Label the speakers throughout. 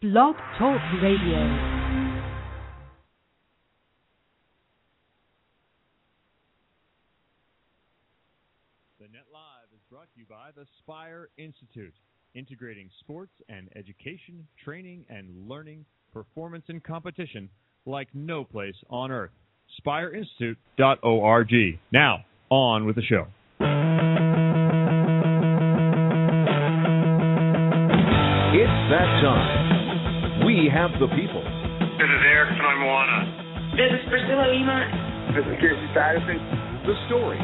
Speaker 1: Blog Talk Radio.
Speaker 2: The Net Live is brought to you by the Spire Institute, integrating sports and education, training and learning, performance and competition like no place on earth. SpireInstitute.org. Now, on with the show.
Speaker 3: It's that time. We have the people.
Speaker 4: This is Eric Moana.
Speaker 5: This is Priscilla Lima.
Speaker 4: This is Casey Patterson.
Speaker 3: The story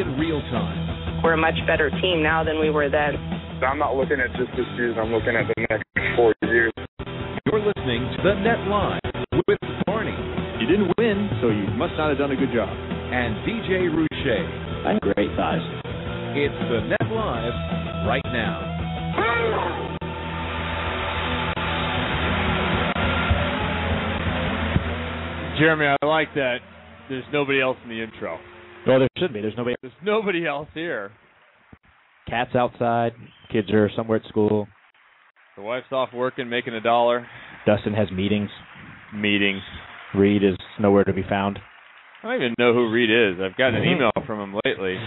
Speaker 3: in real time.
Speaker 5: We're a much better team now than we were then.
Speaker 4: I'm not looking at just this season. I'm looking at the next four years.
Speaker 3: You're listening to the Net Live with Barney
Speaker 6: You didn't win, so you must not have done a good job.
Speaker 3: and DJ Rouche.
Speaker 6: I have great thighs.
Speaker 3: It's the Net Live right now.
Speaker 7: Jeremy, I like that. There's nobody else in the intro.
Speaker 6: Well, there should be. There's nobody.
Speaker 7: There's nobody else here.
Speaker 6: Cats outside. Kids are somewhere at school.
Speaker 7: The wife's off working, making a dollar.
Speaker 6: Dustin has meetings.
Speaker 7: Meetings.
Speaker 6: Reed is nowhere to be found.
Speaker 7: I don't even know who Reed is. I've gotten an
Speaker 6: Mhm.
Speaker 7: email from him lately.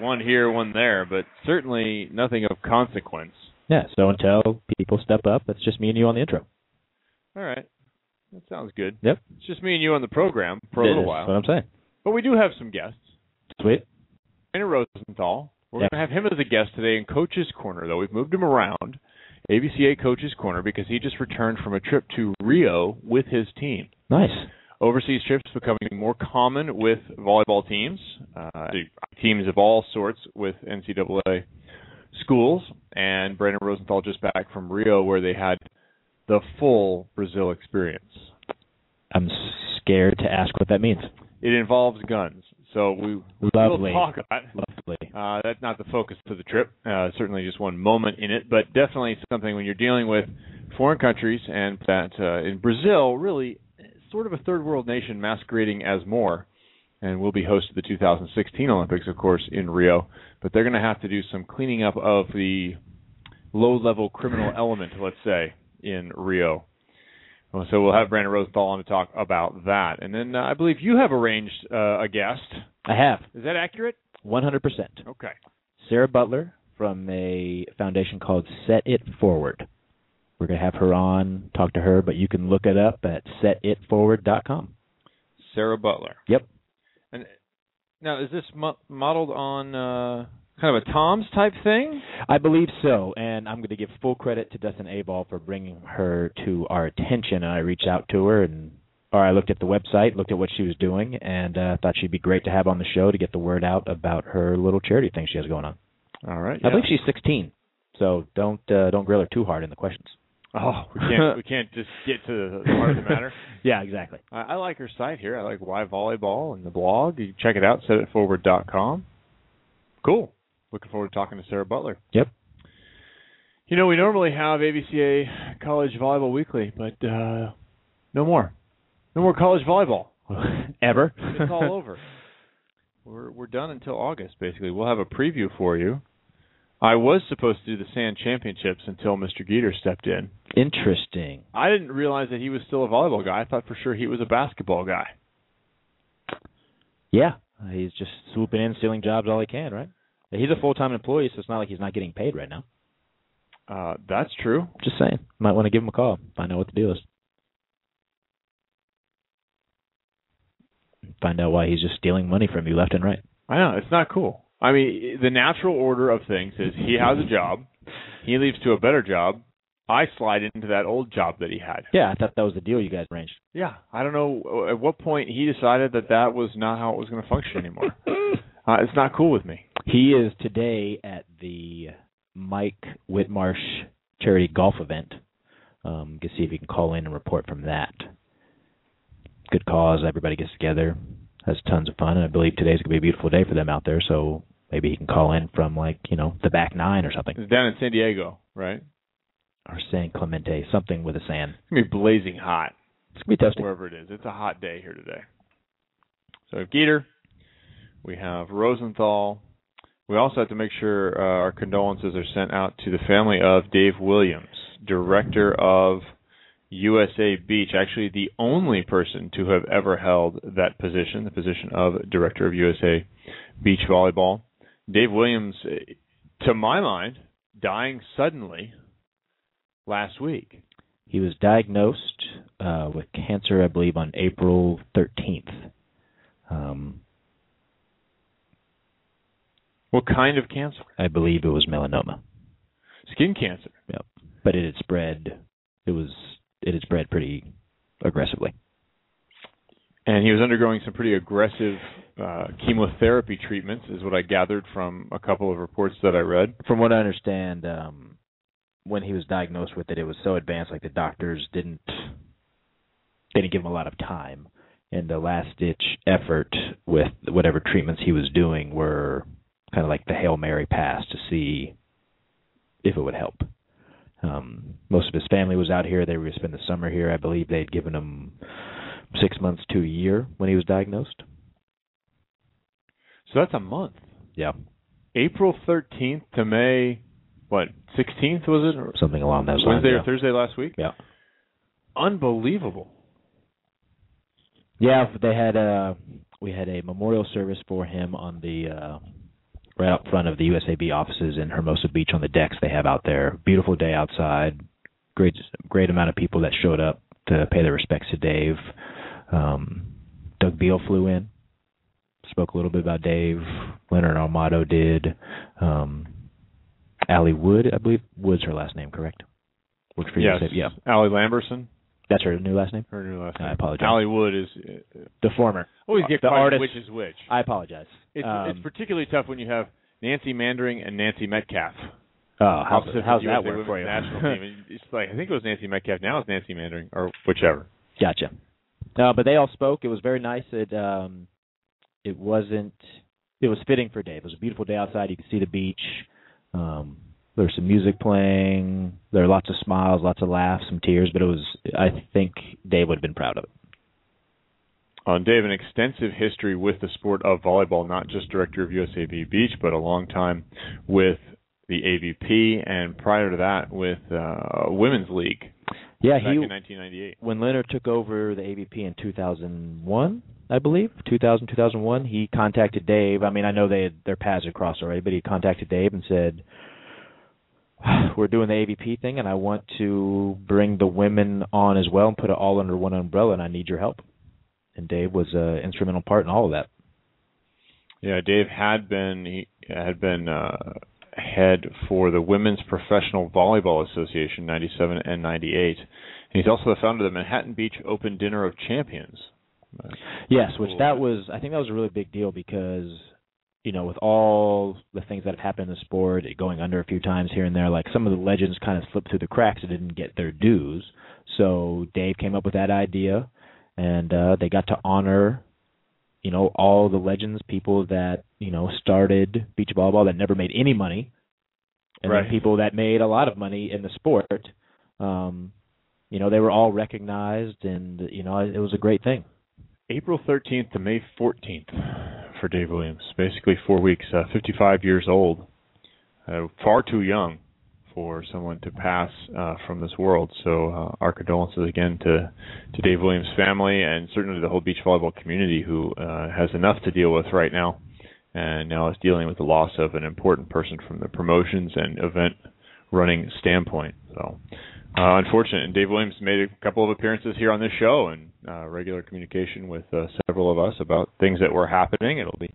Speaker 7: One here, one there, but certainly nothing of consequence.
Speaker 6: yeah. So until people step up, it's just me and you on the intro.
Speaker 7: All right. That sounds good.
Speaker 6: Yep.
Speaker 7: It's just me and you on the program for a
Speaker 6: That
Speaker 7: little
Speaker 6: is
Speaker 7: while.
Speaker 6: What I'm saying.
Speaker 7: But we do have some guests.
Speaker 6: Sweet.
Speaker 7: Rainer Rosenthal. We're
Speaker 6: Yeah.
Speaker 7: going to have him as a guest today in Coach's Corner, though. We've moved him around, ABCA Coach's Corner, because he just returned from a trip to Rio with his team.
Speaker 6: Nice.
Speaker 7: Overseas trips becoming more common with volleyball teams, uh, teams of all sorts with NCAA schools. And Brandon Rosenthal just back from Rio, where they had the full Brazil experience.
Speaker 6: I'm scared to ask what that means.
Speaker 7: It involves guns, so we
Speaker 6: Lovely.
Speaker 7: will talk about
Speaker 6: Lovely.
Speaker 7: Uh, that's not the focus of the trip. Uh, certainly, just one moment in it, but definitely something when you're dealing with foreign countries and that uh, in Brazil, really sort of a third world nation masquerading as more. And will be host of the 2016 Olympics, of course, in Rio. But they're going to have to do some cleaning up of the low-level criminal element, let's say, in Rio. Well, So we'll have Brandon Rosenthal on to talk about that. And then uh, I believe you have arranged uh, a guest.
Speaker 6: I have
Speaker 7: Is that accurate?
Speaker 6: 100%.
Speaker 7: Okay.
Speaker 6: Sarah Butler from a foundation called Set It Forward. We're going to have her on, talk to her, but you can look it up at setitforward.com.
Speaker 7: Sarah Butler.
Speaker 6: Yep.
Speaker 7: And now is this mo- modeled on uh, kind of a Tom's type thing?
Speaker 6: I believe so, and I'm going to give full credit to Dustin Aball for bringing her to our attention. And I reached out to her, and or I looked at the website, looked at what she was doing, and uh, thought she'd be great to have on the show to get the word out about her little charity thing she has going on.
Speaker 7: All right.
Speaker 6: I believe she's 16, so don't uh, don't grill her too hard in the questions.
Speaker 7: Oh, we can't we can't just get to the heart of the matter.
Speaker 6: Yeah, exactly.
Speaker 7: I, I like her site here. I like Why Volleyball and the blog. You can check it out. Setitforward.com. Cool. Looking forward to talking to Sarah Butler.
Speaker 6: Yep.
Speaker 7: You know, we normally have ABCA College Volleyball Weekly, but uh, no more. No more college volleyball.
Speaker 6: Ever.
Speaker 7: it's all over. We're we're done until August basically. We'll have a preview for you. I was supposed to do the Sand Championships until Mr. Geeter stepped in.
Speaker 6: Interesting.
Speaker 7: I didn't realize that he was still a volleyball guy. I thought for sure he was a basketball guy.
Speaker 6: Yeah, he's just swooping in, stealing jobs all he can, right? He's a full time employee, so it's not like he's not getting paid right now.
Speaker 7: Uh, that's true.
Speaker 6: Just saying, might want to give him a call, find out what the deal is, find out why he's just stealing money from you left and right.
Speaker 7: I know it's not cool. I mean, the natural order of things is he has a job, he leaves to a better job. I slide into that old job that he had.
Speaker 6: Yeah, I thought that was the deal you guys arranged.
Speaker 7: Yeah, I don't know uh, at what point he decided that that was not how it was going to function anymore. uh, it's not cool with me.
Speaker 6: He is today at the Mike Whitmarsh charity golf event. Um, you can see if you can call in and report from that. Good cause. Everybody gets together, has tons of fun, and I believe today's gonna be a beautiful day for them out there. So maybe he can call in from like you know the back nine or something,
Speaker 7: It's down in San Diego, right?
Speaker 6: or San Clemente, something with a sand.
Speaker 7: It's gonna be blazing hot
Speaker 6: It's gonna be toasty.
Speaker 7: wherever it is. It's a hot day here today. So we have Geeter, we have Rosenthal. We also have to make sure uh, our condolences are sent out to the family of Dave Williams, director of USA Beach, actually the only person to have ever held that position, the position of Director of USA Beach Volleyball. Dave Williams, eh, to my mind, dying suddenly last week.
Speaker 6: He was diagnosed uh, with cancer, I believe, on April 13th. Um,
Speaker 7: What kind of cancer?
Speaker 6: I believe it was melanoma,
Speaker 7: Skin cancer.
Speaker 6: but it had spread. It was it had spread pretty aggressively.
Speaker 7: And he was undergoing some pretty aggressive uh, chemotherapy treatments, is what I gathered from a couple of reports that I read.
Speaker 6: From what I understand, um, when he was diagnosed with it, it was so advanced, like the doctors didn't they didn't give him a lot of time. And the last ditch effort with whatever treatments he was doing were kind of like the hail mary pass to see if it would help. Um, most of his family was out here. They were going to spend the summer here. I believe they had given him six months to a year when he was diagnosed.
Speaker 7: So that's a month.
Speaker 6: Yeah,
Speaker 7: April 13th to May, what, 16th was it? Or
Speaker 6: something along those lines.
Speaker 7: Wednesday
Speaker 6: yeah.
Speaker 7: or Thursday last week?
Speaker 6: Yeah.
Speaker 7: Unbelievable.
Speaker 6: Yeah, they had a we had a memorial service for him on the uh right out front of the USAB offices in Hermosa Beach on the decks they have out there. Beautiful day outside. Great great amount of people that showed up to pay their respects to Dave. Um Doug Beal flew in. Spoke a little bit about Dave. Leonard Armato did. Um Allie Wood, I believe Wood's her last name, correct? Works for
Speaker 7: yes.
Speaker 6: USAB. Yeah.
Speaker 7: Allie Lamberson,
Speaker 6: That's her new last name?
Speaker 7: her new last
Speaker 6: I
Speaker 7: name.
Speaker 6: apologize.
Speaker 7: Allie Wood is. Uh,
Speaker 6: The former.
Speaker 7: always get
Speaker 6: The
Speaker 7: caught
Speaker 6: artist-
Speaker 7: which is which.
Speaker 6: I apologize.
Speaker 7: It's, it's
Speaker 6: Um,
Speaker 7: particularly tough when you have Nancy Mandering and Nancy Metcalf.
Speaker 6: Oh, how's,
Speaker 7: opposite
Speaker 6: how's
Speaker 7: the USA
Speaker 6: that
Speaker 7: women's
Speaker 6: work for you?
Speaker 7: National team. And It's like I think it was Nancy Metcalf. Now it's Nancy Mandering or whichever.
Speaker 6: gotcha. No, but they all spoke. It was very nice. It um, it wasn't. It was fitting for Dave. It was a beautiful day outside. You could see the beach. Um, there was some music playing. There were lots of smiles, lots of laughs, some tears. But it was. I think Dave would have been proud of it.
Speaker 7: On Dave, Uh, an extensive history with the sport of volleyball, not just director of USAB Beach, but a long time with the AVP, and prior to that with uh, Women's League
Speaker 6: Yeah,
Speaker 7: back
Speaker 6: he
Speaker 7: in 1998.
Speaker 6: when Leonard took over the AVP in 2001, I believe, 2000, 2001, he contacted Dave. I mean, I know they had, their paths had crossed already, but he contacted Dave and said, "We're doing the AVP thing, and I want to bring the women on as well and put it all under one umbrella, and I need your help." And Dave was an instrumental part in all of that.
Speaker 7: Yeah, Dave had been he had been uh, head for the Women's Professional Volleyball Association '97 and '98, and he's also the founder of the Manhattan Beach Open Dinner of Champions.
Speaker 6: Yes, which
Speaker 7: Cool.
Speaker 6: that was I think that was a really big deal because you know with all the things that have happened in the sport, it going under a few times here and there, like some of the legends kind of slipped through the cracks and didn't get their dues. So Dave came up with that idea, and uh, they got to honor you know all the legends, people that you know started beach volleyball that never made any money, and then
Speaker 7: Right.
Speaker 6: people that made a lot of money in the sport. Um, you know they were all recognized, and you know it it was a great thing.
Speaker 7: April 13th to May 14th for Dave Williams. Basically four weeks. Uh, 55 years old. Uh, far too young for someone to pass uh, from this world. So uh, our condolences again to to Dave Williams' family and certainly the whole beach volleyball community who uh, has enough to deal with right now, and now is dealing with the loss of an important person from the promotions and event running standpoint. So. Uh, unfortunate, and Dave Williams made a couple of appearances here on this show, and uh, regular communication with uh, several of us about things that were happening. It'll be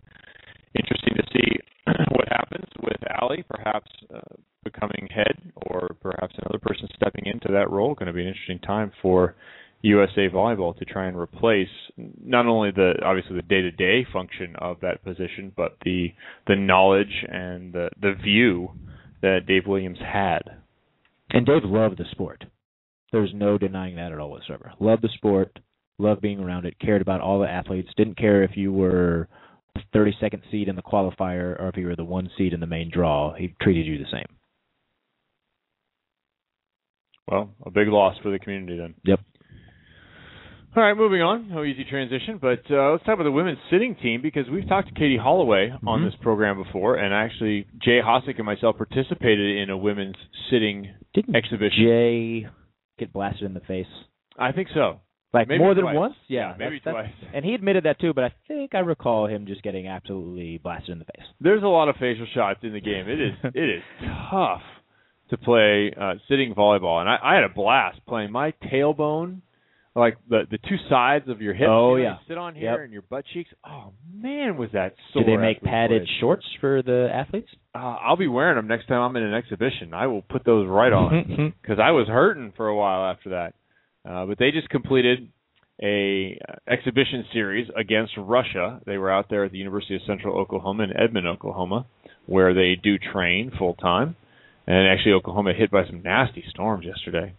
Speaker 7: interesting to see what happens with Ali, perhaps uh, becoming head, or perhaps another person stepping into that role. Going to be an interesting time for USA Volleyball to try and replace not only the obviously the day-to-day function of that position, but the the knowledge and the the view that Dave Williams had.
Speaker 6: And Dave loved the sport. There's no denying that at all whatsoever. Loved the sport, loved being around it, cared about all the athletes, didn't care if you were the 32nd seed in the qualifier or if you were the one seed in the main draw. He treated you the same.
Speaker 7: Well, a big loss for the community then.
Speaker 6: Yep.
Speaker 7: All right, moving on. No easy transition, but uh, let's talk about the women's sitting team because we've talked to Katie Holloway on
Speaker 6: Mhm.
Speaker 7: this program before, and actually Jay Hosick and myself participated in a women's sitting
Speaker 6: Didn't
Speaker 7: exhibition.
Speaker 6: Jay get blasted in the face?
Speaker 7: I think so.
Speaker 6: Like
Speaker 7: Maybe
Speaker 6: more than
Speaker 7: twice.
Speaker 6: once? Yeah,
Speaker 7: Yeah, maybe
Speaker 6: that's- that's-
Speaker 7: twice.
Speaker 6: And he admitted that too, but I think I recall him just getting absolutely blasted in the face.
Speaker 7: There's a lot of facial shots in the game. It is it is tough to play uh, sitting volleyball, and I, I had a blast playing my tailbone, like the the two sides of your hips.
Speaker 6: Oh,
Speaker 7: you know,
Speaker 6: yeah.
Speaker 7: you sit on here
Speaker 6: Yep.
Speaker 7: and your butt cheeks. Oh man, was that sore?
Speaker 6: Do they make
Speaker 7: after we
Speaker 6: padded
Speaker 7: played.
Speaker 6: shorts for the athletes?
Speaker 7: Uh, I'll be wearing them next time I'm in an exhibition. I will put those right on because I was hurting for a while after that. Uh, but they just completed a uh, exhibition series against Russia. They were out there at the University of Central Oklahoma in Edmond, Oklahoma, where they do train full time. And actually, Oklahoma hit by some nasty storms yesterday.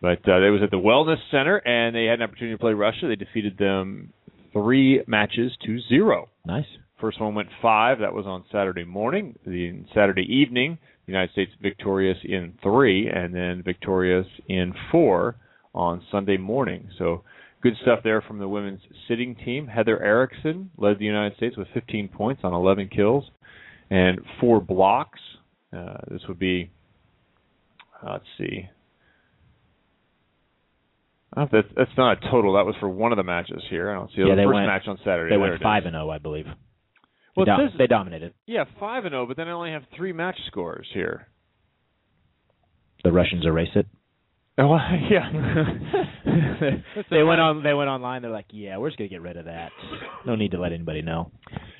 Speaker 7: But uh, they was at the Wellness Center, and they had an opportunity to play Russia. They defeated them three matches to zero.
Speaker 6: Nice.
Speaker 7: First one went five. That was on Saturday morning. The Saturday evening, the United States victorious in three, and then victorious in four on Sunday morning. So good stuff there from the women's sitting team. Heather Erickson led the United States with 15 points on 11 kills and four blocks. Uh, this would be, uh, let's see. I don't know if that's, that's not a total. That was for one of the matches here. I don't see
Speaker 6: Yeah,
Speaker 7: the
Speaker 6: they
Speaker 7: first
Speaker 6: went-
Speaker 7: match on Saturday.
Speaker 6: They
Speaker 7: There
Speaker 6: went
Speaker 7: it is.
Speaker 6: five and zero, I believe.
Speaker 7: Well,
Speaker 6: they,
Speaker 7: it
Speaker 6: dom-
Speaker 7: says-
Speaker 6: they dominated.
Speaker 7: Yeah, five and zero, but then I only have three match scores here.
Speaker 6: The Russians erase it.
Speaker 7: Oh, yeah.
Speaker 6: they went on. They went online. They're like, yeah, we're just gonna get rid of that. No need to let anybody know.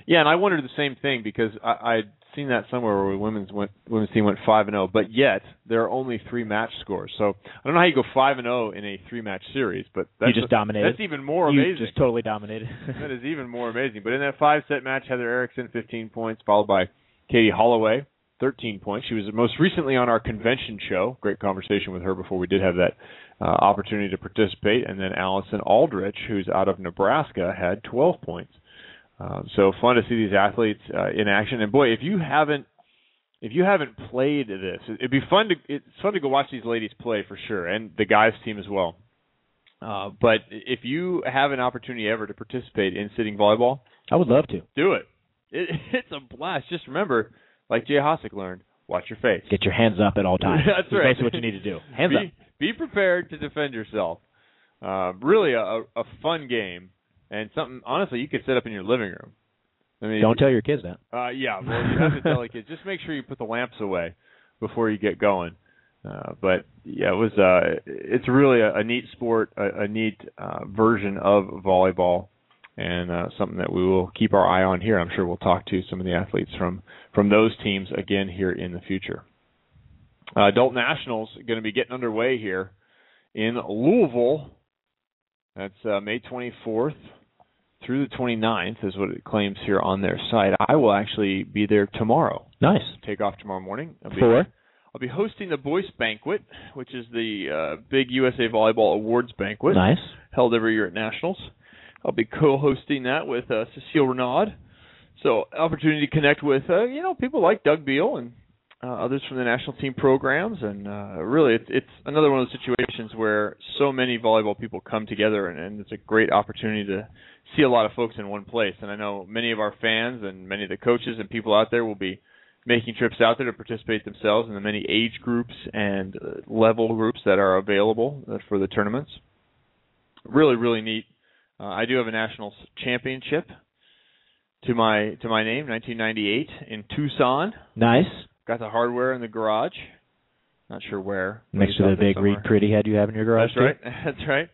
Speaker 7: yeah, and I wondered the same thing because I, I'd seen that somewhere where women's went, women's team went five and zero, but yet there are only three match scores. So I don't know how you go five and zero in a three match series, but that's
Speaker 6: you just dominated.
Speaker 7: That's even more
Speaker 6: you
Speaker 7: amazing.
Speaker 6: just totally dominated.
Speaker 7: That is even more amazing. But in that five set match, Heather Erickson, 15 points, followed by Katie Holloway, 13 points. She was most recently on our convention show. Great conversation with her before we did have that uh, opportunity to participate. And then Allison Aldrich, who's out of Nebraska, had 12 points. Uh, so fun to see these athletes uh, in action. And boy, if you haven't if you haven't played this, it'd be fun to it's fun to go watch these ladies play for sure, and the guys team as well. Uh, but if you have an opportunity ever to participate in sitting volleyball,
Speaker 6: I would love to
Speaker 7: do it. it it's a blast. Just remember, like Jay Hossack learned, watch your face.
Speaker 6: get your hands up at all times.
Speaker 7: That's
Speaker 6: That's
Speaker 7: right.
Speaker 6: Basically, what you need to do. Hands
Speaker 7: be,
Speaker 6: up.
Speaker 7: Be prepared to defend yourself. Uh, really, a, a fun game and something. Honestly, you could set up in your living room. I mean,
Speaker 6: Don't tell your kids that.
Speaker 7: uh, yeah, well, you have to tell the kids. Just make sure you put the lamps away before you get going. Uh, but yeah, it was. Uh, it's really a, a neat sport, a, a neat uh, version of volleyball, and uh, something that we will keep our eye on here. I'm sure we'll talk to some of the athletes from from those teams again here in the future. Uh, adult nationals going to be getting underway here in Louisville. That's uh, May 24th through the 29th is what it claims here on their site. I will actually be there tomorrow.
Speaker 6: Nice.
Speaker 7: Take off tomorrow morning. I'll be,
Speaker 6: Four.
Speaker 7: I'll be hosting the Boyce Banquet, which is the uh, big USA Volleyball Awards banquet
Speaker 6: Nice.
Speaker 7: held every year at Nationals. I'll be co-hosting that with uh, Cecile Renaud. So opportunity to connect with uh, you know people like Doug Beal and uh, others from the national team programs, and uh, really it's, it's another one of those situations where so many volleyball people come together, and, and it's a great opportunity to see a lot of folks in one place. And I know many of our fans and many of the coaches and people out there will be making trips out there to participate themselves in the many age groups and uh, level groups that are available uh, for the tournaments really really neat. Uh, I do have a national championship to my to my name, 1998 in Tucson.
Speaker 6: Nice.
Speaker 7: Got the hardware in the garage. Not sure where.
Speaker 6: Next to
Speaker 7: Maybe
Speaker 6: the
Speaker 7: out there
Speaker 6: big
Speaker 7: somewhere.
Speaker 6: Reed Pretty head you have in your garage.
Speaker 7: That's right. That's right.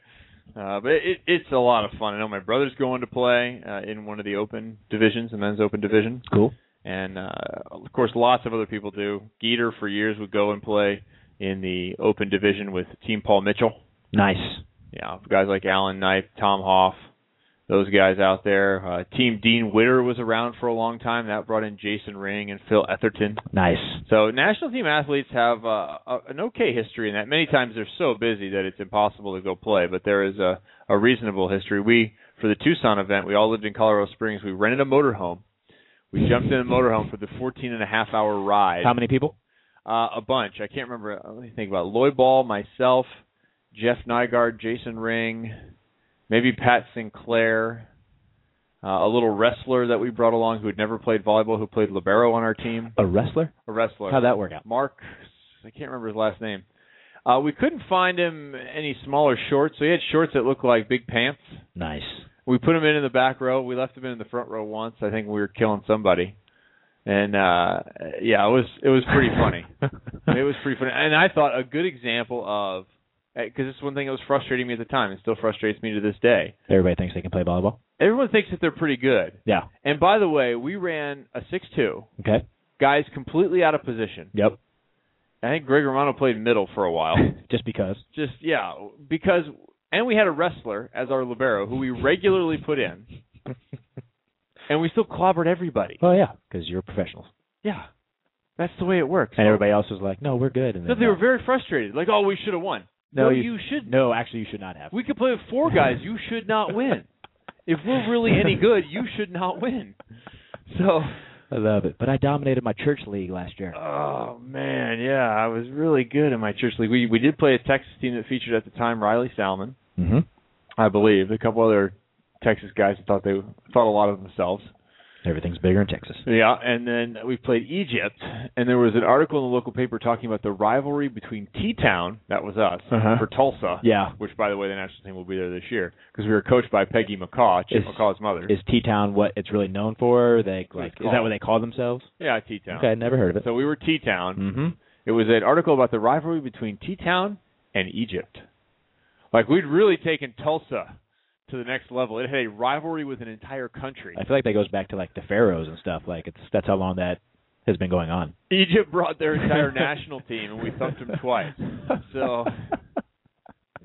Speaker 7: Uh, but it, it's a lot of fun. I know my brother's going to play uh, in one of the open divisions, the men's open division
Speaker 6: too? Cool.
Speaker 7: and uh, of course lots of other people do. Geeter for years would go and play in the open division with Team Paul Mitchell.
Speaker 6: Nice.
Speaker 7: Yeah, guys like Alan Knipe, Tom Hoff, those guys out there. Uh, Team Dean Witter was around for a long time. That brought in Jason Ring and Phil Etherton.
Speaker 6: Nice.
Speaker 7: So national team athletes have uh, a, an okay history in that. Many times they're so busy that it's impossible to go play, but there is a, a reasonable history. We for the Tucson event, we all lived in Colorado Springs. We rented a motorhome. We jumped in a motorhome for the 14 and a half hour ride.
Speaker 6: How many people?
Speaker 7: Uh, a bunch. I can't remember. Let me think about it. Lloyd Ball, myself, Jeff Nygaard, Jason Ring, maybe Pat Sinclair, uh, a little wrestler that we brought along who had never played volleyball, who played libero on our team.
Speaker 6: A wrestler?
Speaker 7: A wrestler.
Speaker 6: How'd that work out?
Speaker 7: Mark, I can't remember his last name. Uh, we couldn't find him any smaller shorts, so he had shorts that looked like big pants.
Speaker 6: Nice.
Speaker 7: We put him in in the back row. We left him in the front row once. I think we were killing somebody. And uh yeah, it was it was pretty funny. it was pretty funny. And I thought a good example of because it's one thing that was frustrating me at the time and still frustrates me to this day.
Speaker 6: Everybody thinks they can play volleyball.
Speaker 7: Everyone thinks that they're pretty good.
Speaker 6: Yeah.
Speaker 7: And by the way, we ran a six-two.
Speaker 6: Okay.
Speaker 7: Guys completely out of position.
Speaker 6: Yep.
Speaker 7: I think Greg Romano played middle for a while.
Speaker 6: Just because.
Speaker 7: Just yeah, because and we had a wrestler as our libero who we regularly put in, and we still clobbered everybody.
Speaker 6: Well, yeah, because you're professionals.
Speaker 7: Yeah, that's the way it works.
Speaker 6: And everybody else was like, "No, we're good." And
Speaker 7: So
Speaker 6: then,
Speaker 7: they
Speaker 6: no.
Speaker 7: were very frustrated. Like, oh, we should have won.
Speaker 6: No,
Speaker 7: you,
Speaker 6: you-
Speaker 7: should.
Speaker 6: No, actually, you should not have.
Speaker 7: We could play with four guys. You should not win. If we're really any good, you should not win. So,
Speaker 6: I love it. But I dominated my church league last year.
Speaker 7: oh man, yeah, I was really good in my church league. We we did play a Texas team that featured at the time Riley Salmon.
Speaker 6: Mm-hmm.
Speaker 7: I believe. A couple other Texas guys thought they thought a lot of themselves.
Speaker 6: Everything's bigger in Texas.
Speaker 7: Yeah, and then we played Egypt, and there was an article in the local paper talking about the rivalry between T Town, that was us,
Speaker 6: Uh-huh.
Speaker 7: for Tulsa.
Speaker 6: Yeah.
Speaker 7: Which, by the way, the national team will be there this year because we were coached by Peggy McCaw, Chip
Speaker 6: Is-
Speaker 7: McCaw's mother.
Speaker 6: Is T Town what it's really known for? They like
Speaker 7: It's
Speaker 6: is that what they call themselves?
Speaker 7: yeah, T Town.
Speaker 6: Okay, never heard of it.
Speaker 7: So we were T Town.
Speaker 6: mm-hmm.
Speaker 7: It was an article about the rivalry between T Town and Egypt. Like we'd really taken Tulsa to the next level. It had a rivalry with an entire country.
Speaker 6: I feel like that goes back to like the pharaohs and stuff. Like it's that's how long that has been going on.
Speaker 7: Egypt brought their entire national team, and we thumped them twice. So,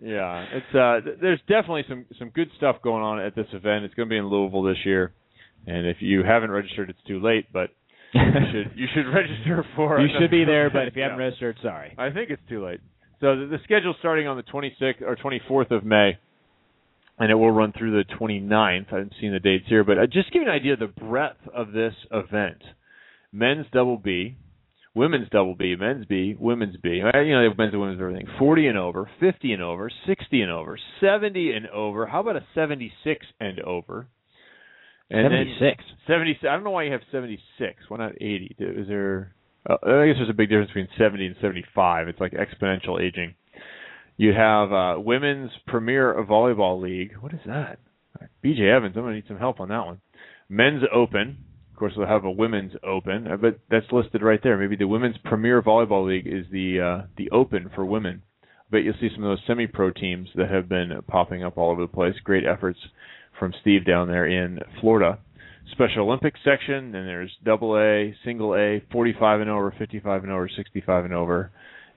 Speaker 7: yeah, it's uh, th- there's definitely some some good stuff going on at this event. It's going to be in Louisville this year, and if you haven't registered, it's too late. But you should you should register for.
Speaker 6: You
Speaker 7: another
Speaker 6: should be there,
Speaker 7: event.
Speaker 6: but if you haven't
Speaker 7: Yeah.
Speaker 6: registered, sorry.
Speaker 7: I think it's too late. So the, the schedule's starting on the 26th or 24th of May, and it will run through the 29th. I haven't seen the dates here, but uh, just to give you an idea of the breadth of this event: men's double B, women's double B, men's B, women's B. Uh, You know, they have men's and women's everything. 40 and over, 50 and over, 60 and over, 70 and over. How about a 76 and over? And then-
Speaker 6: Seventy six.
Speaker 7: 76. I don't know why you have 76. Why not 80? Do- Is there? Uh, I guess there's a big difference between 70 and 75. It's like exponential aging. You have uh, women's premier volleyball league. What is that? BJ Evans. I'm gonna need some help on that one. Men's open. Of course, they'll have a women's open, uh, but that's listed right there. Maybe the women's premier volleyball league is the uh, the open for women. I bet you'll see some of those semi-pro teams that have been popping up all over the place. Great efforts from Steve down there in Florida Special Olympics section. Then there's double A, single A, 45 and over, 55 and over, 65 and over,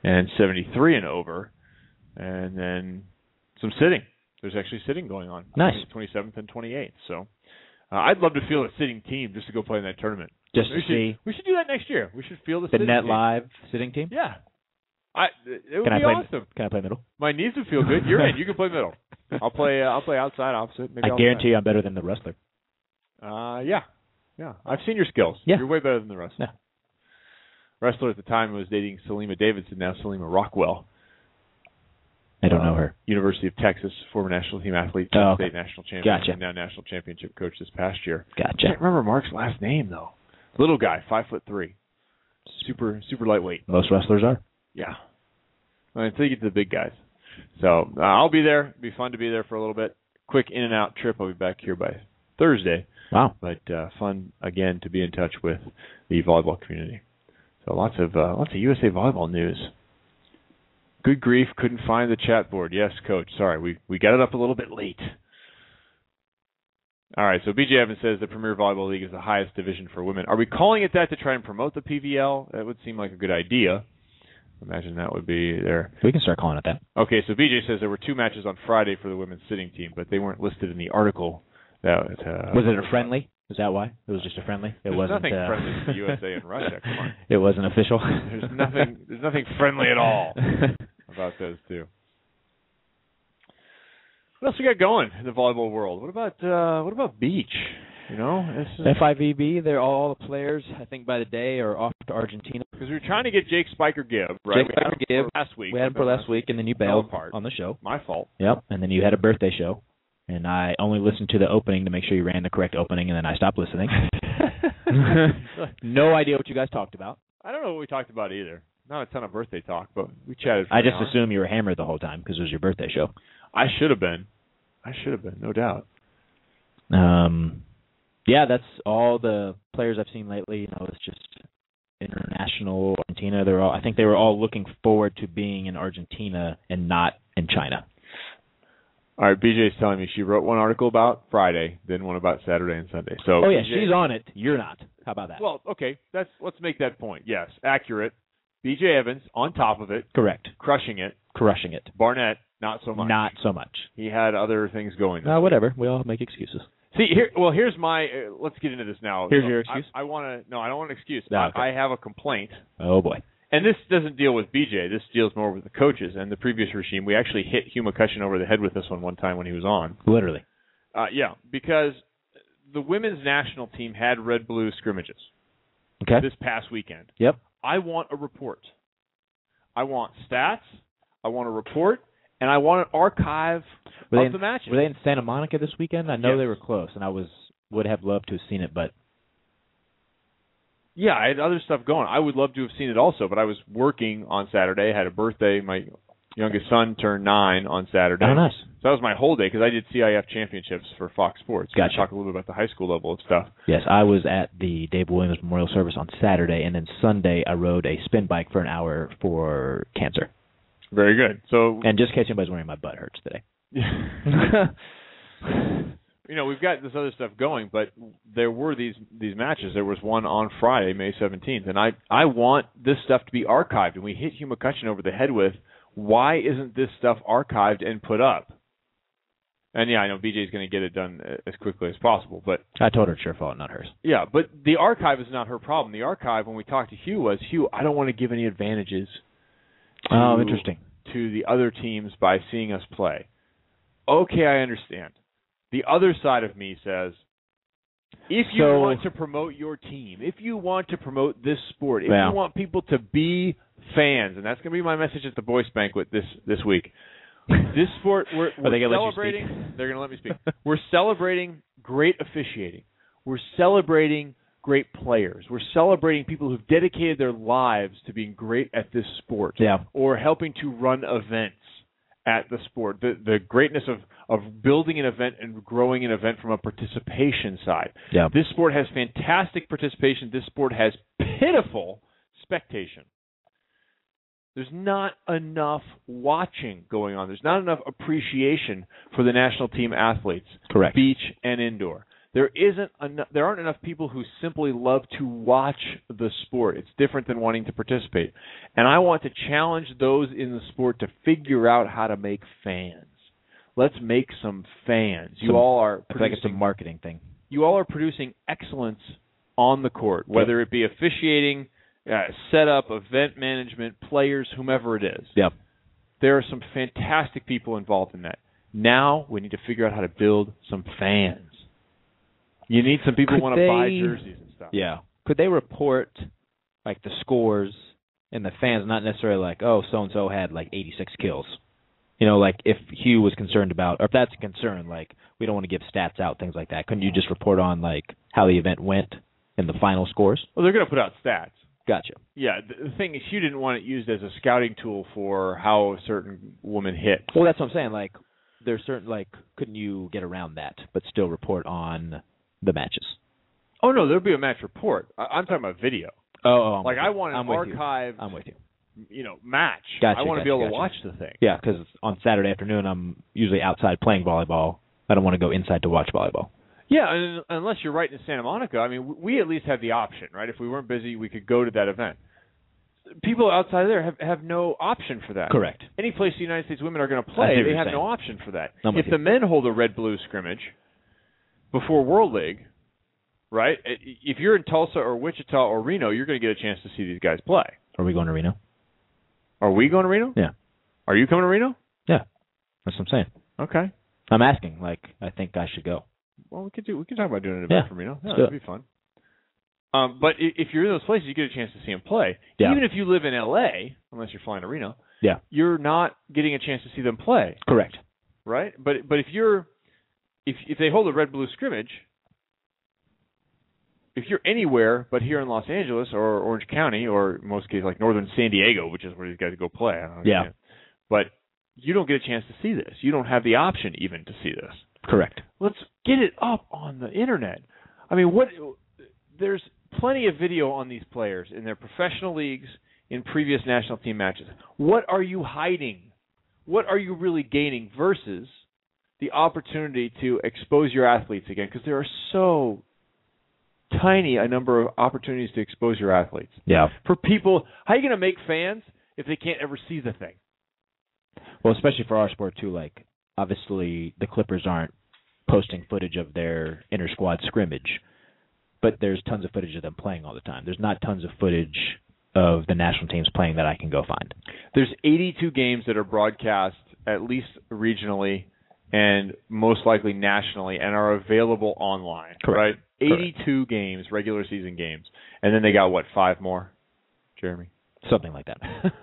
Speaker 7: and 73 and over. And then some sitting. There's actually sitting going on.
Speaker 6: Nice.
Speaker 7: 27th and 28th. So uh, I'd love to field a sitting team just to go play in that tournament.
Speaker 6: Just
Speaker 7: we
Speaker 6: to
Speaker 7: should,
Speaker 6: see
Speaker 7: We should do that next year. We should field a
Speaker 6: the
Speaker 7: sitting
Speaker 6: net
Speaker 7: team.
Speaker 6: live sitting team.
Speaker 7: Yeah. I, it would
Speaker 6: Can I
Speaker 7: be
Speaker 6: play-
Speaker 7: awesome.
Speaker 6: Can I play middle?
Speaker 7: My knees would feel good. You're in. You can play middle. I'll play. Uh, I'll play outside opposite. Maybe
Speaker 6: I
Speaker 7: I'll
Speaker 6: guarantee you I'm better than the wrestler.
Speaker 7: Uh, yeah, yeah. I've seen your skills.
Speaker 6: Yeah.
Speaker 7: you're way better than the wrestler.
Speaker 6: Yeah.
Speaker 7: Wrestler at the time was dating Selima Davidson, now Selima Rockwell,
Speaker 6: I don't
Speaker 7: Uh,
Speaker 6: know her.
Speaker 7: University of Texas, former national team athlete,
Speaker 6: Oh, okay.
Speaker 7: state national champion,
Speaker 6: Gotcha.
Speaker 7: and now national championship coach this past year. I
Speaker 6: Gotcha.
Speaker 7: can't remember Mark's last name though. Little guy, five foot three, super super lightweight.
Speaker 6: Most wrestlers are.
Speaker 7: Yeah. Well, until you get to the big guys. So uh, I'll be there. It'll be fun to be there for a little bit. Quick in and out trip. I'll be back here by Thursday.
Speaker 6: Wow.
Speaker 7: But uh, fun again to be in touch with the volleyball community. So lots of uh, lots of USA volleyball news. Good grief, couldn't find the chat board. Yes, coach. Sorry, we we got it up a little bit late. All right, so BJ Evans says the Premier Volleyball League is the highest division for women. Are we calling it that to try and promote the PVL? That would seem like a good idea. Imagine that would be there.
Speaker 6: We can start calling it that.
Speaker 7: Okay, so BJ says there were two matches on Friday for the women's sitting team, but they weren't listed in the article. That uh,
Speaker 6: Was it a friendly? Is that why? It was just a friendly. It
Speaker 7: There's
Speaker 6: wasn't.
Speaker 7: nothing
Speaker 6: uh,
Speaker 7: friendly to the USA and Russia, come on.
Speaker 6: It wasn't official.
Speaker 7: There's nothing. There's nothing friendly at all about those two. What else we got going in the volleyball world? What about uh, what about beach? You know, this is
Speaker 6: FIVB. They're all the players. I think by the day are off to Argentina.
Speaker 7: because we were trying to get Jake Spiker Gibb. Right?
Speaker 6: Jake
Speaker 7: we had him
Speaker 6: Spiker
Speaker 7: for
Speaker 6: Gibb.
Speaker 7: last week.
Speaker 6: We had him for last week, and then you bailed
Speaker 7: apart.
Speaker 6: on the show.
Speaker 7: My fault.
Speaker 6: Yep. And then you had a birthday show, and I only listened to the opening to make sure you ran the correct opening, and then I stopped listening. no idea what you guys talked about.
Speaker 7: I don't know what we talked about either. not a ton of birthday talk, but we chatted. For
Speaker 6: I
Speaker 7: an
Speaker 6: just
Speaker 7: hour.
Speaker 6: assume you were hammered the whole time because it was your birthday show.
Speaker 7: I should have been. I should have been, no doubt.
Speaker 6: Um, yeah, that's all the players I've seen lately. You know, it's just international Argentina. They're all. I think they were all looking forward to being in Argentina and not in China.
Speaker 7: All right, BJ's telling me she wrote one article about Friday, then one about Saturday and Sunday. So
Speaker 6: Oh yeah,
Speaker 7: BJ
Speaker 6: she's on it. You're not. How about that?
Speaker 7: Well, okay, that's let's make that point. Yes, accurate. BJ Evans on top of it,
Speaker 6: correct.
Speaker 7: crushing it.
Speaker 6: Crushing it.
Speaker 7: Barnett not so much.
Speaker 6: Not so much.
Speaker 7: He had other things going.
Speaker 6: Uh, whatever. We all make excuses.
Speaker 7: See here. Well, here's my. Uh, let's get into this now.
Speaker 6: Here's your excuse?
Speaker 7: I, I want to. No, I don't want an excuse.
Speaker 6: No,
Speaker 7: I-
Speaker 6: okay.
Speaker 7: I, have a complaint,
Speaker 6: Oh boy.
Speaker 7: and this doesn't deal with BJ. This deals more with the coaches and the previous regime. We actually hit Hugh McCutcheon over the head with this one one time when he was on.
Speaker 6: Literally.
Speaker 7: Uh, yeah, because the women's national team had red blue scrimmages
Speaker 6: Okay.
Speaker 7: this past weekend.
Speaker 6: Yep.
Speaker 7: I want a report. I want stats. I want a report, and I want an archive
Speaker 6: Were they
Speaker 7: of
Speaker 6: in-
Speaker 7: the matches.
Speaker 6: Were they in Santa Monica this weekend? I know
Speaker 7: Yes.
Speaker 6: they were close, and I was would have loved to have seen it, but
Speaker 7: Yeah, I had other stuff going. I would love to have seen it also, but I was working on Saturday. I had a birthday. My youngest son turned nine on Saturday.
Speaker 6: oh nice.
Speaker 7: So that was my whole day because I did CIF championships for Fox Sports.
Speaker 6: Gotcha.
Speaker 7: Talk a little bit about the high school level of stuff.
Speaker 6: Yes, I was at the Dave Williams Memorial Service on Saturday, and then Sunday I rode a spin bike for an hour for cancer.
Speaker 7: Very good. So
Speaker 6: And just in case anybody's wondering, my butt hurts today.
Speaker 7: you know we've got this other stuff going, but there were these these matches. There was one on Friday, May seventeenth, and I I want this stuff to be archived. And we hit Hugh McCutcheon over the head with why isn't this stuff archived and put up? And yeah, I know BJ's going to get it done a- as quickly as possible, but
Speaker 6: I told her it's your fault, not hers.
Speaker 7: yeah, but the archive is not her problem. The archive, when we talked to Hugh, was Hugh. I don't want to give any advantages. to-
Speaker 6: Oh, interesting.
Speaker 7: to the other teams by seeing us play. Okay, I understand. The other side of me says if you
Speaker 6: So-
Speaker 7: want to promote your team, if you want to promote this sport, if
Speaker 6: Yeah.
Speaker 7: you want people to be fans, and that's going to be my message at the Boyce Banquet this this week. This sport we're,
Speaker 6: Are they
Speaker 7: we're
Speaker 6: gonna let you speak?
Speaker 7: celebrating. They're going to let me speak. we're celebrating great officiating. We're celebrating great players. We're celebrating people who've dedicated their lives to being great at this sport
Speaker 6: Yeah.
Speaker 7: or helping to run events at the sport. The the greatness of of building an event and growing an event from a participation side.
Speaker 6: Yeah.
Speaker 7: This sport has fantastic participation. This sport has pitiful spectation. There's not enough watching going on. There's not enough appreciation for the national team athletes,
Speaker 6: Correct.
Speaker 7: beach and indoor. There isn't enough, there aren't enough people who simply love to watch the sport. It's different than wanting to participate. And I want to challenge those in the sport to figure out how to make fans. Let's make some fans. You
Speaker 6: Some-
Speaker 7: all are
Speaker 6: I feel like it's a
Speaker 7: producing
Speaker 6: marketing thing.
Speaker 7: you all are producing excellence on the court, whether it be officiating, uh, setup, event management, players, whomever it is.
Speaker 6: Yep.
Speaker 7: There are some fantastic people involved in that. Now we need to figure out how to build some fans. You need some people
Speaker 6: Could
Speaker 7: who want to buy
Speaker 6: they-
Speaker 7: jerseys and stuff.
Speaker 6: Yeah. Could they report like the scores and the fans, not necessarily like, oh, so and so had like 86 kills. You know, like if Hugh was concerned about, or if that's a concern, like we don't want to give stats out, things like that. Couldn't you just report on like how the event went and the final scores?
Speaker 7: Well, they're going to put out stats.
Speaker 6: Gotcha.
Speaker 7: Yeah, the the thing is, you didn't want it used as a scouting tool for how a certain woman hit.
Speaker 6: Well, that's what I'm saying. Like there's certain like couldn't you get around that, but still report on the matches?
Speaker 7: Oh no, there'll be a match report. I- I'm talking about video.
Speaker 6: Oh, oh I'm
Speaker 7: Like
Speaker 6: with
Speaker 7: I
Speaker 6: you.
Speaker 7: want an
Speaker 6: I'm with you.
Speaker 7: archived
Speaker 6: I'm with you.
Speaker 7: you know, match.
Speaker 6: Gotcha,
Speaker 7: I want to
Speaker 6: gotcha,
Speaker 7: be able
Speaker 6: gotcha.
Speaker 7: to watch the thing.
Speaker 6: Yeah, because on Saturday afternoon I'm usually outside playing volleyball. I don't want to go inside to watch volleyball.
Speaker 7: Yeah, and unless you're right in Santa Monica, I mean, w- we at least have the option, right? If we weren't busy, we could go to that event. People outside there have, have no option for that.
Speaker 6: Correct.
Speaker 7: Any place the United States women are going to
Speaker 6: I see
Speaker 7: play,
Speaker 6: what
Speaker 7: they
Speaker 6: you're
Speaker 7: have
Speaker 6: saying.
Speaker 7: no option for that.
Speaker 6: I'm with
Speaker 7: if the men hold a red blue scrimmage before World League, right? i- If you're in Tulsa or Wichita or Reno, you're going to get a chance to see these guys play.
Speaker 6: Are we going to Reno?
Speaker 7: Are we going to Reno?
Speaker 6: Yeah.
Speaker 7: Are you coming to Reno?
Speaker 6: That's what I'm saying.
Speaker 7: Okay.
Speaker 6: I'm asking. Like, I think I should go.
Speaker 7: Well, we could do. We could talk about doing an
Speaker 6: Yeah,
Speaker 7: event from for Reno. Yeah,
Speaker 6: do
Speaker 7: that'd be fun. Um, but i- if you're in those places, you get a chance to see him play.
Speaker 6: Yeah.
Speaker 7: Even if you live in LA, unless you're flying to Reno.
Speaker 6: Yeah.
Speaker 7: You're not getting a chance to see them play,
Speaker 6: Correct.
Speaker 7: right? But but if you're if if they hold a red blue scrimmage, if you're anywhere but here in Los Angeles or Orange County or in most cases like northern San Diego, which is where these guys go play. I don't
Speaker 6: Yeah.
Speaker 7: know. But you don't get a chance to see this. You don't have the option even to see this.
Speaker 6: Correct.
Speaker 7: Let's get it up on the internet. I mean, what there's plenty of video on these players in their professional leagues in previous national team matches. What are you hiding? What are you really gaining versus the opportunity to expose your athletes again because there are so tiny a number of opportunities to expose your athletes.
Speaker 6: Yeah.
Speaker 7: For people, how are you going to make fans if they can't ever see the thing?
Speaker 6: Well, especially for our sport too. Like obviously the Clippers aren't posting footage of their inter squad scrimmage, but there's tons of footage of them playing all the time. There's not tons of footage of the national teams playing that I can go find.
Speaker 7: There's 82 games that are broadcast at least regionally and most likely nationally and are available online,
Speaker 6: Correct.
Speaker 7: right?
Speaker 6: Correct.
Speaker 7: 82 games, regular season games. And then they got what, 5 more? Jeremy.
Speaker 6: Something like that.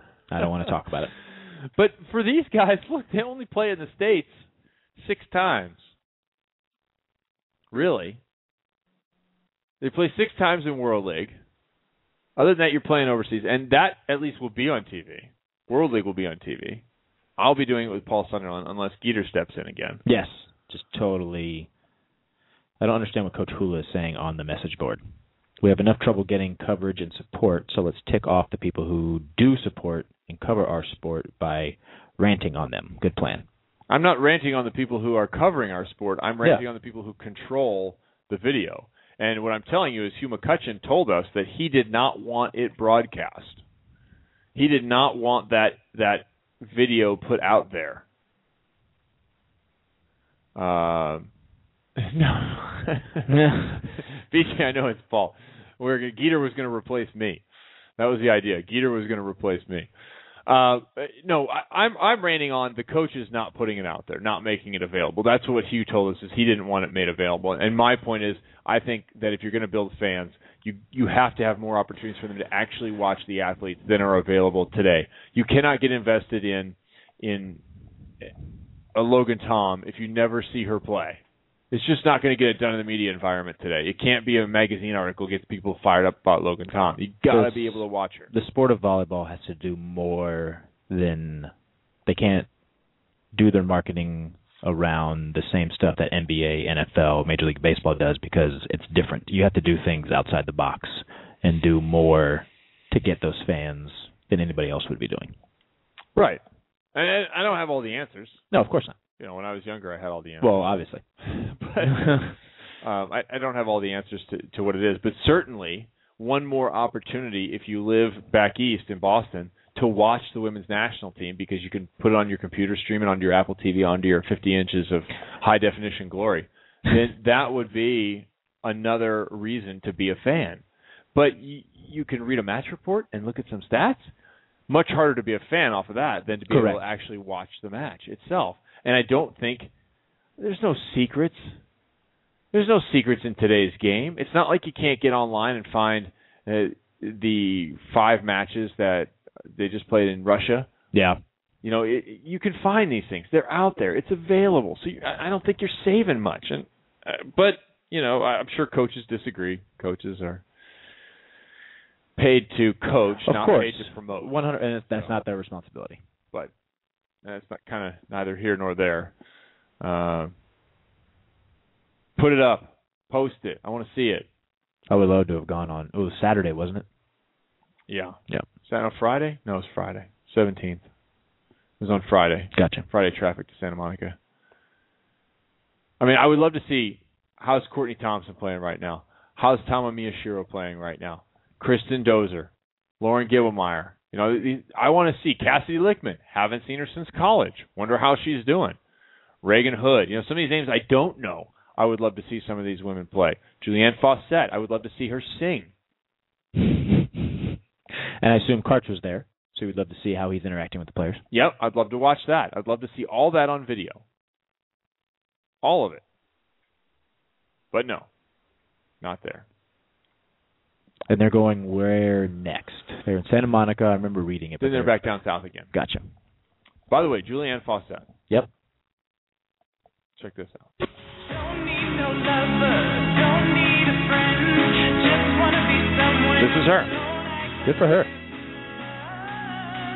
Speaker 6: I don't want to talk about it.
Speaker 7: But for these guys, look, they only play in the states six times. Really? They play six times in World League. Other than that, you're playing overseas, and that at least will be on TV. World League will be on TV. I'll be doing it with Paul Sunderland unless Geeter steps in again.
Speaker 6: Yes. Just totally. I don't understand what Coach Hula is saying on the message board. We have enough trouble getting coverage and support, so let's tick off the people who do support and cover our sport by ranting on them. Good plan.
Speaker 7: I'm not ranting on the people who are covering our sport. I'm ranting on the people who control the video. And what I'm telling you is Hugh McCutcheon told us that he did not want it broadcast. He did not want that that video put out there. Uh, no. BJ, I know it's Paul. We're gonna- Geeter was going to replace me. That was the idea. Geeter was going to replace me. Uh, no, I, I'm I'm ranting on the coaches not putting it out there, not making it available. That's what Hugh told us is he didn't want it made available. And my point is, I think that if you're going to build fans, you you have to have more opportunities for them to actually watch the athletes than are available today. You cannot get invested in in a Logan Tom if you never see her play. It's just not going to get it done in the media environment today. It can't be a magazine article gets people fired up about Logan Tom. You got to
Speaker 6: Does-
Speaker 7: be able to watch her.
Speaker 6: The sport of volleyball has to do more than they can't do their marketing around the same stuff that NBA, NFL, Major League Baseball does because it's different. You have to do things outside the box and do more to get those fans than anybody else would be doing.
Speaker 7: Right. And I- I don't have all the answers.
Speaker 6: No, of course not.
Speaker 7: You know, when I was younger, I had all the answers.
Speaker 6: Well, obviously.
Speaker 7: but um, I, I don't have all the answers to, to what it is. But certainly, one more opportunity if you live back east in Boston to watch the women's national team because you can put it on your computer, stream it onto your Apple TV, onto your 50 inches of high definition glory. Then that would be another reason to be a fan. But y- you can read a match report and look at some stats. Much harder to be a fan off of that than to be
Speaker 6: Correct.
Speaker 7: able to actually watch the match itself. And I don't think there's no secrets. There's no secrets in today's game. It's not like you can't get online and find uh, the five matches that they just played in Russia.
Speaker 6: Yeah.
Speaker 7: You know, it, you can find these things. They're out there. It's available. So you, I I don't think you're saving much. And uh, but you know, I- I'm sure coaches disagree. Coaches are paid to coach,
Speaker 6: Of
Speaker 7: not
Speaker 6: course.
Speaker 7: paid to promote.
Speaker 6: One hundred and that's not their responsibility.
Speaker 7: but that's not kind of neither here nor there. Uh, put it up, post it. I want to see it.
Speaker 6: I would love to have gone on it was Saturday, wasn't it?
Speaker 7: Yeah.
Speaker 6: Yep.
Speaker 7: Is that on Friday? No, it's Friday. Seventeenth. It was on Friday.
Speaker 6: Gotcha.
Speaker 7: Friday traffic to Santa Monica. I mean, I would love to see how's Courtney Thompson playing right now. How's Tama Miyashiro playing right now? Kristen Dozer, Lauren Gibblemeyer. You know, these- I want to see Cassidy Lickman. Haven't seen her since college. Wonder how she's doing. Reagan Hood. You know, some of these names I don't know. I would love to see some of these women play. Julianne Fawcett. I would love to see her sing.
Speaker 6: and I assume Karch was there, so we'd love to see how he's interacting with the players.
Speaker 7: Yep, I'd love to watch that. I'd love to see all that on video. All of it. But no. Not there.
Speaker 6: And they're going where next? They're in Santa Monica. I remember reading it. but
Speaker 7: Then they're back down south again.
Speaker 6: Gotcha.
Speaker 7: By the way, Julianne Fawcett.
Speaker 6: Yep.
Speaker 7: Check this out.
Speaker 8: Don't need no lover, don't need a friend,
Speaker 7: This is her.
Speaker 6: Good for her.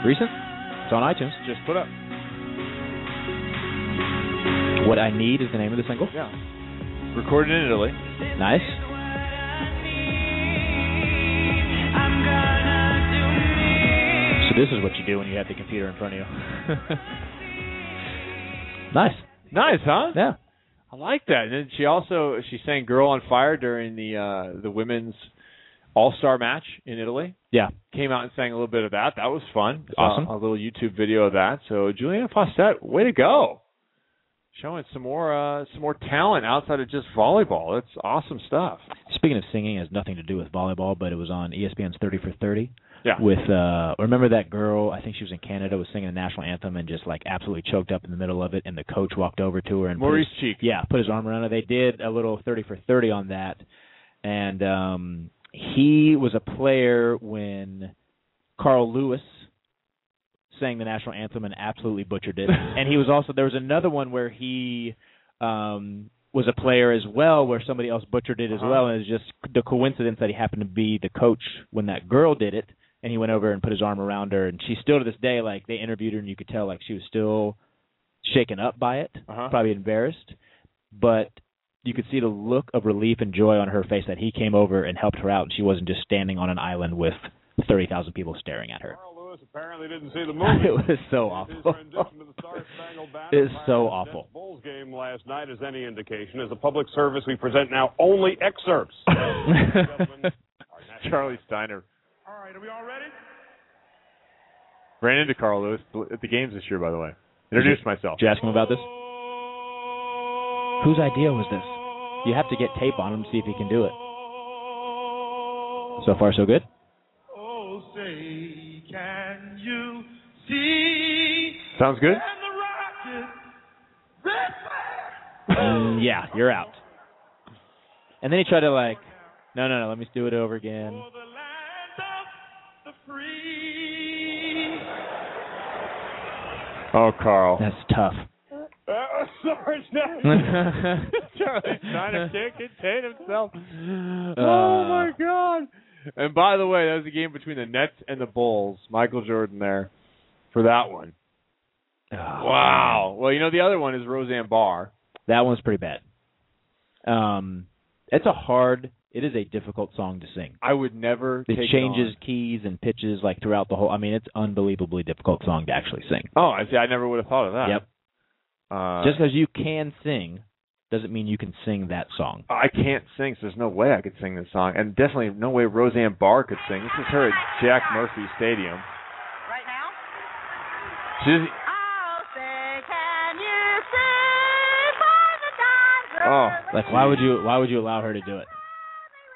Speaker 6: Recent? It's on iTunes.
Speaker 7: Just put up.
Speaker 6: What I Need is the name of the single.
Speaker 7: Yeah. Recorded in Italy.
Speaker 6: Nice. So this is what you do when you have the computer in front of you. nice.
Speaker 7: Nice, huh?
Speaker 6: Yeah.
Speaker 7: I like that. And then she also she sang "Girl on Fire" during the uh the women's All Star match in Italy.
Speaker 6: Yeah.
Speaker 7: Came out and sang a little bit of that. That was fun. Saw
Speaker 6: Awesome.
Speaker 7: a little YouTube video of that. So Juliana Fossett, way to go! Showing some more uh some more talent outside of just volleyball. That's awesome stuff.
Speaker 6: Speaking of singing, it has nothing to do with volleyball, but it was on E ESPN's 30 for 30.
Speaker 7: Yeah.
Speaker 6: With uh, remember that girl? I think she was in Canada, was singing the national anthem and just like absolutely choked up in the middle of it, and the coach walked over to her and put his-
Speaker 7: Maurice Cheek.
Speaker 6: yeah, put his arm around her. They did a little 30 for 30 on that. And um he was a player when Carl Lewis sang the national anthem and absolutely butchered it. and he was also there was another one where he um was a player as well where somebody else butchered it as
Speaker 7: Uh-huh.
Speaker 6: well and it was just the coincidence that he happened to be the coach when that girl did it and he went over and put his arm around her and she still to this day like they interviewed her and you could tell like she was still shaken up by it
Speaker 7: Uh-huh.
Speaker 6: probably embarrassed, but you could see the look of relief and joy on her face that he came over and helped her out, and she wasn't just standing on an island with thirty thousand people staring at her.
Speaker 8: Carl Lewis apparently didn't see the movie.
Speaker 6: it was so
Speaker 8: His
Speaker 6: awful.
Speaker 8: rendition of the Star-Spangled Banner
Speaker 6: It is so
Speaker 8: prior to the
Speaker 6: awful.
Speaker 8: Jets Bulls game last night is any indication. As a public service, we present now only excerpts.
Speaker 7: Charlie Steiner
Speaker 8: All right, are we all ready?
Speaker 7: ran into Carl Lewis at the games this year, by the way. Introduced myself.
Speaker 6: Did you ask him about this? Whose idea was this? You have to get tape on him to see if he can do it. So far, so good.
Speaker 8: Oh, say, can you see
Speaker 7: Sounds good.
Speaker 8: the rocket red
Speaker 6: Mm, yeah, you're out. And then he tried to like, no, no, no, let me do it over again.
Speaker 8: the land of the free?
Speaker 7: Oh, Carl.
Speaker 6: That's tough.
Speaker 8: Uh, sorry,
Speaker 6: Oh
Speaker 7: Charlie Steiner can't contain himself.
Speaker 6: Uh,
Speaker 7: oh my God! And by the way, that was a game between the Nets and the Bulls. Michael Jordan there for that one. Wow. Well, you know the other one is Roseanne Barr.
Speaker 6: That one's pretty bad. Um, it's a hard. It is a difficult song to sing.
Speaker 7: I would never.
Speaker 6: It
Speaker 7: take
Speaker 6: changes keys and pitches like throughout the whole. I mean, it's unbelievably difficult song to actually sing.
Speaker 7: on. Oh, I see. I never would have thought of that.
Speaker 6: Yep.
Speaker 7: Uh,
Speaker 6: Just because you can sing doesn't mean you can sing that song.
Speaker 7: I can't sing, so there's no way I could sing this song, and definitely no way Roseanne Barr could sing. This is her at Jack Murphy Stadium.
Speaker 5: Right now?
Speaker 7: She doesn't-
Speaker 5: Oh, say, can you see by the dawn's
Speaker 7: Oh,
Speaker 5: early
Speaker 6: Like, why would you? Why would you allow her to do it?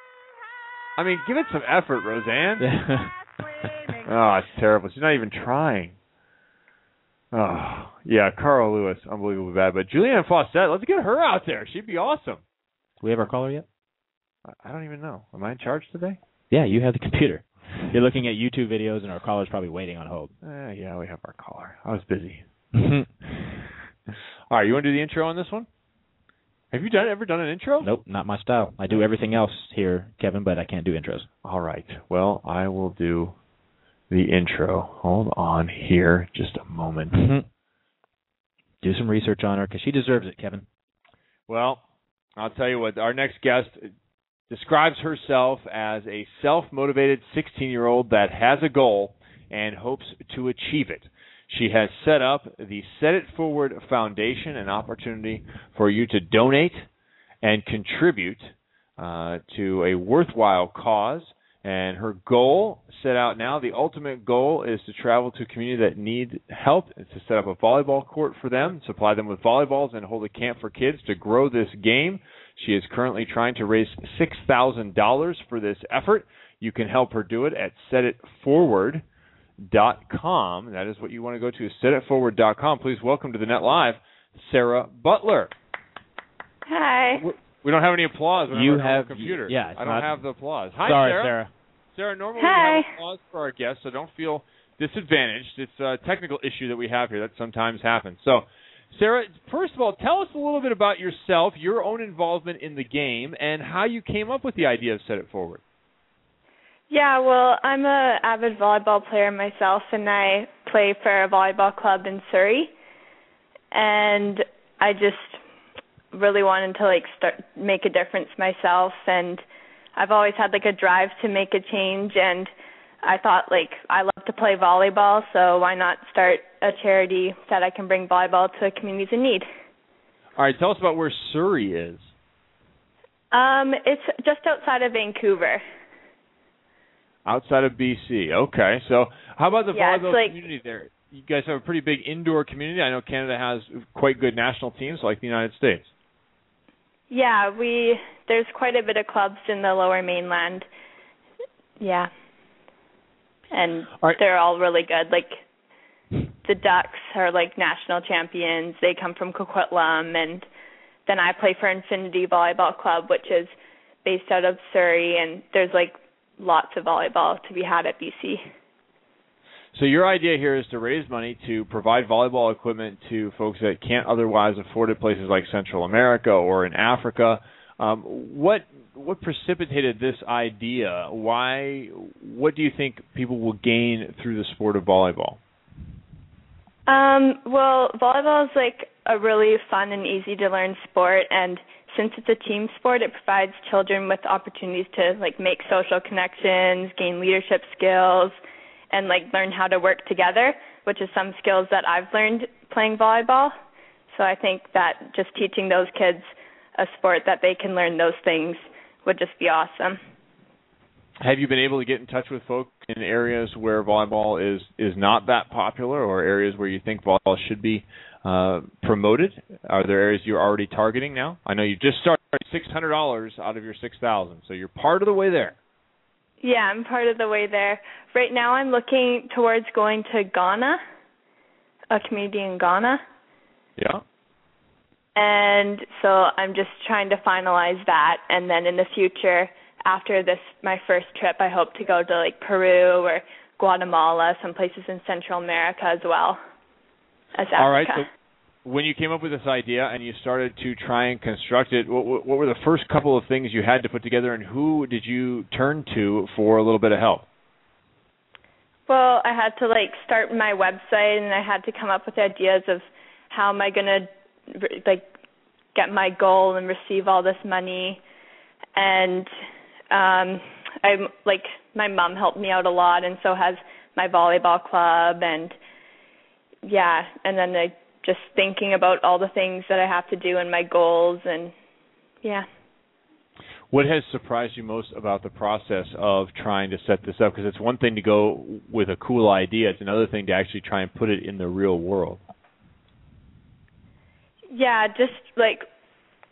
Speaker 7: I mean, give it some effort, Roseanne.
Speaker 5: gleaming
Speaker 7: Oh, it's terrible. She's not even trying. Oh, yeah, Carl Lewis, unbelievably bad. But Julianne Fawcett, let's get her out there. She'd be awesome.
Speaker 6: we have our caller yet?
Speaker 7: I- I don't even know. Am I in charge today?
Speaker 6: Yeah, you have the computer. You're looking at YouTube videos, and our caller's probably waiting on hold.
Speaker 7: Uh, yeah, we have our caller. I was busy. All right, you want to do the intro on this one? Have you done ever done an intro?
Speaker 6: nope, not my style. I do everything else here, Kevin, but I can't do intros.
Speaker 7: All right. Well, I will do the intro. Hold on here, just a moment.
Speaker 6: Do some research on her because she deserves it, Kevin.
Speaker 7: Well, I'll tell you what. Our next guest describes herself as a self-motivated 16-year-old that has a goal and hopes to achieve it. She has set up the Set It Forward Foundation, an opportunity for you to donate and contribute uh, to a worthwhile cause. And her goal set out now, the ultimate goal is to travel to community that need help, is to set up a volleyball court for them, supply them with volleyballs, and hold a camp for kids to grow this game. She is currently trying to raise $6,000 for this effort. You can help her do it at setitforward.com. That is what you want to go to, setitforward.com. Please welcome to the net live, Sarah Butler.
Speaker 5: Hi.
Speaker 7: We- We don't have any applause. when
Speaker 6: You
Speaker 7: I'm on the
Speaker 6: have-
Speaker 7: computer.
Speaker 6: yeah, it's
Speaker 7: I don't
Speaker 6: not-
Speaker 7: have the applause. Hi,
Speaker 6: Sorry,
Speaker 7: Sarah.
Speaker 6: Sarah.
Speaker 7: Sarah, normally
Speaker 5: Hi.
Speaker 7: we have applause for our guests, so don't feel disadvantaged. It's a technical issue that we have here that sometimes happens. So, Sarah, first of all, tell us a little bit about yourself, your own involvement in the game, and how you came up with the idea of Set It Forward.
Speaker 9: Yeah, well, I'm a avid volleyball player myself, and I play for a volleyball club in Surrey. And I just really wanted to like start make a difference myself, and I've always had like a drive to make a change. And I thought like I love to play volleyball, so why not start a charity that I can bring volleyball to communities in need?
Speaker 7: All right, tell us about where Surrey is.
Speaker 9: Um, it's just outside of Vancouver.
Speaker 7: Outside of BC. Okay. So, how about the
Speaker 9: Yeah, it's
Speaker 7: volleyball
Speaker 9: like-
Speaker 7: community there? You guys have a pretty big indoor community. I know Canada has quite good national teams like the United States.
Speaker 9: Yeah, we there's quite a bit of clubs in the lower mainland. Yeah. And
Speaker 7: All right.
Speaker 9: they're all really good. Like the Ducks are like national champions. They come from Coquitlam and then I play for Infinity Volleyball Club which is based out of Surrey and there's like lots of volleyball to be had at BC.
Speaker 7: So your idea here is to raise money to provide volleyball equipment to folks that can't otherwise afford it, places like Central America or in Africa. Um, what what precipitated this idea? Why? What do you think people will gain through the sport of volleyball?
Speaker 9: Um, well, volleyball is like a really fun and easy to learn sport and since it's a team sport, it provides children with opportunities to like make social connections, gain leadership skills, and like learn how to work together, which is some skills that I've learned playing volleyball. So I think that just teaching those kids a sport that they can learn those things would just be awesome.
Speaker 7: Have you been able to get in touch with folks in areas where volleyball is is not that popular, or areas where you think volleyball should be uh, promoted? Are there areas you're already targeting now? I know you just started six hundred dollars out of your six thousand, so you're part of the way there.
Speaker 9: Yeah, I'm part of the way there. Right now, I'm looking towards going to Ghana, a community in Ghana,
Speaker 7: Yeah.
Speaker 9: and so I'm just trying to finalize that. And then in the future, after this, my first trip, I hope to go to like Peru or Guatemala, some places in Central America as well as Africa.
Speaker 7: All right. So when you came up with this idea and you started to try and construct it, what, what what were the first couple of things you had to put together, and who did you turn to for a little bit of help?
Speaker 9: Well, I had to like start my website and I had to come up with ideas of how am I going to like get my goal and receive all this money and um I'm like my mom helped me out a lot and so has my volleyball club and yeah, and then I just thinking about all the things that I have to do and my goals and yeah.
Speaker 7: What has surprised you most about the process of trying to set this up? Because it's one thing to go with a cool idea; it's another thing to actually try and put it in the real world.
Speaker 9: Yeah, just like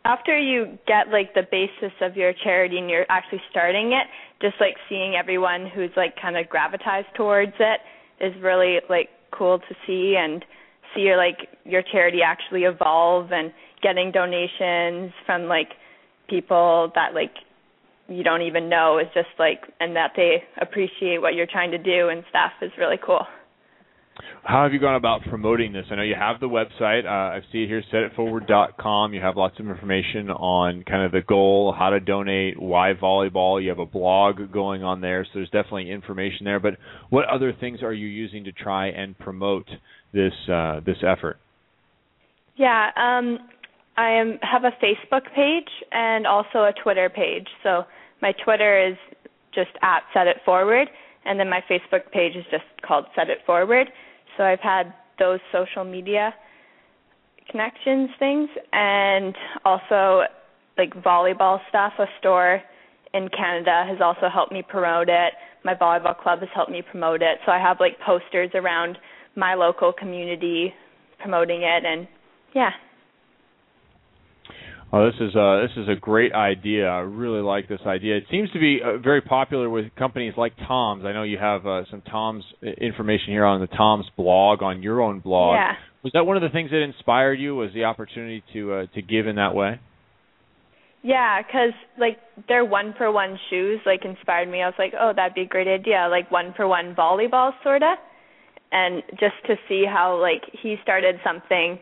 Speaker 9: after you get like the basis of your charity and you're actually starting it, just like seeing everyone who's like kind of gravitized towards it is really like cool to see and see your like your charity actually evolve and getting donations from like people that like you don't even know is just like and that they appreciate what you're trying to do and stuff is really cool.
Speaker 7: How have you gone about promoting this? I know you have the website. Uh, I see it here, setitforward.com. You have lots of information on kind of the goal, how to donate, why volleyball. You have a blog going on there, so there's definitely information there. But what other things are you using to try and promote this uh, this effort?
Speaker 9: Yeah, um I am have a Facebook page and also a Twitter page. So my Twitter is just at Set It Forward and then my Facebook page is just called Set It Forward. So I've had those social media connections things and also like volleyball stuff. A store in Canada has also helped me promote it. My volleyball club has helped me promote it. So I have like posters around my local community promoting it and yeah.
Speaker 7: Oh, this is a this is a great idea. I really like this idea. It seems to be uh, very popular with companies like Tom's. I know you have uh, some Tom's uh, information here on the Tom's blog, on your own blog.
Speaker 9: Yeah.
Speaker 7: Was that one of the things that inspired you? Was the opportunity to uh, to give in that way?
Speaker 9: Yeah, 'cause like their one for one shoes like inspired me. I was like, oh, that'd be a great idea, like one for one volleyball sorta, and just to see how like he started something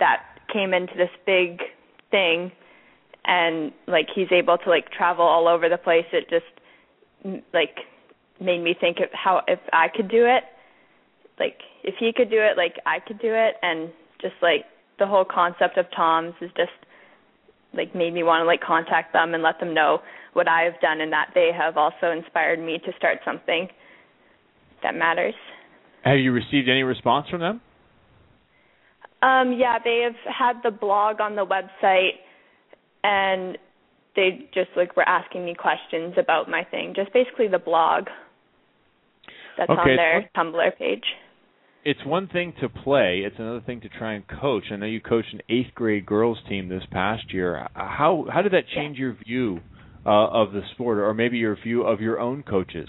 Speaker 9: that came into this big thing, and like he's able to like travel all over the place. It just m- like made me think of how if I could do it, like if he could do it, like I could do it, and just like the whole concept of Tom's is just like made me want to like contact them and let them know what I have done and that they have also inspired me to start something that matters.
Speaker 7: Have you received any response from them?
Speaker 9: Um, yeah, they have had the blog on the website, and they just like were asking me questions about my thing, just basically the blog that's
Speaker 7: Okay.
Speaker 9: on their Tumblr page.
Speaker 7: It's one thing to play; it's another thing to try and coach. I know you coached an eighth grade girls team this past year. How how did that change your view uh, of the sport, or maybe your view of your own coaches?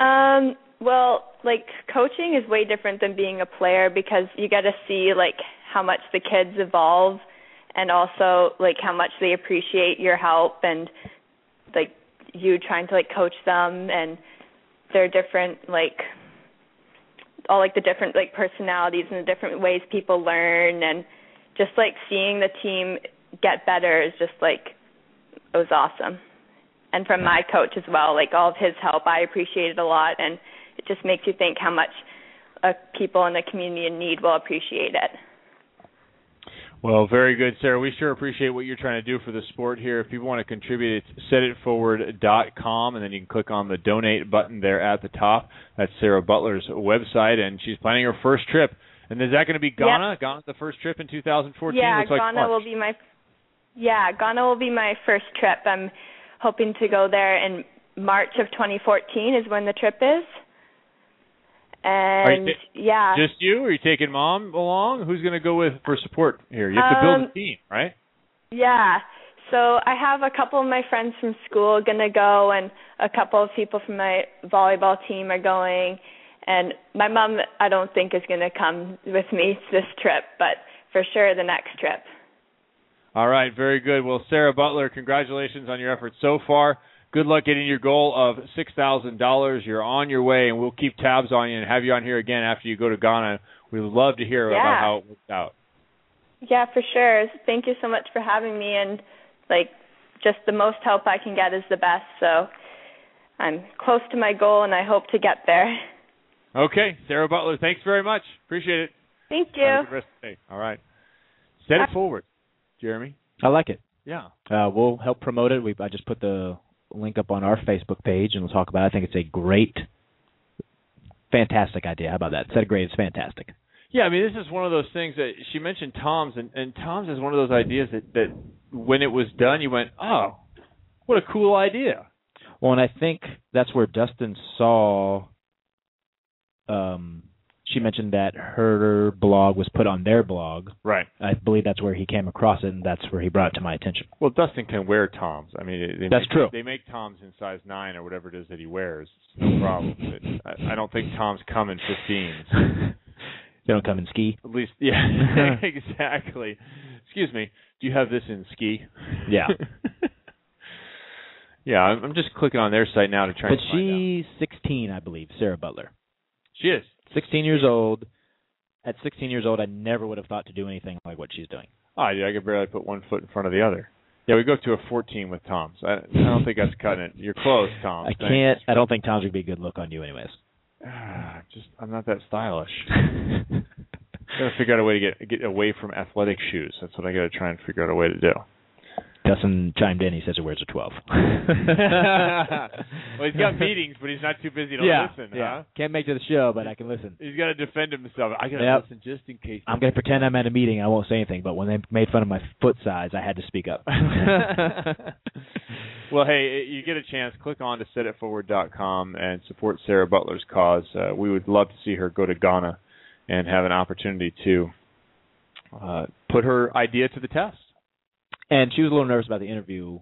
Speaker 9: Um, well, like coaching is way different than being a player because you get to see like how much the kids evolve and also like how much they appreciate your help and like you trying to like coach them and their different like all like the different like personalities and the different ways people learn and just like seeing the team get better is just like it was awesome and from my coach as well like all of his help i appreciated a lot and it just makes you think how much uh, people in the community in need will appreciate it
Speaker 7: Well, very good, Sarah. We sure appreciate what you're trying to do for the sport here. If people want to contribute, it's setitforward.com, and then you can click on the donate button there at the top. That's Sarah Butler's website, and she's planning her first trip. And is that going to be Ghana? Ghana's the first trip in 2014.
Speaker 9: yeah
Speaker 7: Looks like
Speaker 9: ghana
Speaker 7: March.
Speaker 9: will be my yeah ghana will be my first trip i'm hoping to go there in march of 2014 is when the trip is and
Speaker 7: ta-
Speaker 9: yeah
Speaker 7: Just you? Are you taking mom along? Who's going to go with for support here? You have to build
Speaker 9: Um,
Speaker 7: a team, right?
Speaker 9: Yeah. So I have a couple of my friends from school gonna go, and a couple of people from my volleyball team are going, and my mom I don't think is gonna come with me this trip, but for sure the next trip.
Speaker 7: All right, very good. Well, Sarah Butler, congratulations on your efforts so far. Good luck getting your goal of six thousand dollars. You're on your way, and we'll keep tabs on you and have you on here again after you go to Ghana. We'd love to hear about
Speaker 9: Yeah.
Speaker 7: how it worked out.
Speaker 9: Yeah, for sure. Thank you so much for having me, and like just the most help I can get is the best. So I'm close to my goal, and I hope to get there.
Speaker 7: Okay, Sarah Butler, thanks very much. Appreciate it.
Speaker 9: Thank you. Uh,
Speaker 7: Have a good rest of the day. All right, set it forward, Jeremy.
Speaker 6: I like it.
Speaker 7: Yeah.
Speaker 6: Uh, we'll help promote it. We I just put the link up on our Facebook page, and we'll talk about. it. I think it's a great, fantastic idea. How about that? Set a grade is fantastic.
Speaker 7: Yeah, I mean, this is one of those things that she mentioned Tom's, and, and Tom's is one of those ideas that, that when it was done, you went, oh, what a cool idea.
Speaker 6: Well, and I think that's where Dustin saw. Um, she mentioned that her blog was put on their blog.
Speaker 7: Right.
Speaker 6: I believe that's where he came across it, and that's where he brought it to my attention.
Speaker 7: Well, Dustin can wear Toms. I mean, they- they
Speaker 6: That's
Speaker 7: make,
Speaker 6: true.
Speaker 7: They make Toms in size nine or whatever it is that he wears. It's no problem. But I, I don't think Toms come in 15s.
Speaker 6: they don't come and ski.
Speaker 7: At least, yeah, exactly. Excuse me. Do you have this in ski?
Speaker 6: Yeah.
Speaker 7: yeah, I'm, I'm just clicking on their site now to try
Speaker 6: But
Speaker 7: and find out.
Speaker 6: she's 16, I believe, Sarah Butler.
Speaker 7: She is.
Speaker 6: 16 years old. At 16 years old, I never would have thought to do anything like what she's doing.
Speaker 7: Oh, dude, I could barely put one foot in front of the other. Yeah, we go to a 14 with Toms. I, I don't think that's cutting it. You're close, Tom.
Speaker 6: I can't. I don't think Tom's would be a good look on you, anyways.
Speaker 7: Ah, Just, I'm not that stylish. gotta figure out a way to get get away from athletic shoes. That's what I gotta try and figure out a way to do.
Speaker 6: Dustin chimed in. He says he wears a 12.
Speaker 7: well, he's got meetings, but he's not too busy to
Speaker 6: yeah,
Speaker 7: listen,
Speaker 6: yeah.
Speaker 7: huh?
Speaker 6: Can't make it to the show, but I can listen.
Speaker 7: He's got to defend himself. I gotta
Speaker 6: Yep.
Speaker 7: listen just in case.
Speaker 6: I'm gonna pretend I'm at a meeting. I won't say anything. But when they made fun of my foot size, I had to speak up.
Speaker 7: well, hey, you get a chance. Click on to setitforward.com and support Sarah Butler's cause. Uh, we would love to see her go to Ghana and have an opportunity to uh, put her idea to the test.
Speaker 6: and she was a little nervous about the interview,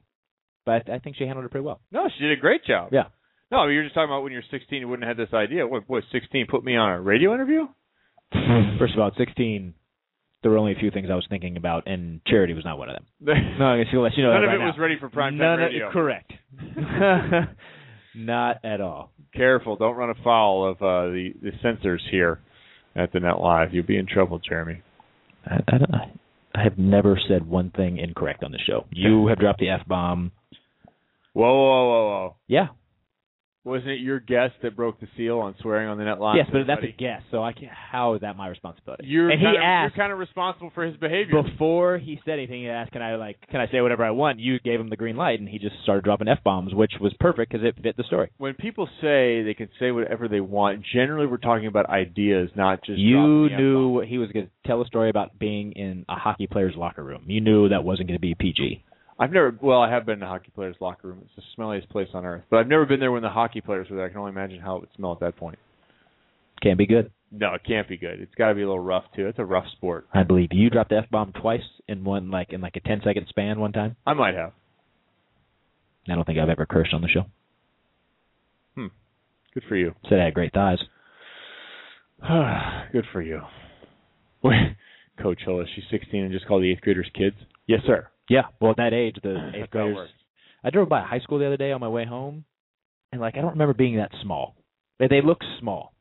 Speaker 6: but I, th- I think she handled it pretty well.
Speaker 7: No, she did a great job.
Speaker 6: Yeah.
Speaker 7: No, I mean, you're just talking about when you're 16, you wouldn't have had this idea. What, what, 16 put me on a radio interview?
Speaker 6: First of all, at 16, there were only a few things I was thinking about, and charity was not one of them. No, I guess you let you know
Speaker 7: None
Speaker 6: that
Speaker 7: of
Speaker 6: right
Speaker 7: it
Speaker 6: now.
Speaker 7: was ready for prime time
Speaker 6: None of-
Speaker 7: radio.
Speaker 6: correct. not at all.
Speaker 7: Careful, don't run afoul of uh, the the censors here at the Net Live. You'll be in trouble, Jeremy.
Speaker 6: I, I, don't, I, I have never said one thing incorrect on the show. You have dropped the f bomb.
Speaker 7: Whoa, whoa, whoa, whoa!
Speaker 6: Yeah,
Speaker 7: Wasn't it your guest that broke the seal on swearing on the net line?
Speaker 6: yes, but that's a
Speaker 7: buddy?
Speaker 6: guess, so I can't. How is that my responsibility?
Speaker 7: You're
Speaker 6: and
Speaker 7: kind
Speaker 6: he
Speaker 7: of,
Speaker 6: asked
Speaker 7: You're kind of responsible for his behavior.
Speaker 6: before he said anything. He asked, "Can I like? Can I say whatever I want?" You gave him the green light, and he just started dropping f bombs, which was perfect because it fit the story.
Speaker 7: when people say they can say whatever they want, generally we're talking about ideas, not just dropping
Speaker 6: you
Speaker 7: the
Speaker 6: knew what he was going to tell a story about being in a hockey player's locker room. You knew that wasn't going to be PG.
Speaker 7: F-bomb. I've never. Well, I have been in a hockey player's locker room. It's the smelliest place on earth. But I've never been there when the hockey players were there. I can only imagine how it would smell at that point.
Speaker 6: Can't be good.
Speaker 7: No, it can't be good. It's got to be a little rough too. It's a rough sport.
Speaker 6: I believe you dropped the f bomb twice in one like in like a ten second span one time.
Speaker 7: I might have.
Speaker 6: I don't think I've ever cursed on the show.
Speaker 7: Good for you.
Speaker 6: Said I had great thighs.
Speaker 7: Good for you. Coach Hillis, she's 16 and just called the eighth graders kids. Yes, sir.
Speaker 6: Yeah, well, at that age, the
Speaker 7: That's how
Speaker 6: eighth
Speaker 7: it
Speaker 6: graders.
Speaker 7: works.
Speaker 6: I drove by a high school the other day on my way home, and like I don't remember being that small. They, they look small.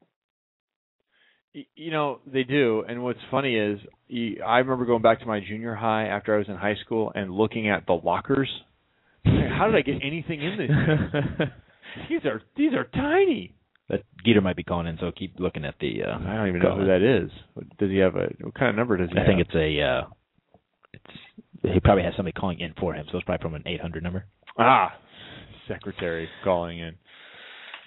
Speaker 7: Y- You know they do, and what's funny is you, I remember going back to my junior high after I was in high school and looking at the lockers. How did I get anything in these? these are these are tiny.
Speaker 6: That Geeter might be calling in, so keep looking at the. Uh,
Speaker 7: I don't even know who that is. What- Does he have a what kind of number does he
Speaker 6: I
Speaker 7: have?
Speaker 6: think it's a. Uh, it's he probably has somebody calling in for him, so it's probably from an 800 number.
Speaker 7: ah secretary calling in.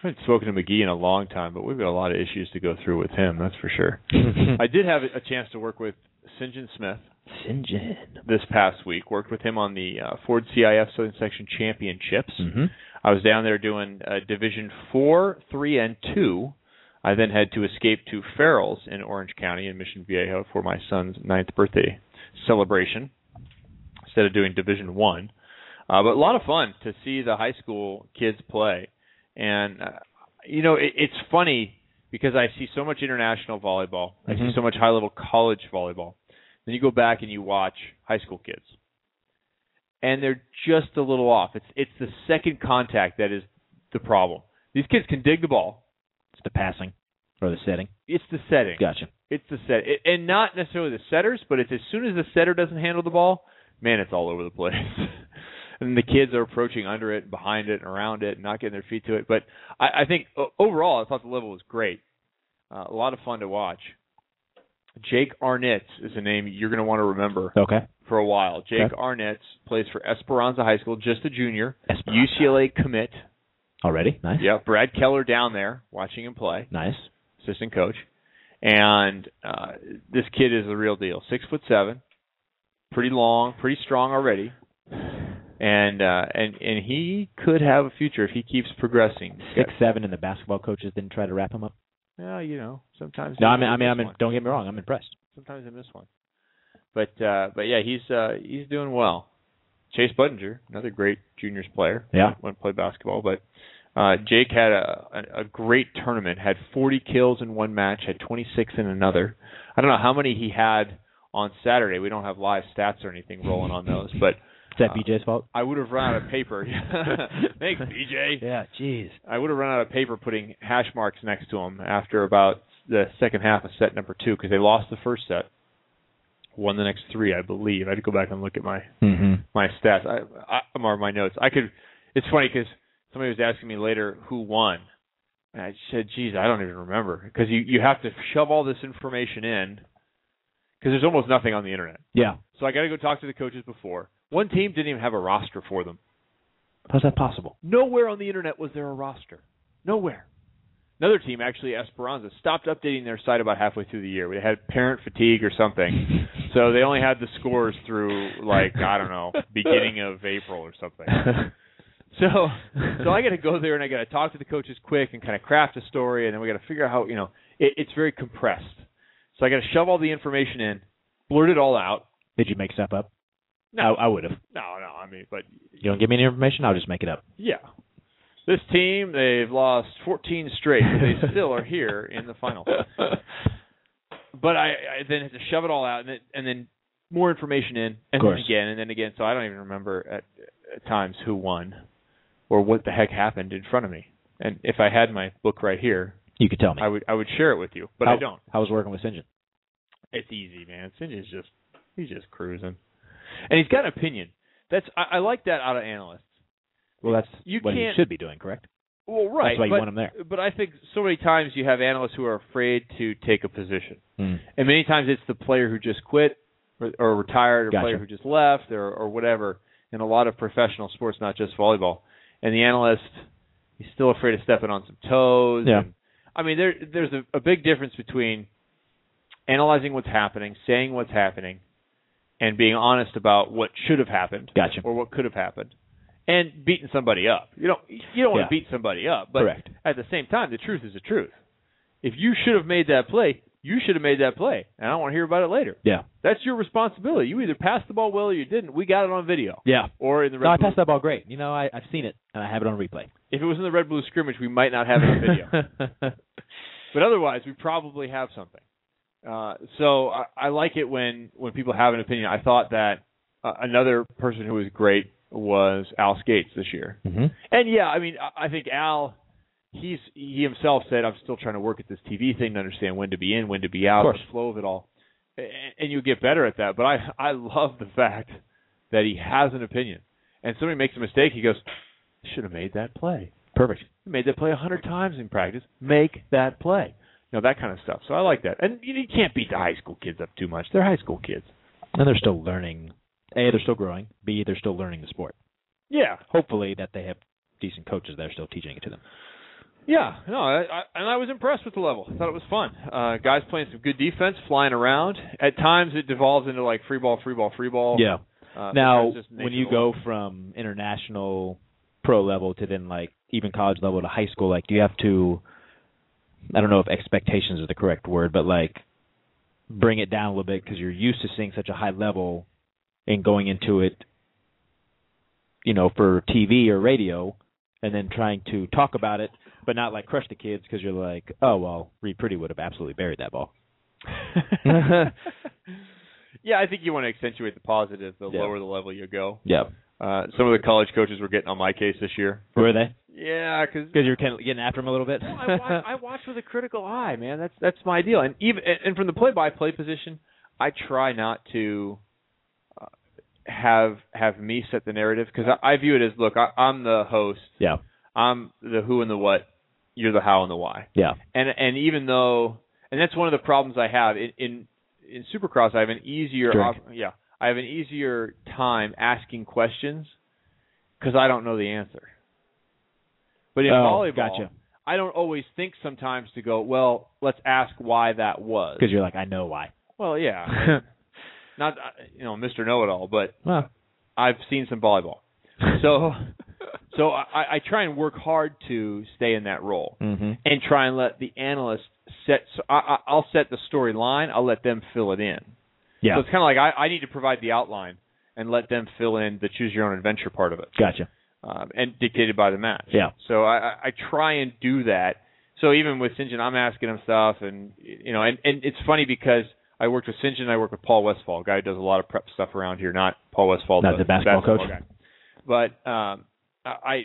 Speaker 7: I haven't spoken to McGee in a long time, but we've got a lot of issues to go through with him. That's for sure. I did have a a chance to work with St. John Smith
Speaker 6: St. John.
Speaker 7: this past week. Worked with him on the uh, Ford CIF Southern Section Championships.
Speaker 6: Mm-hmm.
Speaker 7: I was down there doing uh, Division Four, Three, and Two. I then had to escape to Farrell's in Orange County in Mission Viejo for my son's ninth birthday celebration instead of doing Division One. Uh, but a lot of fun to see the high school kids play, and uh, you know it, it's funny because I see so much international volleyball, I see
Speaker 6: Mhm.
Speaker 7: so much high level college volleyball. Then you go back and you watch high school kids, and they're just a little off. It's it's the second contact that is the problem. These kids can dig the ball.
Speaker 6: It's the passing or the setting.
Speaker 7: It's the setting.
Speaker 6: Gotcha.
Speaker 7: It's the set, it, and not necessarily the setters, but it's as soon as the setter doesn't handle the ball, man, it's all over the place. and the kids are approaching under it, behind it, and around it, and not getting their feet to it. But I, I think o- overall, I thought the level was great. Uh, a lot of fun to watch. Jake Arnitz is a name you're going to want to remember
Speaker 6: Okay.
Speaker 7: for a while. Jake
Speaker 6: Okay.
Speaker 7: Arnitz plays for Esperanza High School, just a junior,
Speaker 6: Esperanza.
Speaker 7: UCLA commit.
Speaker 6: Already? Nice.
Speaker 7: Yeah, Brad Keller down there watching him play
Speaker 6: Nice.
Speaker 7: assistant coach, and uh, this kid is the real deal. Six foot seven, pretty long, pretty strong already, and uh, and and he could have a future if he keeps progressing.
Speaker 6: Six seven, and the basketball coaches didn't try to wrap him up.
Speaker 7: Yeah, you know, sometimes.
Speaker 6: No,
Speaker 7: they
Speaker 6: I mean,
Speaker 7: miss
Speaker 6: I mean, I mean,
Speaker 7: one.
Speaker 6: don't get me wrong, I'm impressed.
Speaker 7: sometimes I miss one. But uh, but yeah, he's uh, he's doing well. Chase Budinger, another great juniors player.
Speaker 6: Yeah.
Speaker 7: went play basketball, but uh, Jake had a, a a great tournament. Had 40 kills in one match. Had 26 in another. I don't know how many he had on Saturday. We don't have live stats or anything rolling on those, but
Speaker 6: Is that
Speaker 7: Uh,
Speaker 6: BJ's fault?
Speaker 7: I would have run out of paper. Thanks, BJ.
Speaker 6: Yeah, jeez.
Speaker 7: I would have run out of paper putting hash marks next to them after about the second half of set number two because they lost the first set, won the next three, I believe. I had to go back and look at my
Speaker 6: Mm-hmm.
Speaker 7: my stats. I, I I'm on my notes. I could. It's funny because somebody was asking me later who won, and I said, "Geez, I don't even remember," because you you have to shove all this information in because there's almost nothing on the internet.
Speaker 6: Yeah.
Speaker 7: So I got to go talk to the coaches before. One team didn't even have a roster for them.
Speaker 6: How's that possible?
Speaker 7: Nowhere on the internet was there a roster. Nowhere. Another team, actually Esperanza, stopped updating their site about halfway through the year. They had parent fatigue or something, so they only had the scores through like I don't know, beginning of April or something. So,
Speaker 6: Oh,
Speaker 7: so I got to go there and I got to talk to the coaches quick and kind of craft a story, and then we got to figure out how you know it, it's very compressed. So I got to shove all the information in, blurt it all out.
Speaker 6: Did you make stuff up? No, I, would have.
Speaker 7: No, no, I mean, but
Speaker 6: You don't give me any information, I'll just make it up.
Speaker 7: Yeah. This team, they've lost 14 straight, but they still are here in the final. But I, I then had to shove it all out and then, and then more information in, and then
Speaker 6: course.
Speaker 7: again, and then again. So I don't even remember at, at times who won or what the heck happened in front of me. And if I had my book right here,
Speaker 6: You could tell me.
Speaker 7: I would I would share it with you, but
Speaker 6: how,
Speaker 7: I don't.
Speaker 6: How was working with St. John?
Speaker 7: It's easy, man. Cindy's just he's just cruising, and he's got an opinion. That's I, I like that out of analysts.
Speaker 6: Well, that's
Speaker 7: You
Speaker 6: what he
Speaker 7: can't-
Speaker 6: should be doing, correct?
Speaker 7: Well, right.
Speaker 6: That's why you
Speaker 7: but,
Speaker 6: want 'em there.
Speaker 7: But I think so many times you have analysts who are afraid to take a position,
Speaker 6: Mm.
Speaker 7: and many times it's the player who just quit or, or retired, or
Speaker 6: Gotcha.
Speaker 7: player who just left, or, or whatever. In a lot of professional sports, not just volleyball, and the analyst he's still afraid of stepping on some toes.
Speaker 6: Yeah.
Speaker 7: And, I mean, there there's a, a big difference between analyzing what's happening, saying what's happening, and being honest about what should have happened
Speaker 6: Gotcha.
Speaker 7: or what could have happened, and beating somebody up. You don't you don't
Speaker 6: Yeah.
Speaker 7: want to beat somebody up, but
Speaker 6: Correct.
Speaker 7: at the same time, the truth is the truth. If you should have made that play, you should have made that play, and I don't want to hear about it later.
Speaker 6: Yeah.
Speaker 7: That's your responsibility. You either passed the ball well or you didn't. We got it on video.
Speaker 6: Yeah.
Speaker 7: Or in the red
Speaker 6: No, I
Speaker 7: blue-
Speaker 6: passed that ball great. You know, I, I've seen it and I have it on replay.
Speaker 7: if it was in the red blue scrimmage, we might not have it on video. but otherwise, we probably have something. Uh, so I, I like it when when people have an opinion. I thought that uh, another person who was great was Al Skates this year.
Speaker 6: mm-hmm.
Speaker 7: And yeah, I mean, I I think Al, he's he himself said, I'm still trying to work at this TV thing to understand when to be in, when to be out,
Speaker 6: course.
Speaker 7: the flow of it all, and, and you get better at that. But I I love the fact that he has an opinion, and somebody makes a mistake, he goes, should have made that play.
Speaker 6: Perfect.
Speaker 7: You made that play a hundred times in practice. Make that play. You know that kind of stuff. So I like that. And you, you can't beat the high school kids up too much. They're high school kids.
Speaker 6: And they're still learning. A, they're still growing. B, they're still learning the sport.
Speaker 7: Yeah,
Speaker 6: Hopefully, that they have decent coaches that are still teaching it to them.
Speaker 7: Yeah, no, I, I, and I was impressed with the level. I thought it was fun. Uh, guys playing some good defense, flying around. At times, it devolves into like free ball, free ball, free ball.
Speaker 6: Yeah.
Speaker 7: Uh,
Speaker 6: now,
Speaker 7: that's just the
Speaker 6: when
Speaker 7: nature
Speaker 6: you
Speaker 7: of the
Speaker 6: go from international pro level to then like even college level to high school, like do you have to? I don't know if expectations is the correct word, but like bring it down a little bit because you're used to seeing such a high level and going into it, you know, for TV or radio, and then trying to talk about it, but not like crush the kids because you're like, oh well, Reed Pretty would have absolutely buried that ball.
Speaker 7: level. yeah, I think you want to accentuate the positive. The
Speaker 6: Yeah.
Speaker 7: lower the level you go.
Speaker 6: Yeah,
Speaker 7: Uh, some of the college coaches were getting on my case this year.
Speaker 6: were they?
Speaker 7: Yeah, because
Speaker 6: Because you're kind of getting after him a little bit.
Speaker 7: Well, I, wa- I watch with a critical eye, man. That's that's my deal. And even and- and from the play-by-play position, I try not to uh, have have me set the narrative because I, I view it as look, I, I'm the host.
Speaker 6: yeah,
Speaker 7: I'm the who and the what. You're the how and the why.
Speaker 6: yeah.
Speaker 7: And and even though and that's one of the problems I have in in, in Supercross. I have an easier
Speaker 6: Drink.
Speaker 7: op- yeah. I have an easier time asking questions because I don't know the answer. But in
Speaker 6: Oh,
Speaker 7: volleyball,
Speaker 6: gotcha.
Speaker 7: I don't always think sometimes to go, well, let's ask why that was.
Speaker 6: Because you're like, I know why.
Speaker 7: Well, yeah. Not uh, you know, Mr. Know It All, but
Speaker 6: Well,
Speaker 7: I've seen some volleyball, so so I, I try and work hard to stay in that role
Speaker 6: mm-hmm.
Speaker 7: and try and let the analyst set. So I, I- I'll set the storyline. I'll let them fill it in.
Speaker 6: yeah,
Speaker 7: So it's kind of like I, I need to provide the outline and let them fill in the choose your own adventure part of it,
Speaker 6: gotcha.
Speaker 7: um, and dictated by the match.
Speaker 6: Yeah.
Speaker 7: So I, I- I try and do that. So even with Sinjin, I'm asking him stuff, and you know, and, and it's funny because I worked with Sinjin, I worked with Paul Westfall, a guy who does a lot of prep stuff around here, not Paul Westfall,
Speaker 6: Not the basketball coach?
Speaker 7: guy. But um, I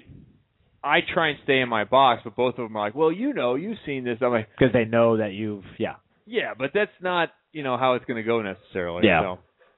Speaker 7: I try and stay in my box, but both of them are like, well, you know, you've seen this. I'm like,
Speaker 6: Because they know that you've yeah.
Speaker 7: yeah, but that's not you know how it's going to go necessarily.
Speaker 6: Yeah.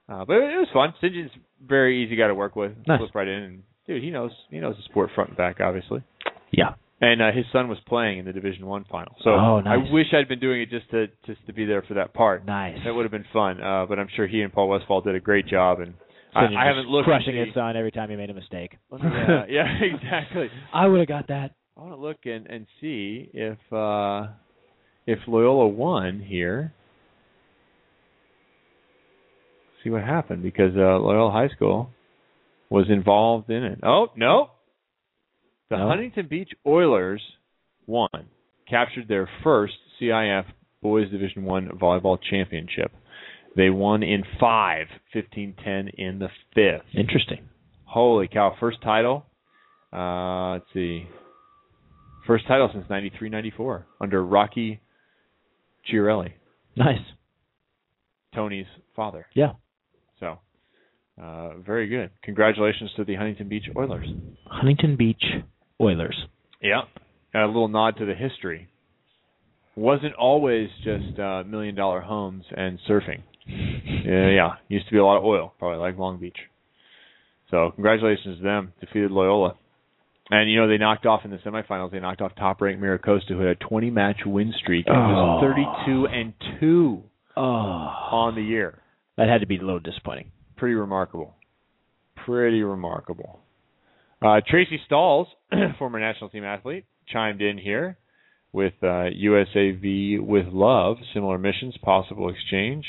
Speaker 7: So, uh, but it was fun. Sinjin's very easy guy to work with.
Speaker 6: Nice.
Speaker 7: Slipped right in, and dude, he knows he knows the sport front and back, obviously.
Speaker 6: Yeah.
Speaker 7: And uh, his son was playing in the Division One final, so
Speaker 6: Oh, nice.
Speaker 7: I wish I'd been doing it just to just to be there for that part.
Speaker 6: Nice.
Speaker 7: That would have been fun. Uh, but I'm sure he and Paul Westfall did a great job, and
Speaker 6: So
Speaker 7: I,
Speaker 6: you're
Speaker 7: I
Speaker 6: just
Speaker 7: haven't looked
Speaker 6: crushing
Speaker 7: at
Speaker 6: his son every time he made a mistake.
Speaker 7: yeah, yeah, exactly.
Speaker 6: I would have got that.
Speaker 7: I want to look and and see if uh if Loyola won here. See what happened because uh Loyola High School was involved in it. Oh no, the
Speaker 6: No?
Speaker 7: Huntington Beach Oilers won, captured their first CIF Boys Division One volleyball championship. They won in five, 15-10 in the fifth.
Speaker 6: Interesting.
Speaker 7: Holy cow! First title. Uh, let's see. First title since '93, '94 under Rocky Chiarelli,
Speaker 6: Nice.
Speaker 7: Tony's father.
Speaker 6: Yeah.
Speaker 7: So, uh, very good. Congratulations to the Huntington Beach Oilers.
Speaker 6: Huntington Beach Oilers.
Speaker 7: Yeah. A little nod to the history. Wasn't always just uh, million dollar homes and surfing. Yeah, yeah. Used to be a lot of oil, probably like Long Beach. So congratulations to them. Defeated Loyola. And you know they knocked off in the semifinals. They knocked off top-ranked Miracosta, who had a 20-match win streak and
Speaker 6: Oh.
Speaker 7: was 32 and two
Speaker 6: Oh,
Speaker 7: on the year.
Speaker 6: that had to be a little disappointing.
Speaker 7: Pretty remarkable. Pretty remarkable. Uh, Tracy Stalls, former national team athlete, chimed in here with uh, USAV with love, similar missions, possible exchange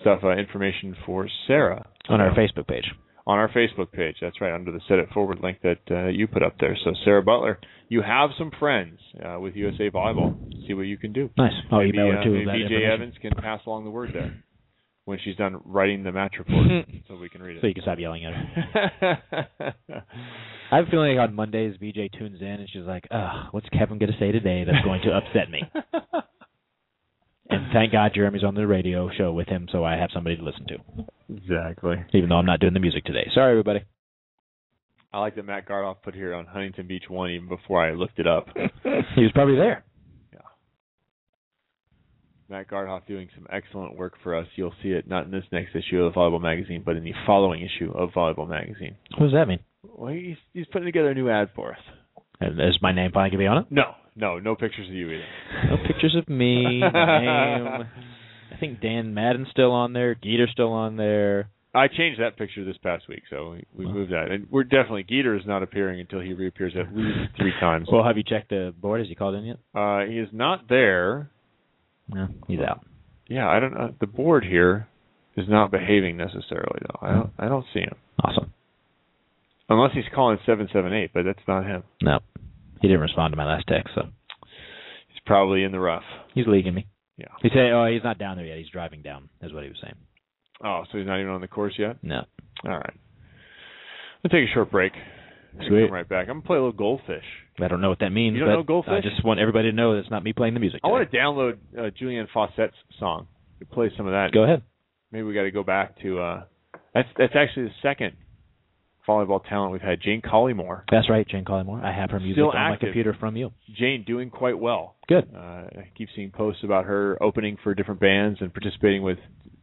Speaker 7: stuff. Uh, information for Sarah
Speaker 6: On our Facebook page.
Speaker 7: on our Facebook page. That's right, under the Set It Forward link that uh, you put up there. So, Sarah Butler, you have some friends uh, with USA Volleyball. See what you can do.
Speaker 6: Nice. Oh, I'll
Speaker 7: maybe
Speaker 6: email
Speaker 7: uh,
Speaker 6: her too.
Speaker 7: maybe
Speaker 6: with that
Speaker 7: BJ
Speaker 6: information.
Speaker 7: Evans can pass along the word there when she's done writing the match report so we can read
Speaker 6: So
Speaker 7: it.
Speaker 6: you can stop yelling at her. I have a feeling like on Mondays, BJ tunes in and she's like, Ugh, what's Kevin going to say today that's going to upset me? And thank God Jeremy's on the radio show with him, so I have somebody to listen to,
Speaker 7: exactly.
Speaker 6: even though I'm not doing the music today. Sorry, everybody.
Speaker 7: I like that Matt Gardoff put here on Huntington Beach 1 even before I looked it up.
Speaker 6: He was probably there.
Speaker 7: Matt Gardhoff doing some excellent work for us. You'll see it not in this next issue of Volleyball Magazine, but in the following issue of Volleyball Magazine.
Speaker 6: What does that mean?
Speaker 7: Well, he's, he's putting together a new ad for us.
Speaker 6: And is my name finally going to be on it?
Speaker 7: No, no, no pictures of you either.
Speaker 6: No Oh, pictures of me. My name. I think Dan Madden's still on there. Geeter's still on there.
Speaker 7: I changed that picture this past week, so we, we
Speaker 6: Wow.
Speaker 7: moved that. And we're definitely Geeter is not appearing until he reappears at least three times.
Speaker 6: Well, have you checked the board? Has he called in yet?
Speaker 7: Uh, he is not there.
Speaker 6: No, he's out.
Speaker 7: Yeah, I don't. Uh, the board here is not behaving necessarily though. I don't. I don't see him
Speaker 6: Awesome.
Speaker 7: unless he's calling seven seven eight, but that's not him.
Speaker 6: No, he didn't respond to my last text, so
Speaker 7: He's probably in the rough.
Speaker 6: he's leaking me.
Speaker 7: Yeah.
Speaker 6: He said, "Oh, he's not down there yet. He's driving down," is what he was saying.
Speaker 7: Oh, so he's not even on the course yet.
Speaker 6: No.
Speaker 7: All right. We'll take a short break.
Speaker 6: Sweet.
Speaker 7: Come right back. I'm gonna play a little goldfish.
Speaker 6: I don't know what that means.
Speaker 7: You don't
Speaker 6: but
Speaker 7: know Goldfish?
Speaker 6: I just want everybody to know that it's not me playing the music.
Speaker 7: I want
Speaker 6: today.
Speaker 7: to download uh, Julianne Fawcett's song. Play some of that.
Speaker 6: Go ahead.
Speaker 7: maybe we got to go back to uh that's that's actually the second volleyball talent we've had jane collymore
Speaker 6: That's right, Jane Collymore. I have her music
Speaker 7: Still
Speaker 6: on my
Speaker 7: active.
Speaker 6: computer from you.
Speaker 7: jane doing quite well
Speaker 6: Good.
Speaker 7: uh i keep seeing posts about her opening for different bands and participating with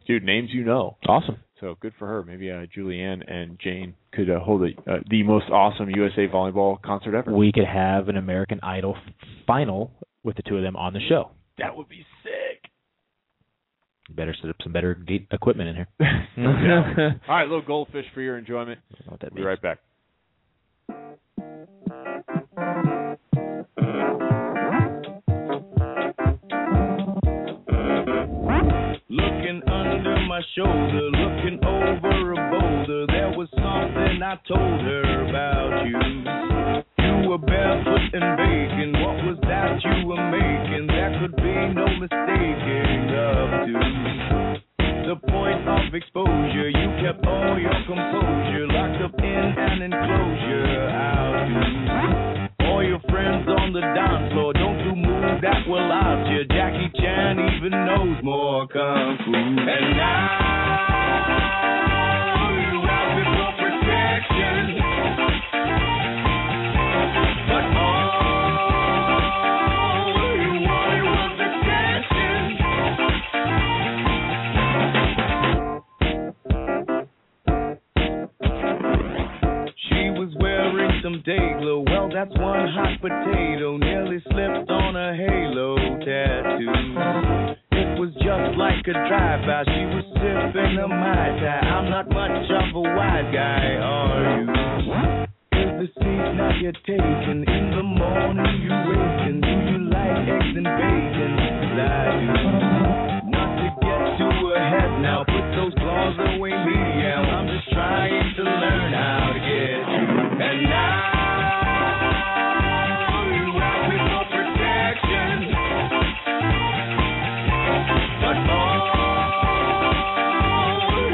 Speaker 7: dude names you know
Speaker 6: Awesome.
Speaker 7: so good for her maybe uh julianne and jane could uh, hold a, uh, the most awesome usa volleyball concert ever
Speaker 6: We could have an American Idol final with the two of them on the show.
Speaker 7: that would be sick
Speaker 6: Better set up some better ge- equipment in here.
Speaker 7: Yeah. all right little goldfish for your enjoyment
Speaker 6: I don't know what that
Speaker 7: be
Speaker 6: means.
Speaker 7: right back
Speaker 10: Looking under my shoulder, looking over a boulder, there was something I told her about you. You were barefoot and baking, what was that you were making? There could be no mistaking up to the point of exposure. You kept all your composure, locked up in an enclosure out to. All your friends on the dance floor, don't you move that will out you. Jackie Chan even knows more kung fu. And now you have it for protection. But all you wanted was attention. She was wearing some day glow. Well, that's one hot potato. Nearly slipped on a halo tattoo. It was just like a drive-by. She was sipping a mai tai. I'm not much of a wise guy, are you? Is the seat now you're taking? In the morning you waking. Do you like eggs and bacon? 'Cause I do. Not to get too ahead now. Put those claws away, Liam. I'm just trying to learn how to get you. And now you ask me for protection. But all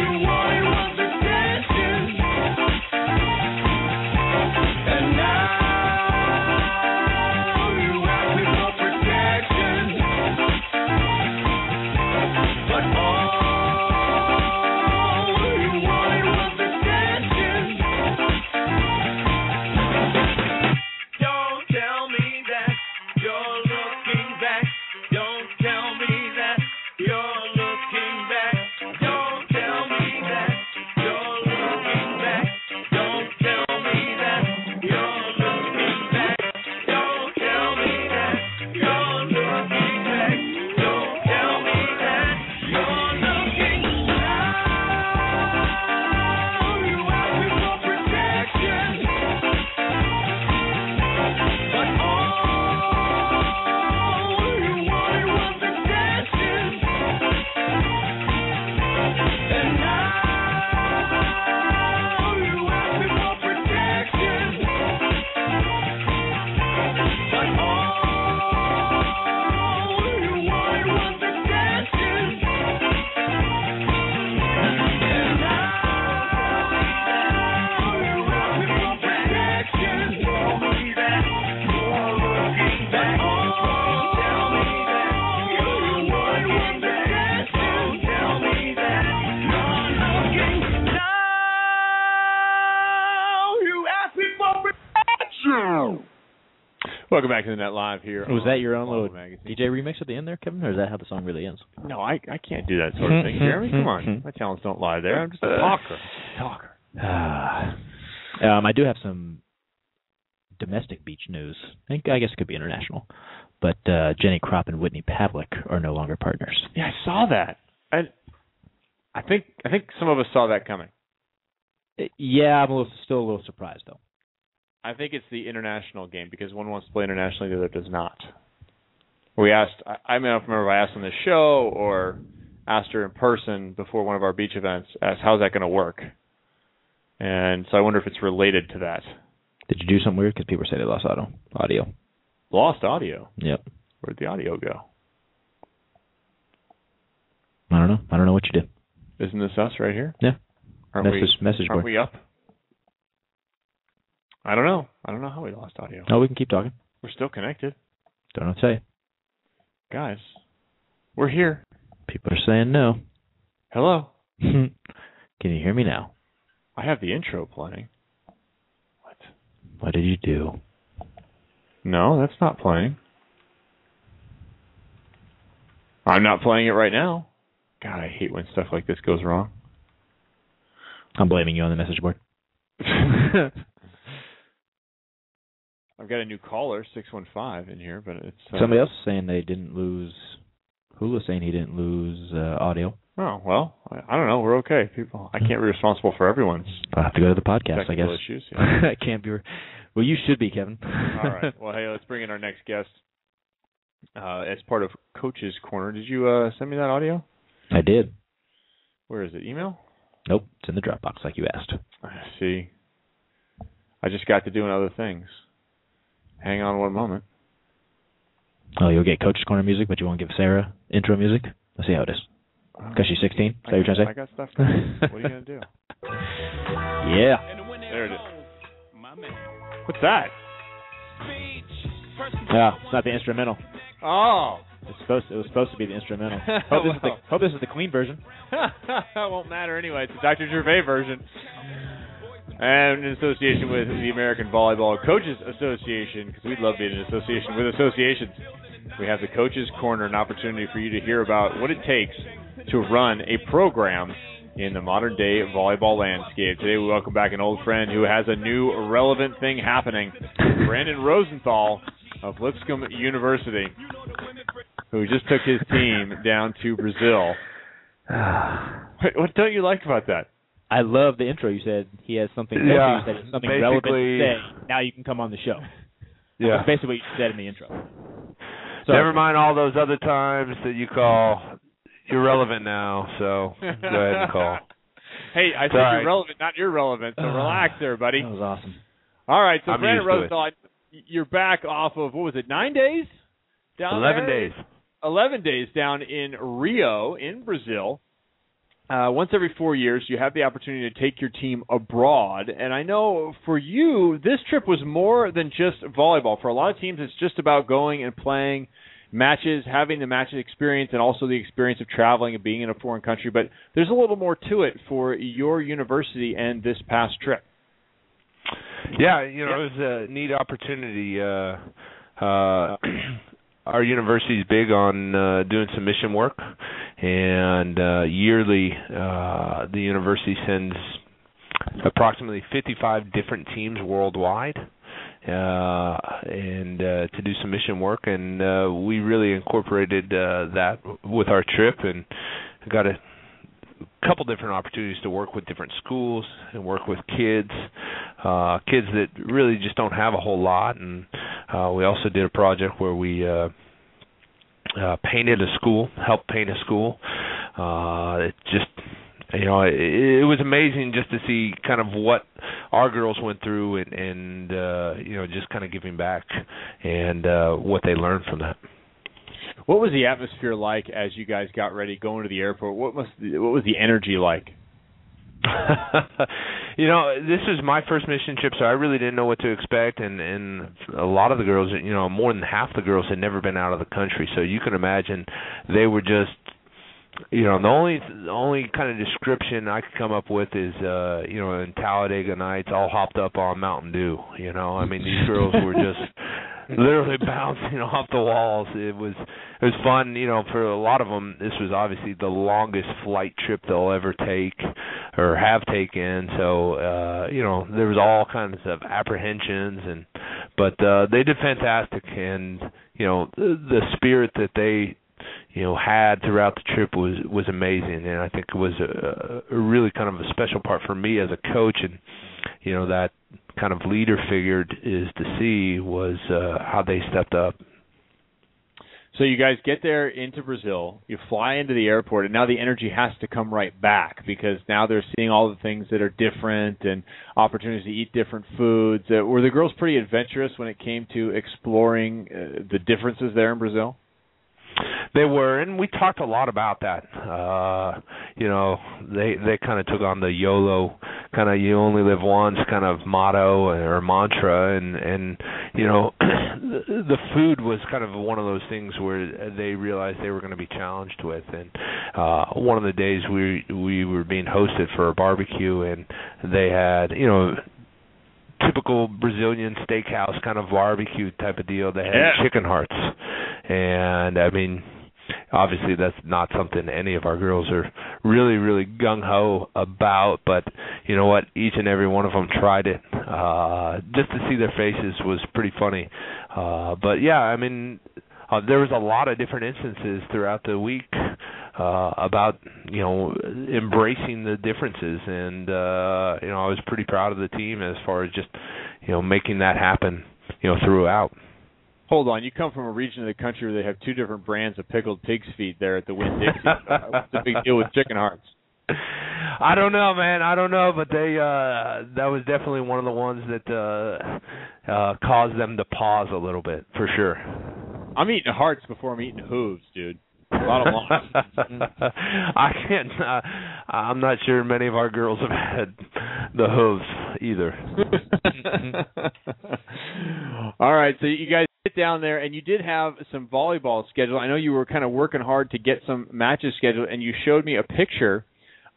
Speaker 10: you wanted was attention. And now you ask me for protection, but all you wanted was
Speaker 7: Welcome back to the Net Live here.
Speaker 6: Was
Speaker 7: on
Speaker 6: that your own
Speaker 7: Follow
Speaker 6: little
Speaker 7: Magazine.
Speaker 6: DJ remix at the end there, Kevin, or is that how the song really ends?
Speaker 7: No, I I can't do that sort of thing, Jeremy. Come on, my talents don't lie there. I'm just
Speaker 6: Uh,
Speaker 7: a talker. Talker.
Speaker 6: um, I do have some domestic beach news. I think I guess it could be international, but uh, Jenny Kropp and Whitney Pavlik are no longer partners.
Speaker 7: Yeah, I saw that. I I think I think some of us saw that coming.
Speaker 6: Uh, Yeah, I'm a little, still a little surprised though.
Speaker 7: I think it's the international game because one wants to play internationally, the other does not. We asked, I, I mean, I don't remember if I asked on the show or asked her in person before one of our beach events, asked, how's that going to work? And so I wonder if it's related to that.
Speaker 6: Did you do something weird? Because people say they lost auto audio.
Speaker 7: Lost audio.
Speaker 6: Yep.
Speaker 7: Where'd the audio go?
Speaker 6: I don't know. I don't know what you did.
Speaker 7: Isn't this us right here?
Speaker 6: Yeah.
Speaker 7: Aren't we,
Speaker 6: message message
Speaker 7: aren't
Speaker 6: board.
Speaker 7: we up? I don't know. I don't know how we lost audio.
Speaker 6: No, we can keep talking.
Speaker 7: We're still connected.
Speaker 6: Don't know what to tell you.
Speaker 7: Guys, we're here.
Speaker 6: People are saying no.
Speaker 7: Hello.
Speaker 6: can you hear me now?
Speaker 7: I have the intro playing. What?
Speaker 6: What did you do?
Speaker 7: No, that's not playing. I'm not playing it right now. God, I hate when stuff like this goes wrong.
Speaker 6: I'm blaming you on the message board.
Speaker 7: I've got a new caller, 615, in here, but it's. Uh,
Speaker 6: Somebody else is saying they didn't lose. Hula saying he didn't lose uh, audio.
Speaker 7: Oh, well, I, I don't know. We're okay, people. I can't be responsible for everyone's
Speaker 6: I'll have to go to the podcast, I guess.
Speaker 7: technical issues. yeah.
Speaker 6: I can't be. Re- well, you should be, Kevin.
Speaker 7: All right. Well, hey, let's bring in our next guest uh, as part of Coach's Corner. Did you uh, send me that audio?
Speaker 6: I did.
Speaker 7: Where is it? Email?
Speaker 6: Nope, it's in the Dropbox, like you asked.
Speaker 7: I see. I just got to doing other things. Hang on one moment.
Speaker 6: Oh, you'll get Coach's Corner music, but you won't give Sarah intro music. Let's see how it is. Cause she's 16. Is
Speaker 7: I
Speaker 6: that what you're
Speaker 7: got-
Speaker 6: trying
Speaker 7: I
Speaker 6: to
Speaker 7: got stuff. going. what are you gonna do?
Speaker 6: say? Yeah.
Speaker 7: There it is. What's that?
Speaker 6: Yeah. It's not the instrumental.
Speaker 7: Oh,
Speaker 6: It's supposed. To, it was supposed to be the instrumental. Hope this,
Speaker 7: Wow.
Speaker 6: is the, hope this is the clean version.
Speaker 7: that won't matter anyway. It's the Dr. Gervais version. And in association with the American Volleyball Coaches Association, because we'd love being in association with associations, we have the Coaches Corner, an opportunity for you to hear about what it takes to run a program in the modern day volleyball landscape. Today we welcome back an old friend who has a new relevant thing happening, Brandon Rosenthal of Lipscomb University, who just took his team down to Brazil. What, what don't you like about that?
Speaker 6: I love the intro. You said he has something.
Speaker 7: Yeah,
Speaker 6: That is something relevant to
Speaker 7: basically-
Speaker 6: say. Now you can come on the show.
Speaker 11: Yeah.
Speaker 6: That's basically what you said in the intro. So
Speaker 11: Never mind all those other times that you call. You're relevant now, so go ahead and call.
Speaker 7: Hey, I said
Speaker 11: Sorry.
Speaker 7: you're relevant, not irrelevant. So
Speaker 6: Uh,
Speaker 7: relax there, buddy.
Speaker 6: That was awesome.
Speaker 7: All right, so
Speaker 11: I'm
Speaker 7: Brandon
Speaker 11: used to it.
Speaker 7: Rosenthal, I- you're back off of what was it, nine days? Down
Speaker 11: Eleven
Speaker 7: there?
Speaker 11: days.
Speaker 7: Eleven days down in Rio, in Brazil. Uh, once every four years, you have the opportunity to take your team abroad, and I know for you, this trip was more than just volleyball. For a lot of teams, it's just about going and playing matches, having the matches experience, and also the experience of traveling and being in a foreign country. But there's a little more to it for your university and this past trip.
Speaker 11: Yeah, you know, it was a neat opportunity. Uh, uh, our university's big on uh, doing some mission work, and uh, yearly uh, the university sends approximately 55 different teams worldwide. Uh, and uh, to do some mission work, and uh, we really incorporated uh, that with our trip, and got a couple different opportunities to work with different schools and work with kids uh kids that really just don't have a whole lot and uh we also did a project where we uh uh painted a school helped paint a school uh it just you know it, it was amazing just to see kind of what our girls went through and and uh you know just kind of giving back and uh what they learned from that
Speaker 7: What was the atmosphere like as you guys got ready going to the airport? What must what was the energy like?
Speaker 11: you know, this is my first mission trip, so I really didn't know what to expect, and and a lot of the girls, you know, more than half the girls had never been out of the country, so you can imagine they were just, you know, the only the only kind of description I could come up with is, uh, you know, in Talladega nights, all hopped up on Mountain Dew. You know, I mean, these girls were just literally bouncing off the walls. It was it was fun, you know, for a lot of them. This was obviously the longest flight trip they'll ever take or have taken. So, uh, you know, there was all kinds of apprehensions and but uh they did fantastic and, you know, the, the spirit that they you know had throughout the trip was was amazing and I think it was a, a really kind of a special part for me as a coach and you know that kind of leader figure is to see was uh how they stepped up
Speaker 7: So you guys get there into Brazil, you fly into the airport, and now the energy has to come right back because now they're seeing all the things that are different and opportunities to eat different foods. Uh, were the girls pretty adventurous when it came to exploring uh, the differences there in Brazil?
Speaker 11: They were, and we talked a lot about that. Uh, you know, they they kind of took on the YOLO kind of you only live once kind of motto or mantra, and and you know, the the food was kind of one of those things where they realized they were going to be challenged with. And uh, one of the days we we were being hosted for a barbecue, and they had you know typical Brazilian steakhouse kind of barbecue type of deal. They had
Speaker 7: Yeah.
Speaker 11: chicken hearts, and I mean, obviously that's not something any of our girls are really, really gung ho about. But you know what? Each and every one of them tried it. Uh, just to see their faces was pretty funny. Uh, but yeah, I mean, uh, there was a lot of different instances throughout the week uh about you know embracing the differences and uh you know I was pretty proud of the team as far as just you know making that happen you know throughout
Speaker 7: Hold on, you come from a region of the country where they have two different brands of pickled pig's feet there at the Winn Dixie. What's the big deal with chicken hearts?
Speaker 11: I don't know, man. I don't know, but they uh that was definitely one of the ones that uh uh caused them to pause a little bit for sure.
Speaker 7: I'm eating hearts before I'm eating hooves, dude. Bottom line.
Speaker 11: I can't. Uh, I'm not sure many of our girls have had the hooves either.
Speaker 7: All right, so you guys get down there, and you did have some volleyball scheduled. I know you were kind of working hard to get some matches scheduled, and you showed me a picture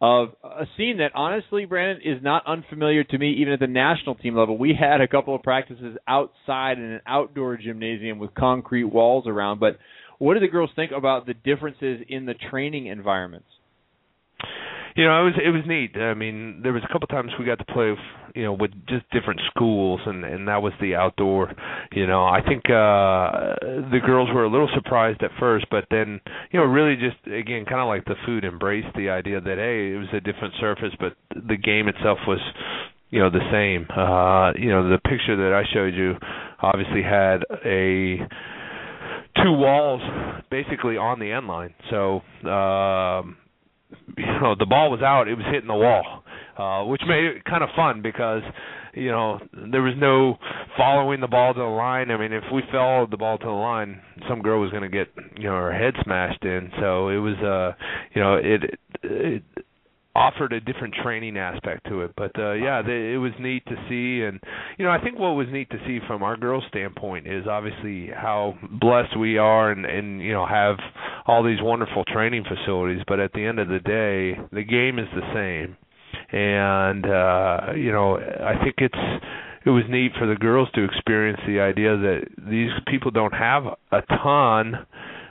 Speaker 7: of a scene that honestly, Brandon, is not unfamiliar to me, even at the national team level. We had a couple of practices outside in an outdoor gymnasium with concrete walls around, but what do the girls think about the differences in the training environments?
Speaker 11: you know, it was it was neat. I mean, there was a couple times we got to play, f- you know, with just different schools, and and that was the outdoor. You know, I think uh the girls were a little surprised at first, but then you know, really just again, kind of like the food embraced the idea that hey, it was a different surface, but the game itself was you know the same. Uh, you know, the picture that I showed you obviously had a two walls basically on the end line. So, um you know, the ball was out, it was hitting the wall. Uh which made it kind of fun because you know, there was no following the ball to the line. I mean, if we followed the ball to the line, some girl was going to get, you know, her head smashed in. So it was uh, you know, it it offered a different training aspect to it. But uh yeah, they, it was neat to see and you know, I think what was neat to see from our girls standpoint is obviously how blessed we are and and you know, have all these wonderful training facilities, but at the end of the day, the game is the same. And uh you know, I think it's it was neat for the girls to experience the idea that these people don't have a ton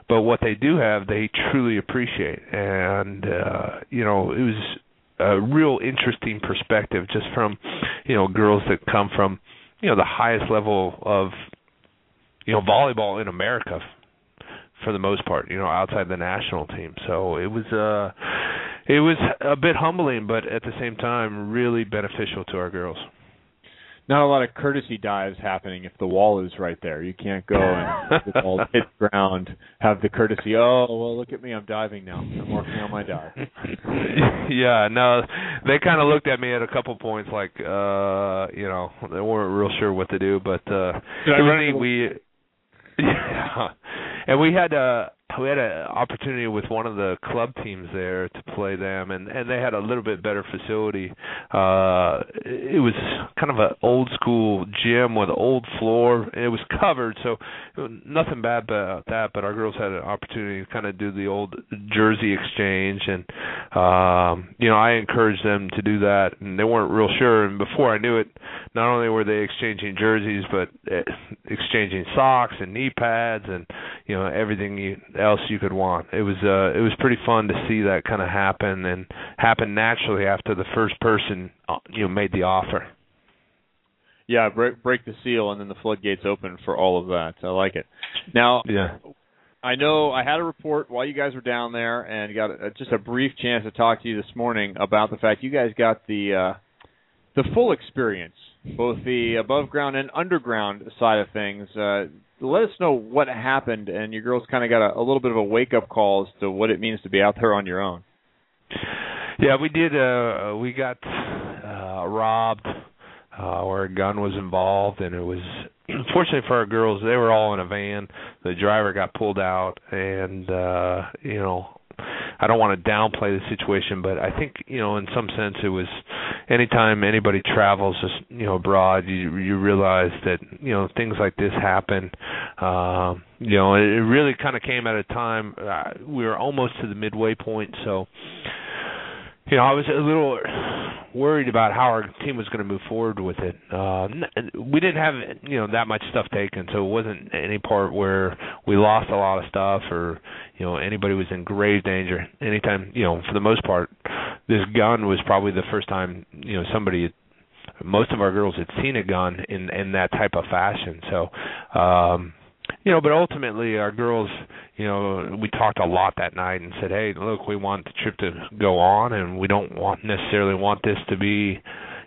Speaker 11: but what they do have they truly appreciate and uh you know it was a real interesting perspective just from you know girls that come from you know the highest level of you know volleyball in America f- for the most part you know outside the national team so it was uh it was a bit humbling but at the same time really beneficial to our girls
Speaker 7: Not a lot of courtesy dives happening if the wall is right there. You can't go and let the ball hit the ground, have the courtesy. Oh, well, look at me, I'm diving now. I'm working on my dive.
Speaker 11: yeah, no, they kind of looked at me at a couple points like, uh, you know, they weren't real sure what to do, but uh,
Speaker 7: Did I
Speaker 11: it was
Speaker 7: run
Speaker 11: neat.
Speaker 7: into-
Speaker 11: we, yeah, and we had uh, we had an opportunity with one of the club teams there to play them, and and they had a little bit better facility. Uh, it was kind of an old school gym with an old floor. It was covered, so nothing bad about that. But our girls had an opportunity to kind of do the old jersey exchange, and um, you know I encouraged them to do that, and they weren't real sure. And before I knew it, not only were they exchanging jerseys, but eh, exchanging socks and knee pads, and you know everything you, else you could want. It was uh, it was pretty fun to see that kind of happen and happen naturally after the first person uh, you know made the offer.
Speaker 7: Yeah, break break the seal, and then the floodgates open for all of that. I like it. Now,
Speaker 11: Yeah.
Speaker 7: I know I had a report while you guys were down there, and got a, just a brief chance to talk to you this morning about the fact you guys got the uh, the full experience, both the above ground and underground side of things. Uh, let us know what happened, and your girls kind of got a, a little bit of a wake up call as to what it means to be out there on your own.
Speaker 11: Yeah, we did. Uh, we got uh, robbed, uh, where a gun was involved, and it was fortunately for our girls, they were all in a van. The driver got pulled out, and uh, you know, I don't want to downplay the situation, but I think you know, in some sense, it was anytime anybody travels, just you know, abroad, you you realize that you know things like this happen. Um, you know, it, it really kind of came at a time uh, we were almost to the midway point, so you know, I was a little worried about how our team was going to move forward with it. Uh, n- we didn't have you know that much stuff taken, so it wasn't any part where we lost a lot of stuff or you know anybody was in grave danger. Anytime you know, for the most part, this gun was probably the first time you know somebody had most of our girls had seen a gun in in that type of fashion so um you know but ultimately our girls you know we talked a lot that night and said hey look we want the trip to go on and we don't want necessarily want this to be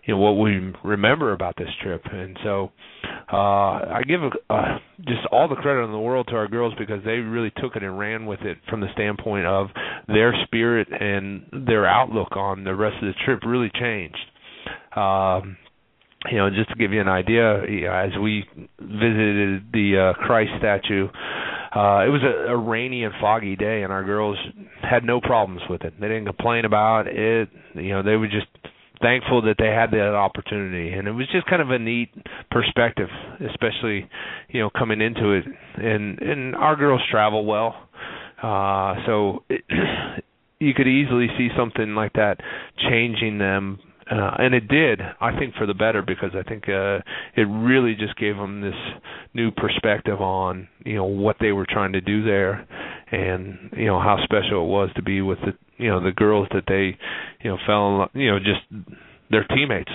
Speaker 11: you know what we remember about this trip and so uh i give uh, just all the credit in the world to our girls because they really took it and ran with it from the standpoint of their spirit and their outlook on the rest of the trip really changed um, you know, just to give you an idea, you know, as we visited the uh, Christ statue, uh, it was a, a rainy and foggy day, and our girls had no problems with it. They didn't complain about it. You know, they were just thankful that they had that opportunity, and it was just kind of a neat perspective, especially you know coming into it. And and our girls travel well, uh, so it, you could easily see something like that changing them uh, and it did i think for the better because i think uh it really just gave them this new perspective on you know what they were trying to do there and you know how special it was to be with the you know the girls that they you know fell in love you know just their teammates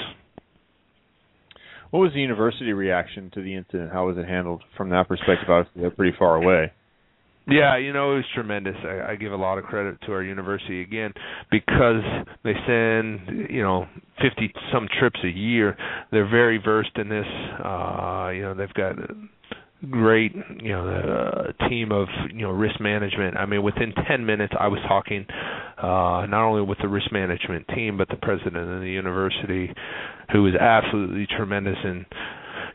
Speaker 7: What was the university reaction to the incident? How was it handled from that perspective? Obviously, they're pretty far away.
Speaker 11: Yeah, you know, it was tremendous. I, I give a lot of credit to our university again because they send, you know, 50 some trips a year. They're very versed in this. Uh, you know, they've got a great, you know, uh, team of, you know, risk management. I mean, within 10 minutes I was talking uh not only with the risk management team but the president of the university who was absolutely tremendous and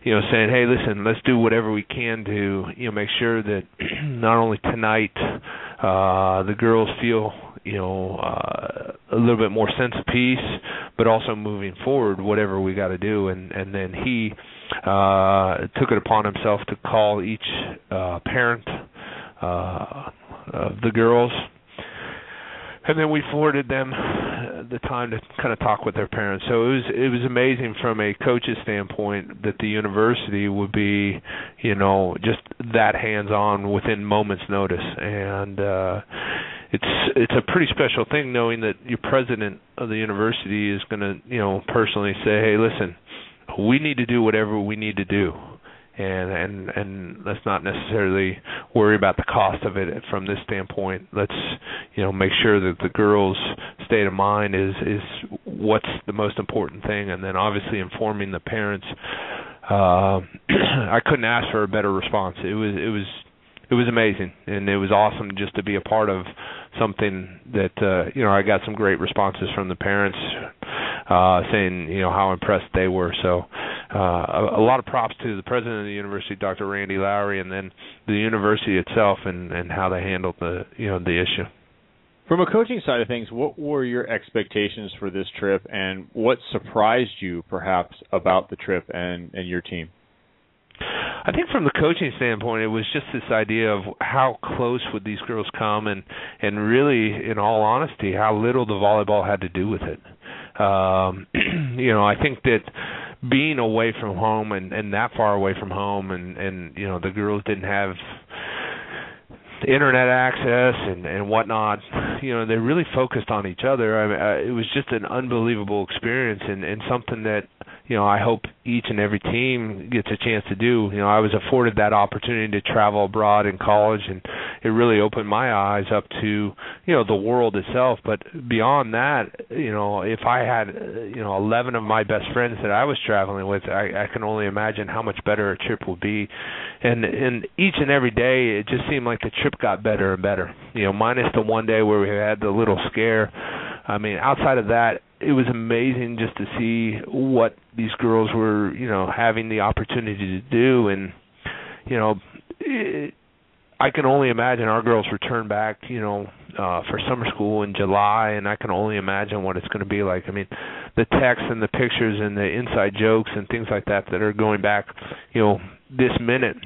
Speaker 11: you know saying hey listen let's do whatever we can to you know make sure that not only tonight uh the girls feel you know uh, a little bit more sense of peace but also moving forward whatever we got to do and and then he uh took it upon himself to call each uh parent uh of the girls and then we forwarded them uh, the time to kind of talk with their parents. So it was it was amazing from a coach's standpoint that the university would be, you know, just that hands on within moments notice, and uh, it's it's a pretty special thing knowing that your president of the university is going to, you know, personally say, hey, listen, we need to do whatever we need to do and and and let's not necessarily worry about the cost of it from this standpoint let's you know make sure that the girls state of mind is is what's the most important thing and then obviously informing the parents uh, i couldn't ask for a better response it was it was it was amazing and it was awesome just to be a part of something that uh you know i got some great responses from the parents uh saying you know how impressed they were so uh, a, a lot of props to the president of the university, Dr. Randy Lowry, and then the university itself and and how they handled the you know the issue.
Speaker 7: From a coaching side of things, what were your expectations for this trip, and what surprised you perhaps about the trip and and your team?
Speaker 11: I think from the coaching standpoint, it was just this idea of how close would these girls come, and and really, in all honesty, how little the volleyball had to do with it. Um, you know, I think that being away from home and and that far away from home, and and you know, the girls didn't have internet access and and whatnot you know they really focused on each other i mean uh, it was just an unbelievable experience and and something that you know i hope each and every team gets a chance to do you know i was afforded that opportunity to travel abroad in college and it really opened my eyes up to you know the world itself but beyond that you know if i had you know 11 of my best friends that i was traveling with i i can only imagine how much better a trip would be and and each and every day it just seemed like the trip got better and better. You know, minus the one day where we had the little scare. I mean, outside of that, it was amazing just to see what these girls were, you know, having the opportunity to do. And, you know, it, I can only imagine our girls return back, you know, uh, for summer school in July, and I can only imagine what it's going to be like. I mean, the texts and the pictures and the inside jokes and things like that that are going back, you know, this minute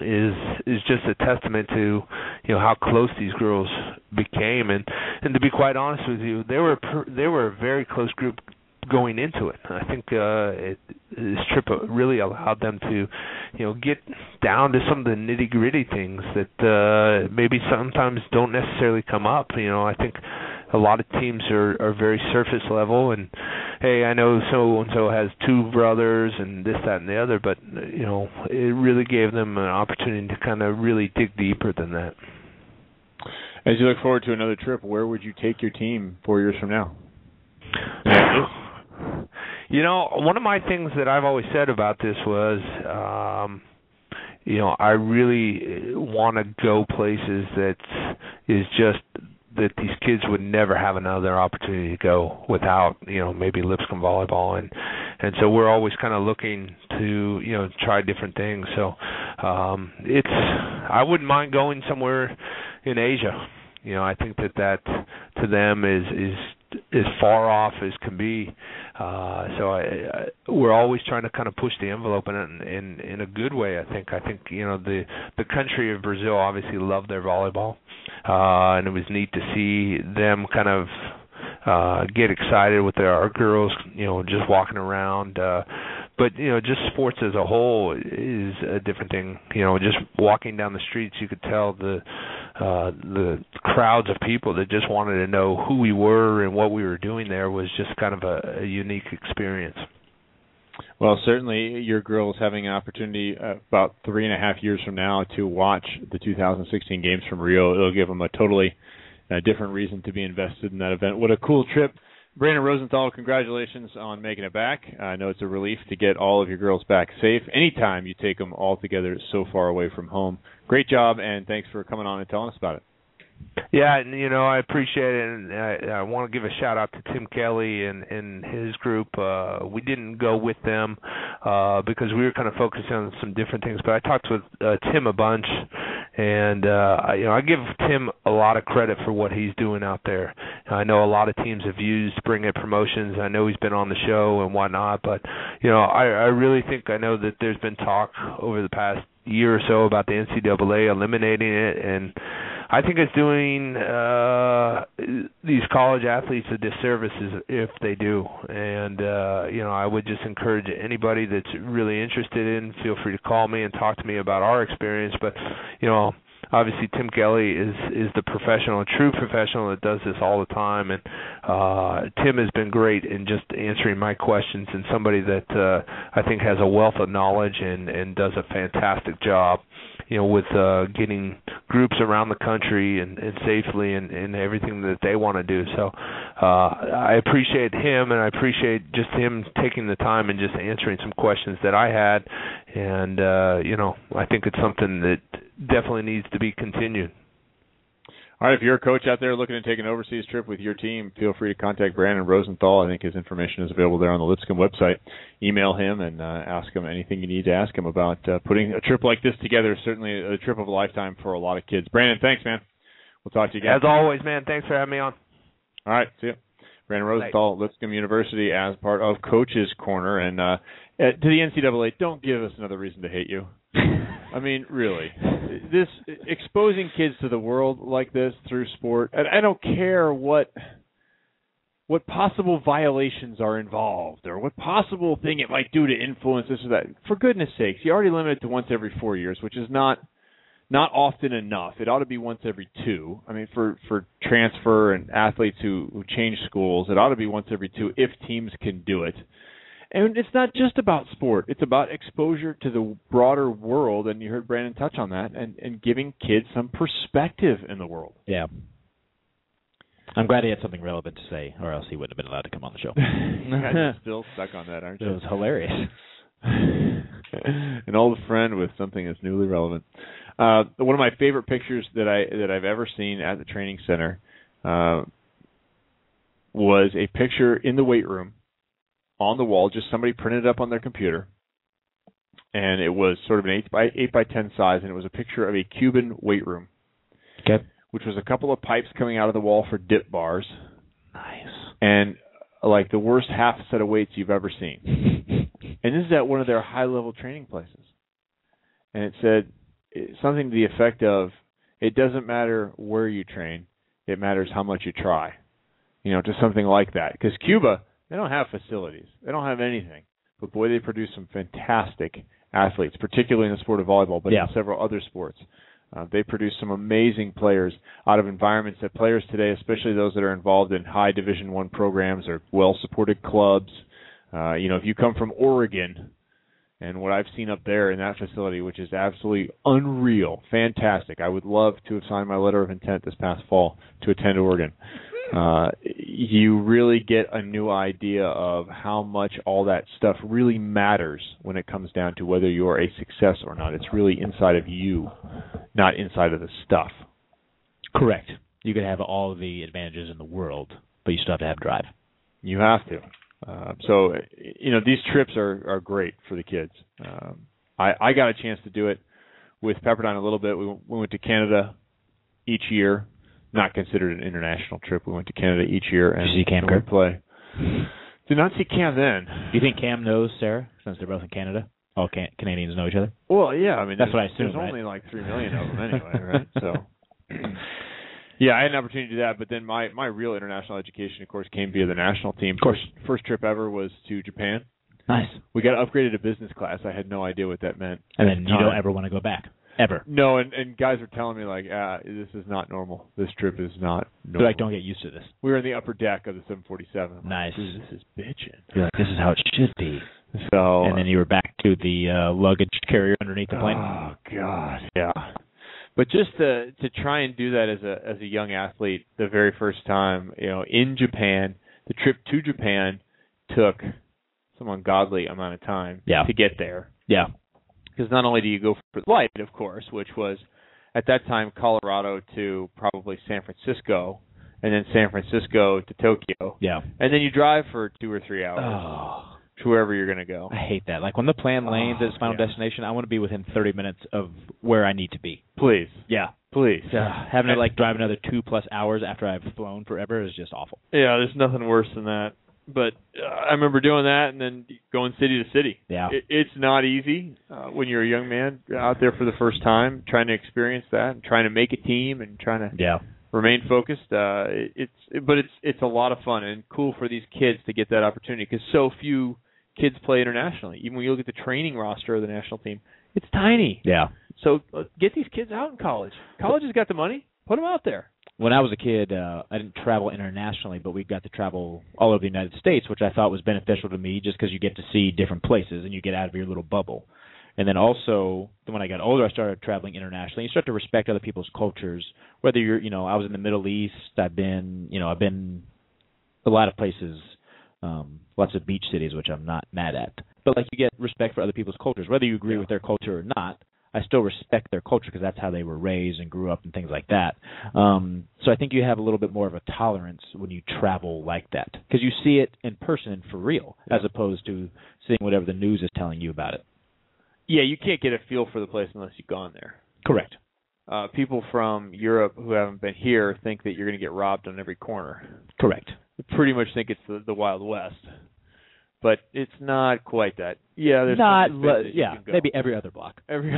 Speaker 11: is is just a testament to you know how close these girls became and and to be quite honest with you they were per, they were a very close group going into it i think uh it, this trip really allowed them to you know get down to some of the nitty gritty things that uh maybe sometimes don't necessarily come up you know i think a lot of teams are are very surface level and hey i know so and so has two brothers and this that and the other but you know it really gave them an opportunity to kind of really dig deeper than that
Speaker 7: as you look forward to another trip where would you take your team four years from now
Speaker 11: you know one of my things that i've always said about this was um you know i really want to go places that is just that these kids would never have another opportunity to go without you know maybe Lipscomb volleyball and and so we're always kind of looking to you know try different things so um it's I wouldn't mind going somewhere in Asia you know I think that that to them is is as far off as can be uh so I, I we're always trying to kind of push the envelope in, in in a good way I think I think you know the the country of Brazil obviously loved their volleyball uh and it was neat to see them kind of uh get excited with their our girls you know just walking around uh but you know just sports as a whole is a different thing you know just walking down the streets you could tell the uh the crowds of people that just wanted to know who we were and what we were doing there was just kind of a, a unique experience
Speaker 7: well, certainly your girls having an opportunity uh, about three and a half years from now to watch the 2016 games from Rio. It'll give them a totally uh, different reason to be invested in that event. What a cool trip. Brandon Rosenthal, congratulations on making it back. I know it's a relief to get all of your girls back safe anytime you take them all together so far away from home. Great job, and thanks for coming on and telling us about it.
Speaker 11: Yeah, and you know I appreciate it, and I, I want to give a shout out to Tim Kelly and and his group. Uh, we didn't go with them uh, because we were kind of focusing on some different things. But I talked with uh, Tim a bunch, and uh, I, you know I give Tim a lot of credit for what he's doing out there. I know a lot of teams have used Bring It Promotions. I know he's been on the show and whatnot, but you know I I really think I know that there's been talk over the past year or so about the NCAA eliminating it and. I think it's doing uh these college athletes a disservice if they do. And uh you know, I would just encourage anybody that's really interested in feel free to call me and talk to me about our experience, but you know, obviously Tim Kelly is is the professional, true professional that does this all the time and uh Tim has been great in just answering my questions and somebody that uh I think has a wealth of knowledge and and does a fantastic job you know with uh getting groups around the country and, and safely and, and everything that they want to do so uh i appreciate him and i appreciate just him taking the time and just answering some questions that i had and uh you know i think it's something that definitely needs to be continued
Speaker 7: All right, if you're a coach out there looking to take an overseas trip with your team, feel free to contact Brandon Rosenthal. I think his information is available there on the Lipscomb website. Email him and uh, ask him anything you need to ask him about uh, putting a trip like this together. Certainly a trip of a lifetime for a lot of kids. Brandon, thanks, man. We'll talk to you again.
Speaker 11: As always, man, thanks for having me on.
Speaker 7: All right, see you. Brandon Rosenthal, Lipscomb University, as part of Coach's Corner. And uh, to the NCAA, don't give us another reason to hate you. I mean, really, this exposing kids to the world like this through sport, and I don't care what what possible violations are involved or what possible thing it might do to influence this or that. For goodness sakes, you already limit it to once every four years, which is not not often enough. It ought to be once every two. I mean, for for transfer and athletes who, who change schools, it ought to be once every two if teams can do it and it's not just about sport it's about exposure to the broader world and you heard brandon touch on that and and giving kids some perspective in the world
Speaker 6: yeah i'm glad he had something relevant to say or else he wouldn't have been allowed to come on the show
Speaker 7: still stuck on that aren't
Speaker 6: it
Speaker 7: you
Speaker 6: it was hilarious
Speaker 7: an old friend with something that's newly relevant uh one of my favorite pictures that i that i've ever seen at the training center uh was a picture in the weight room on the wall, just somebody printed it up on their computer. And it was sort of an eight by eight by ten size, and it was a picture of a Cuban weight room.
Speaker 6: Okay.
Speaker 7: Which was a couple of pipes coming out of the wall for dip bars.
Speaker 6: Nice.
Speaker 7: And like the worst half set of weights you've ever seen. and this is at one of their high level training places. And it said it, something to the effect of it doesn't matter where you train, it matters how much you try. You know, just something like that. Because Cuba they don't have facilities. They don't have anything. But boy, they produce some fantastic athletes, particularly in the sport of volleyball, but
Speaker 6: Yeah.
Speaker 7: in several other sports. Uh, they produce some amazing players out of environments that players today, especially those that are involved in high Division One programs or well-supported clubs. Uh, you know, if you come from Oregon, and what I've seen up there in that facility, which is absolutely unreal, fantastic. I would love to have signed my letter of intent this past fall to attend Oregon. Uh, you really get a new idea of how much all that stuff really matters when it comes down to whether you're a success or not. It's really inside of you, not inside of the stuff.
Speaker 6: correct you could have all the advantages in the world but you still have to have drive
Speaker 7: You have to. Uh, so you know these trips are are great for the kids. Um, I I got a chance to do it with Pepperdine a little bit. We, we went to Canada each year, not considered an international trip. We went to Canada each year and
Speaker 6: Did you see Cam
Speaker 7: and we
Speaker 6: Kerr?
Speaker 7: play. Did not see Cam then.
Speaker 6: do you think cam knows sarah since they're both in canada all can- canadians know each other
Speaker 7: Well, yeah, I mean
Speaker 6: That's
Speaker 7: there's-
Speaker 6: what I assume,
Speaker 7: There's
Speaker 6: right?
Speaker 7: only like three million of them anyway, right? So. Yeah, I had an opportunity to do that, but then my my real international education, of course, came via the national team.
Speaker 6: course.
Speaker 7: first, first trip ever was to Japan.
Speaker 6: nice
Speaker 7: We got upgraded to business class. I had no idea what that meant.
Speaker 6: and then you don't
Speaker 7: Time.
Speaker 6: ever want to go back ever
Speaker 7: No, and, and guys were telling me like, ah, this is not normal. This trip is not
Speaker 6: They're
Speaker 7: normal.
Speaker 6: like don't get used to this
Speaker 7: We were in the upper deck of the 747. I'm like,
Speaker 6: nice
Speaker 7: Dude, this is bitching.
Speaker 6: you're like this is how it should be
Speaker 7: So.
Speaker 6: and then you were back to the uh, luggage carrier underneath the plane
Speaker 7: Oh God, yeah. But just to to try and do that as a as a young athlete, the very first time, you know, in Japan, the trip to Japan took some ungodly amount of time
Speaker 6: Yeah.
Speaker 7: to get there.
Speaker 6: yeah
Speaker 7: because not only do you go for light, of course, which was at that time Colorado to probably San Francisco, and then San Francisco to Tokyo,
Speaker 6: yeah
Speaker 7: and then you drive for two or three hours
Speaker 6: oh Ah,
Speaker 7: to wherever you're going to go.
Speaker 6: I hate that. Like when the plan lands at its
Speaker 7: Oh,
Speaker 6: final
Speaker 7: yeah.
Speaker 6: destination, I want to be within 30 minutes of where I need to be.
Speaker 7: Please,
Speaker 6: Yeah.
Speaker 7: please.
Speaker 6: having to like drive another two plus hours after I've flown forever is just awful.
Speaker 7: Yeah, there's nothing worse than that. But uh, I remember doing that and then going city to city.
Speaker 6: Yeah.
Speaker 7: It, it's not easy uh, when you're a young man out there for the first time, trying to experience that, and trying to make a team, and trying to
Speaker 6: Yeah.
Speaker 7: remain focused. Uh, it- it's but it's it's a lot of fun and cool for these kids to get that opportunity because so few kids play internationally. Even when you look at the training roster of the national team, it's tiny.
Speaker 6: Yeah.
Speaker 7: So uh, get these kids out in college. College has got the money. Put them out there.
Speaker 6: When I was a kid, uh, I didn't travel internationally, but we got to travel all over the United States, which I thought was beneficial to me just because you get to see different places and you get out of your little bubble. And then also, then when I got older, I started traveling internationally. You start to respect other people's cultures. Whether you're, you know, I was in the Middle East. I've been, you know, I've been a lot of places, um, lots of beach cities, which I'm not mad at. But like you get respect for other people's cultures, whether you agree with their culture or not. I still respect their culture because that's how they were raised and grew up and things like that. Um, so I think you have a little bit more of a tolerance when you travel like that because you see it in person and for real, as opposed to seeing whatever the news is telling you about it.
Speaker 7: Yeah, you can't get a feel for the place unless you've gone there.
Speaker 6: Correct.
Speaker 7: Uh, people from Europe who haven't been here think that you're going to get robbed on every corner.
Speaker 6: Correct.
Speaker 7: They pretty much think it's the, the Wild West, but it's not quite that. Yeah, there's
Speaker 6: not.
Speaker 7: some
Speaker 6: le-
Speaker 7: spaces you
Speaker 6: yeah,
Speaker 7: can go.
Speaker 6: maybe every other block.
Speaker 7: Every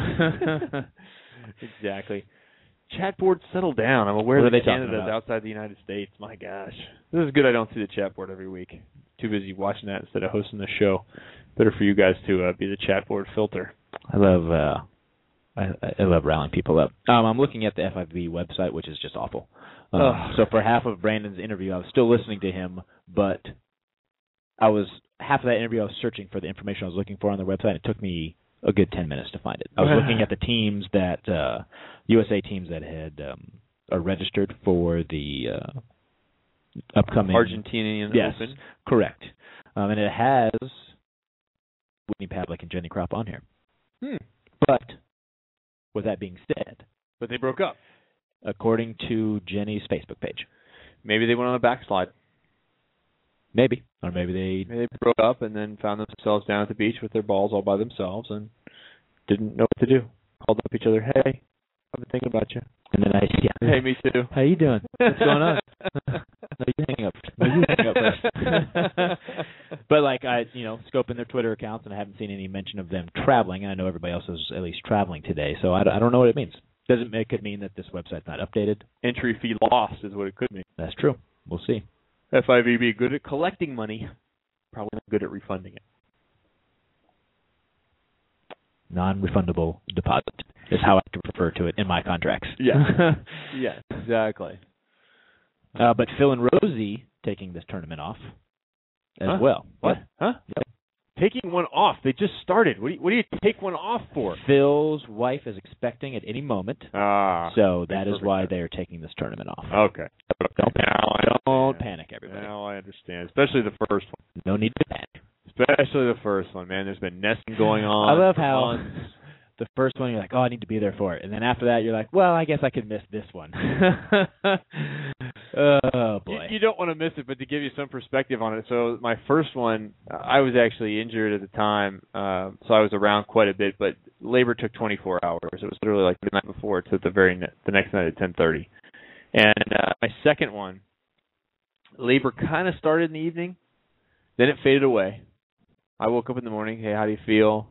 Speaker 7: exactly. Chat board, settle down. I'm aware
Speaker 6: What are
Speaker 7: that
Speaker 6: they talking
Speaker 7: Canada's
Speaker 6: about?
Speaker 7: outside the United States. My gosh, this is good. I don't see the chat board every week. Too busy watching that instead of hosting the show. Better for you guys to uh, be the chat board filter.
Speaker 6: I love uh I, I love riling people up. Um I'm looking at the FIB website which is just awful. Um,
Speaker 7: Ugh.
Speaker 6: so for half of Brandon's interview I was still listening to him, but I was half of that interview I was searching for the information I was looking for on their website. It took me a good 10 minutes to find it. I was looking at the teams that uh USA teams that had um are registered for the uh upcoming
Speaker 7: Argentinian
Speaker 6: Yes.
Speaker 7: Open.
Speaker 6: Correct. Um, and it has Whitney Pavlik and Jenny Crop on here.
Speaker 7: Hmm.
Speaker 6: But with that being said,
Speaker 7: But they broke up.
Speaker 6: according to Jenny's Facebook page,
Speaker 7: Maybe they went on a backslide.
Speaker 6: maybe or maybe they
Speaker 7: Maybe they broke up and then found themselves down at the beach with their balls all by themselves and didn't know what to do. Called up each other. Hey, I've been thinking about you.
Speaker 6: and then I yeah.
Speaker 7: Hey, me too.
Speaker 6: How you doing? What's going on? no, you hang up. No, you hang up first. but like I, you know, scoping their Twitter accounts, and I haven't seen any mention of them traveling. And I know everybody else is at least traveling today, so I, don't- I don't know what it means. Doesn't it could mean that this website's not updated?
Speaker 7: Entry fee lost is what it could mean.
Speaker 6: That's true. We'll see.
Speaker 7: FIVB good at collecting money, probably not good at refunding it.
Speaker 6: non-refundable deposit is how I refer to it in my contracts.
Speaker 7: Yeah. yeah, exactly.
Speaker 6: Uh, but Phil and Rosie taking this tournament off as
Speaker 7: Huh?
Speaker 6: well.
Speaker 7: What? Huh?
Speaker 6: Yep.
Speaker 7: Taking one off. They just started. What do you, what do you take one off for?
Speaker 6: Phil's wife is expecting at any moment,
Speaker 7: Ah.
Speaker 6: so that is
Speaker 7: perfect Oh,
Speaker 6: why
Speaker 7: sense.
Speaker 6: they are taking this tournament off.
Speaker 7: Okay.
Speaker 6: Don't panic.
Speaker 7: Now I
Speaker 6: Don't
Speaker 7: understand.
Speaker 6: panic, everybody.
Speaker 7: Now I understand, especially the first one.
Speaker 6: No need to panic.
Speaker 7: Especially the first one, man. There's been nesting going on.
Speaker 6: I love
Speaker 7: for
Speaker 6: how
Speaker 7: months.
Speaker 6: the first one you're like, oh, I need to be there for it, and then after that you're like, well, I guess I could miss this one. oh
Speaker 7: You,
Speaker 6: boy.
Speaker 7: you don't want to miss it, but to give you some perspective on it, so my first one, uh, I was actually injured at the time, um, so I was around quite a bit. But labor took 24 hours. It was literally like the night before to the very ne- the next night at 10:30. And uh, my second one, labor kind of started in the evening, then it faded away. I woke up in the morning. Hey, how do you feel?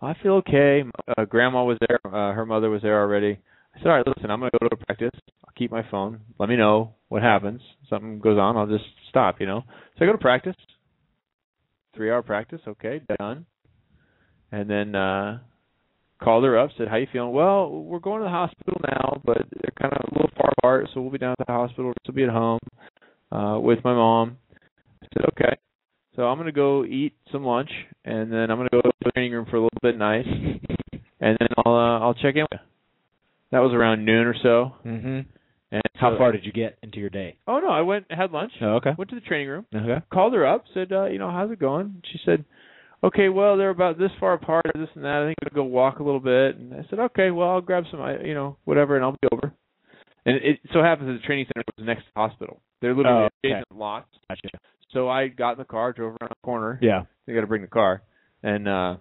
Speaker 7: "Oh, I feel okay. Uh, grandma was there. Uh, her mother was there already. I said, all right, listen, I'm going to go to practice. I'll keep my phone. Let me know what happens. Something goes on, I'll just stop, you know. So I go to practice. Three hour practice, okay, done. And then uh called her up, said, How you feeling? Well, we're going to the hospital now, but they're kinda a little far apart, so we'll be down at the hospital, so will be at home, uh, with my mom. I said, Okay. So I'm gonna go eat some lunch and then I'm gonna go to the training room for a little bit nice and then I'll uh, I'll check in with you. That was around noon or so.
Speaker 6: hmm
Speaker 7: And
Speaker 6: How
Speaker 7: so-
Speaker 6: far did you get into your day?
Speaker 7: Oh no, I went had lunch.
Speaker 6: Oh, okay.
Speaker 7: Went to the training room.
Speaker 6: Okay.
Speaker 7: Called her up. Said, uh, you know, how's it going? She said, okay, well, they're about this far apart, this and that. I think I'll go walk a little bit. And I said, okay, well, I'll grab some, I you know, whatever, and I'll be over. And it so happens that the training center was next to the hospital. They're literally
Speaker 6: Oh, okay.
Speaker 7: adjacent lots.
Speaker 6: Gotcha.
Speaker 7: So I got in the car, drove around the corner.
Speaker 6: Yeah.
Speaker 7: They got to bring the car. And uh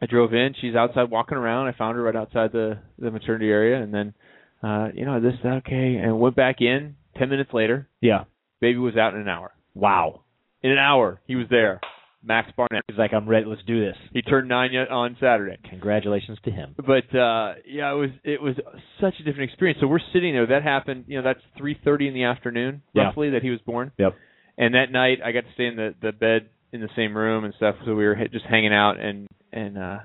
Speaker 7: I drove in. She's outside walking around. I found her right outside the the maternity area, and then uh, you know this that okay, and went back in. Ten minutes later,
Speaker 6: Yeah.
Speaker 7: baby was out in an hour.
Speaker 6: Wow.
Speaker 7: In an hour, he was there. Max Barnett.
Speaker 6: He's like, I'm ready. Let's do this.
Speaker 7: He turned nine yet- on Saturday.
Speaker 6: Congratulations to him.
Speaker 7: But uh yeah, it was it was such a different experience. So we're sitting there. That happened. You know, that's three thirty in the afternoon
Speaker 6: Yeah.
Speaker 7: roughly that he was born.
Speaker 6: Yep.
Speaker 7: And that night, I got to stay in the the bed in the same room and stuff. So we were h- just hanging out and and uh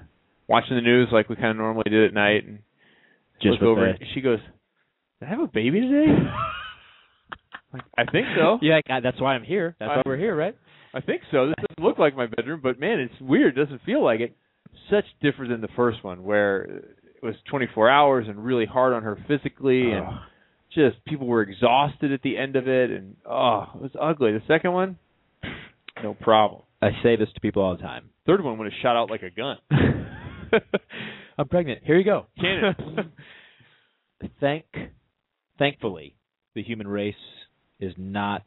Speaker 7: watching the news like we kind of normally did at night. And look
Speaker 6: Just with
Speaker 7: over.
Speaker 6: the-
Speaker 7: and she goes, "Did I have a baby today?" like, I think so.
Speaker 6: Yeah, I- "Ah, that's why I'm here. That's why we're here, right?
Speaker 7: I think so. This doesn't look like my bedroom, but man, it's weird. It doesn't feel like it. Such different than the first one, where it was 24 hours and really hard on her physically, and just people were exhausted at the end of it, and oh, it was ugly. The second one, no problem.
Speaker 6: I say this to people all the time.
Speaker 7: Third one would have shot out like a gun.
Speaker 6: I'm pregnant. Here you go.
Speaker 7: Cannon.
Speaker 6: Thank, thankfully, the human race is not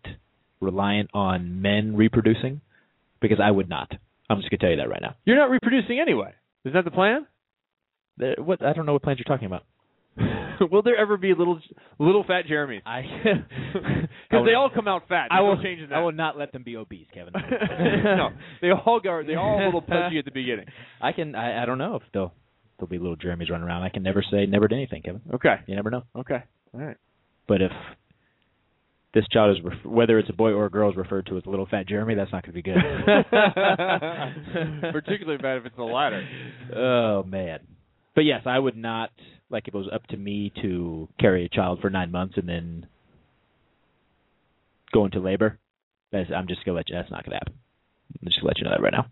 Speaker 6: reliant on men reproducing because I would not. I'm just gonna tell you that right now.
Speaker 7: You're not reproducing anyway. Is that the plan?
Speaker 6: There- What I don't know what plans you're talking about.
Speaker 7: Will there ever be little little fat Jeremy's?
Speaker 6: I I
Speaker 7: because
Speaker 6: will-
Speaker 7: they all come out fat.
Speaker 6: I
Speaker 7: There's
Speaker 6: will
Speaker 7: no change in that.
Speaker 6: I will not let them be obese, Kevin.
Speaker 7: no, they all go. They all a little pudgy at the beginning.
Speaker 6: I can. I, I don't know if they'll there'll be little Jeremy's running around. I can never say never to anything, Kevin.
Speaker 7: Okay.
Speaker 6: You never know.
Speaker 7: Okay. All right.
Speaker 6: But if this child is ref- whether it's a boy or a girl is referred to as little fat Jeremy, that's not going to be good.
Speaker 7: Particularly bad if it's the latter.
Speaker 6: oh man. But yes, I would not like if it was up to me to carry a child for nine months and then go into labor. That's, I'm just gonna let you. That's not gonna happen. I'm just gonna let you know that right now.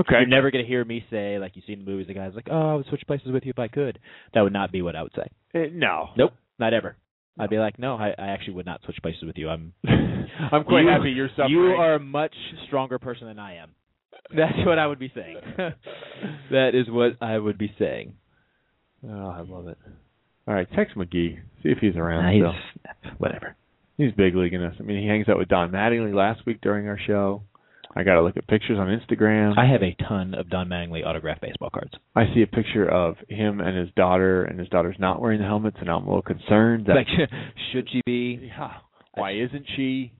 Speaker 7: Okay.
Speaker 6: You're never gonna hear me say like you see in the movies. The guy's like, "Oh, I would switch places with you if I could." That would not be what I would say.
Speaker 7: Eh, no.
Speaker 6: Nope, not ever. I'd be like, "No, I, I actually would not switch places with you. I'm
Speaker 7: I'm quite
Speaker 6: You-
Speaker 7: happy you're suffering.
Speaker 6: you are a much stronger person than I am. That's what I would be saying. that is what I would be saying.
Speaker 7: Oh, I love it. All right, text McGee. See if he's around.
Speaker 6: Nah,
Speaker 7: still.
Speaker 6: he's- whatever.
Speaker 7: He's big leaguing us. I mean, he hangs out with Don Mattingly last week during our show. I got to look at pictures on Instagram.
Speaker 6: I have a ton of Don Mattingly autographed baseball cards.
Speaker 7: I see a picture of him and his daughter, and his daughter's not wearing the helmets, and I'm a little concerned. That,
Speaker 6: Like, should she be?
Speaker 7: yeah, why isn't she?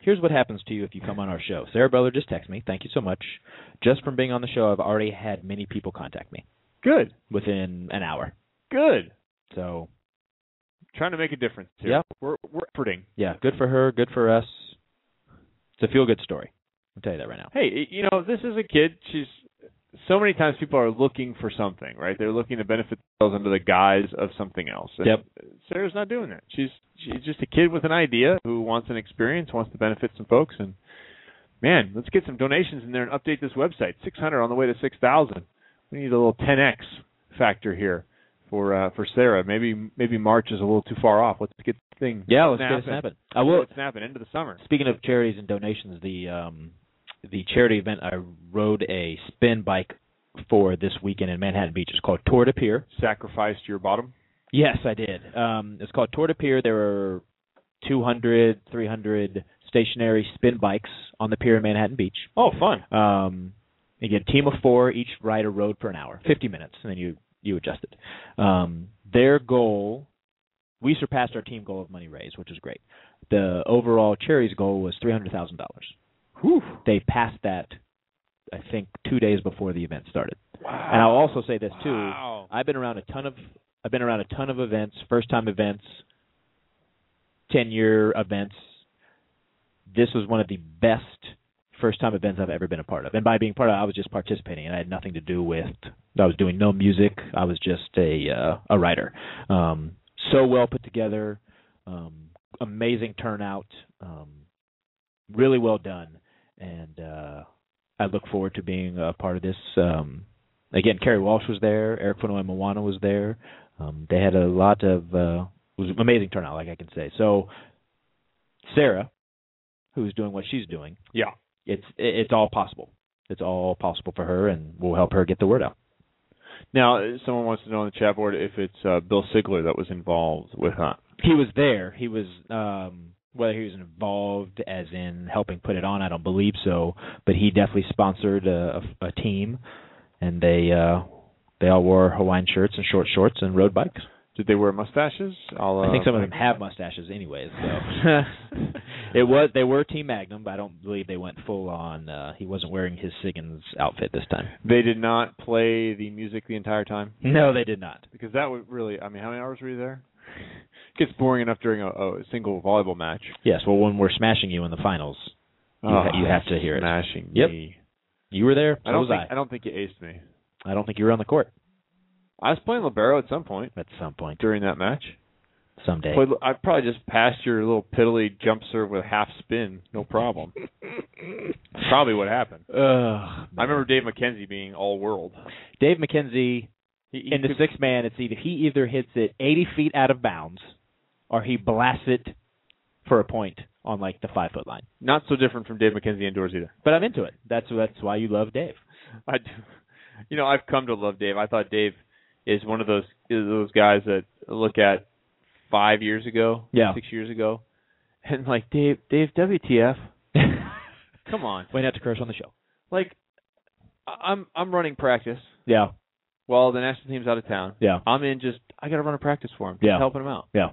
Speaker 6: Here's what happens to you if you come on our show. Sarah Brother just texted me. Thank you so much. Just from being on the show, I've already had many people contact me
Speaker 7: Good,
Speaker 6: within an hour.
Speaker 7: good.
Speaker 6: So
Speaker 7: Trying to make a difference here.
Speaker 6: Yep.
Speaker 7: We're we're efforting.
Speaker 6: yeah, good for her. Good for us. It's a feel good story. I'll tell you that right now.
Speaker 7: Hey, y- you know, this is a kid. She's so many times people are looking for something, right? They're looking to benefit themselves under the guise of something else. And
Speaker 6: Yep.
Speaker 7: Sarah's not doing that. She's she's just a kid with an idea who wants an experience, wants to benefit some folks, and man, let's get some donations in there and update this website. Six hundred on the way to six thousand. We need a little ten x factor here for uh, for Sarah. Maybe maybe March is a little too far off. Let's get the thing.
Speaker 6: Yeah, let's
Speaker 7: snapping.
Speaker 6: get it snapping. I will.
Speaker 7: Let's snap it into the summer.
Speaker 6: Speaking of charities and donations, the um, the charity event I rode a spin bike for this weekend in Manhattan Beach is called Tour to Pier.
Speaker 7: Sacrificed your bottom.
Speaker 6: Yes, I did. Um, it's called Tour to Pier. There were 200, 300 stationary spin bikes on the pier in Manhattan Beach.
Speaker 7: Oh, fun.
Speaker 6: Um, you get a team of four. Each rider rode for an hour, 50 minutes, and then you you adjust it. Um, their goal, we surpassed our team goal of money raised, which is great. The overall charity's goal was three hundred thousand dollars. They passed that, I think, two days before the event started.
Speaker 7: Wow.
Speaker 6: And I'll also say this too.
Speaker 7: Wow.
Speaker 6: I've been around a ton of I've been around a ton of events, first time events, ten year events. This was one of the best first time events I've ever been a part of. And by being part of it, I was just participating and I had nothing to do with I was doing no music. I was just a uh, a writer. Um so well put together, um amazing turnout, um really well done and uh I look forward to being a part of this um again, Kerry Walsh was there, Eric Funoi Moana was there. Um, they had a lot of uh, it was an amazing turnout, like I can say. So Sarah, who's doing what she's doing,
Speaker 7: Yeah.
Speaker 6: it's it- it's all possible. It's all possible for her, and we'll help her get the word out.
Speaker 7: Now, uh, someone wants to know on the chat board if it's uh, Bill Sigler that was involved with uh, that.
Speaker 6: He was there. He was um, whether he was involved as in helping put it on, I don't believe so. But he definitely sponsored a, a, a team, and they uh, they all wore Hawaiian shirts and short shorts and rode bikes.
Speaker 7: Did they wear mustaches? I'll, uh,
Speaker 6: I think some of them have mustaches, anyways. So it was they were Team Magnum, but I don't believe they went full on. Uh, he wasn't wearing his Siggins outfit this time.
Speaker 7: They did not play the music the entire time
Speaker 6: No, they did not.
Speaker 7: because that would really. I mean, how many hours were you there? Gets boring enough during a, a single volleyball match.
Speaker 6: Yes, well, when we're smashing you in the finals, you, ha- you have to hear it.
Speaker 7: Ah, Smashing
Speaker 6: Yep.
Speaker 7: me.
Speaker 6: You were there. So
Speaker 7: I don't
Speaker 6: was
Speaker 7: think.
Speaker 6: I.
Speaker 7: don't think you aced me.
Speaker 6: I don't think you were on the court
Speaker 7: I was playing libero at some point
Speaker 6: at some point
Speaker 7: during that match.
Speaker 6: someday.
Speaker 7: Played, I probably just passed your little piddly jump serve with half spin, no problem. probably what happened.
Speaker 6: Ugh, man.
Speaker 7: I remember Dave McKenzie being all world.
Speaker 6: Dave McKenzie
Speaker 7: He, he
Speaker 6: in the
Speaker 7: could-
Speaker 6: sixth man. It's either he either hits it 80 feet out of bounds, or he blasts it for a point on like the five foot line.
Speaker 7: not so different from Dave McKenzie indoors either.
Speaker 6: But I'm into it. That's that's why you love Dave.
Speaker 7: I do. you know, I've come to love Dave. I thought Dave is one of those is those guys that I look at five years ago,
Speaker 6: Yeah.
Speaker 7: six years ago, and like Dave, Dave, WTF? Come on,
Speaker 6: Way not to curse on the show.
Speaker 7: like I- I'm I'm running practice.
Speaker 6: Yeah.
Speaker 7: Well, the national team's out of town.
Speaker 6: Yeah.
Speaker 7: I'm in just I got to run a practice for him.
Speaker 6: Yeah.
Speaker 7: Just helping him out.
Speaker 6: Yeah.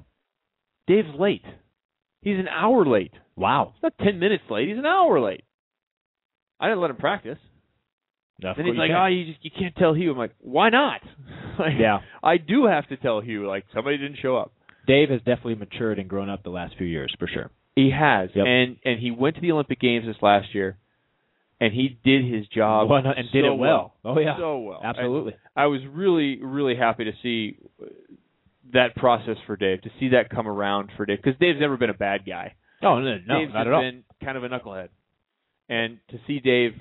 Speaker 7: Dave's late. He's an hour late.
Speaker 6: Wow.
Speaker 7: He's not ten minutes late. He's an hour late. I didn't let him practice.
Speaker 6: No,
Speaker 7: then he's
Speaker 6: you
Speaker 7: like,
Speaker 6: can't.
Speaker 7: "Oh, you just you can't tell Hugh." I'm like, "Why not?" like,
Speaker 6: yeah.
Speaker 7: I do have to tell Hugh. Like somebody didn't show up.
Speaker 6: Dave has definitely matured and grown up the last few years for sure.
Speaker 7: He has,
Speaker 6: Yep.
Speaker 7: and and he went to the Olympic Games this last year, and he did his job
Speaker 6: Why not- and did
Speaker 7: so
Speaker 6: it well. Oh yeah.
Speaker 7: so well.
Speaker 6: Absolutely.
Speaker 7: I, I was really really happy to see uh, that process for Dave, to see that come around for Dave, because Dave's never been a bad guy.
Speaker 6: Oh no, no,
Speaker 7: Dave's
Speaker 6: not
Speaker 7: just
Speaker 6: at all.
Speaker 7: been kind of a knucklehead, and to see Dave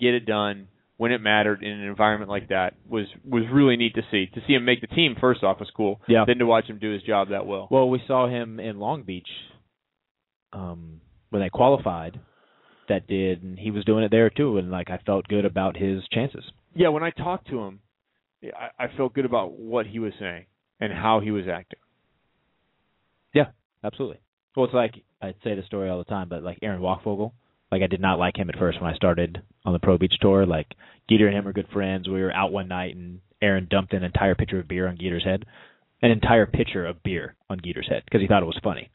Speaker 7: get it done when it mattered in an environment like that was was really neat to see. To see him make the team first off was cool.
Speaker 6: Yeah.
Speaker 7: Then to watch him do his job that well.
Speaker 6: Well, we saw him in Long Beach um, when they qualified. That did, and he was doing it there too, and like I felt good about his chances.
Speaker 7: Yeah, when I talked to him, I, I felt good about what he was saying and how he was acting.
Speaker 6: Absolutely. Well, it's like I say the story all the time, but like Aaron Wachvogel, like I did not like him at first when I started on the Pro Beach tour. Like Geeter and him are good friends. We were out one night, and Aaron dumped an entire pitcher of beer on Geeter's head, an entire pitcher of beer on Geeter's head because he thought it was funny.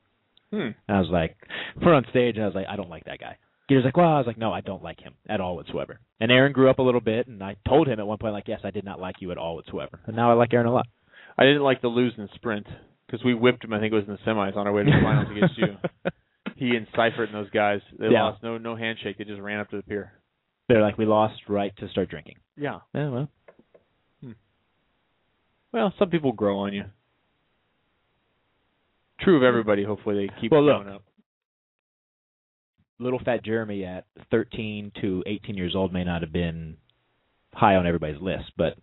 Speaker 7: Hmm.
Speaker 6: And I was like, we're on stage, and I was like, I don't like that guy. Geeter's like, well, I was like, no, I don't like him at all whatsoever. And Aaron grew up a little bit, and I told him at one point, like, yes, I did not like you at all whatsoever. And now I like Aaron a lot.
Speaker 7: I didn't like the lose in the sprint because we whipped him. I think it was in the semis on our way to the finals against you. He and Seifert and those guys, they
Speaker 6: Yeah.
Speaker 7: lost no no handshake. They just ran up to the pier.
Speaker 6: They're like, we lost right to start drinking.
Speaker 7: Yeah.
Speaker 6: Yeah, well,
Speaker 7: Well, some people grow on you. True of everybody. Hopefully they keep
Speaker 6: Well, look.
Speaker 7: growing up.
Speaker 6: little fat Jeremy at 13 to 18 years old may not have been high on everybody's list, but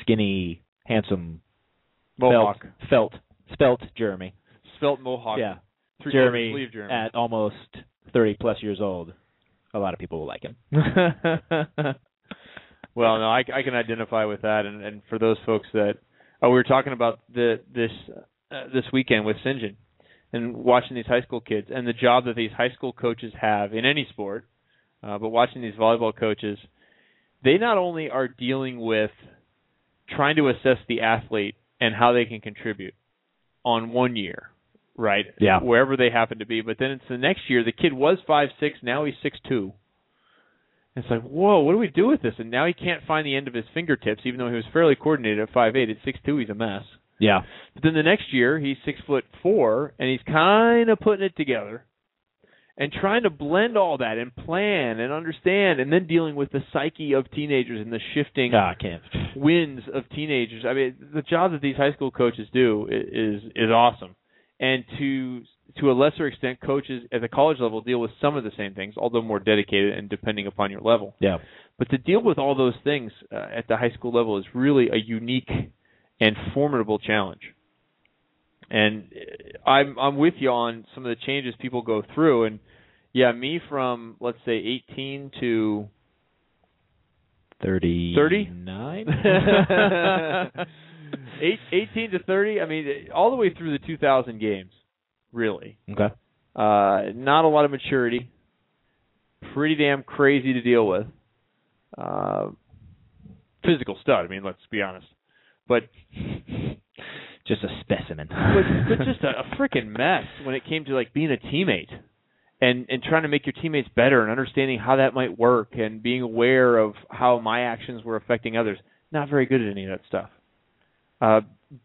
Speaker 6: skinny, handsome,
Speaker 7: Mohawk,
Speaker 6: felt, felt, spelt Jeremy.
Speaker 7: svelte mohawk.
Speaker 6: Yeah,
Speaker 7: Three
Speaker 6: Jeremy,
Speaker 7: Sleeve Jeremy.
Speaker 6: at almost 30 plus years old, a lot of people will like him.
Speaker 7: well, no, I, I can identify with that, and, and for those folks that oh, we were talking about the this uh, this weekend with St. John and watching these high school kids and the job that these high school coaches have in any sport, uh, but watching these volleyball coaches, they not only are dealing with trying to assess the athlete and how they can contribute on one year, right?
Speaker 6: Yeah.
Speaker 7: Wherever they happen to be, but then it's the next year. The kid was five six, now he's six two. It's like, whoa, what do we do with this? And now he can't find the end of his fingertips, even though he was fairly coordinated at five eight. At six two, he's a mess.
Speaker 6: Yeah,
Speaker 7: But then the next year, he's six foot four, and he's kind of putting it together, and trying to blend all that and plan and understand, and then dealing with the psyche of teenagers and the shifting
Speaker 6: Ah, I can't.
Speaker 7: winds of teenagers. I mean, the job that these high school coaches do i- is is awesome, and to to a lesser extent, coaches at the college level deal with some of the same things, although more dedicated and depending upon your level.
Speaker 6: Yeah,
Speaker 7: But to deal with all those things uh, at the high school level is really a unique and formidable challenge. And uh, I'm I'm with you on some of the changes people go through, and yeah, me from let's say 18 to
Speaker 6: 30.
Speaker 7: Eight, 18 to 30, I mean, all the way through the 2000 games, really.
Speaker 6: okay.
Speaker 7: Uh, not a lot of maturity. Pretty damn crazy to deal with. Uh, physical stud, I mean, let's be honest. But
Speaker 6: Just a specimen.
Speaker 7: but, but just a, a freaking mess when it came to like being a teammate and and trying to make your teammates better and understanding how that might work and being aware of how my actions were affecting others. Not very good at any of that stuff. Uh,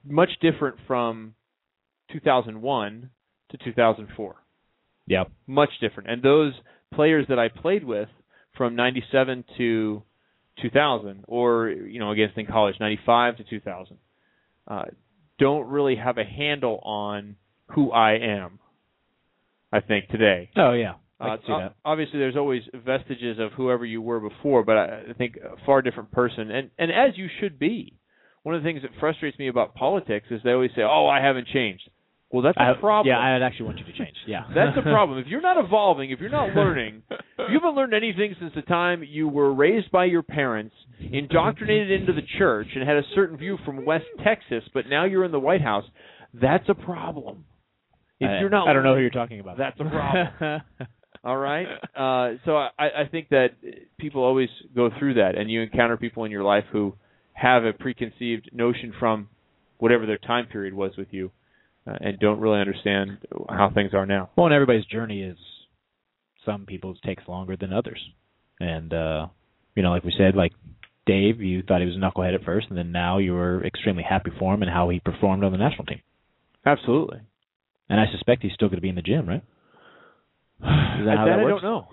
Speaker 7: much different from 2001 to 2004.
Speaker 6: yeah.
Speaker 7: Much different. And those players that I played with from 97 to 2000 or you know against in college 95 to 2000 uh, don't really have a handle on who I am I think today
Speaker 6: Oh yeah. I
Speaker 7: uh,
Speaker 6: can see
Speaker 7: o-
Speaker 6: that.
Speaker 7: Obviously, there's always vestiges of whoever you were before, but I I think a far different person, and and as you should be. One of the things that frustrates me about politics is they always say, "Oh, I haven't changed." Well, that's
Speaker 6: I-
Speaker 7: a problem.
Speaker 6: Yeah, I'd actually want you to change. Yeah,
Speaker 7: That's the problem. If you're not evolving, if you're not learning, if you haven't learned anything since the time you were raised by your parents, indoctrinated into the church, and had a certain view from West Texas, but now you're in the White House, that's a problem. If
Speaker 6: I-
Speaker 7: you're not,
Speaker 6: I don't know who you're talking about.
Speaker 7: That's a problem. All right. Uh, so I, I think that people always go through that, and you encounter people in your life who have a preconceived notion from whatever their time period was with you, uh, and don't really understand how things are now.
Speaker 6: Well, and everybody's journey is some people's takes longer than others. And uh you know, like we said, like Dave, you thought he was a knucklehead at first and then now you were extremely happy for him and how he performed on the national team.
Speaker 7: Absolutely.
Speaker 6: And I suspect he's still gonna be in the gym, right? Is
Speaker 7: At
Speaker 6: that how
Speaker 7: that
Speaker 6: that
Speaker 7: I don't
Speaker 6: works?
Speaker 7: know.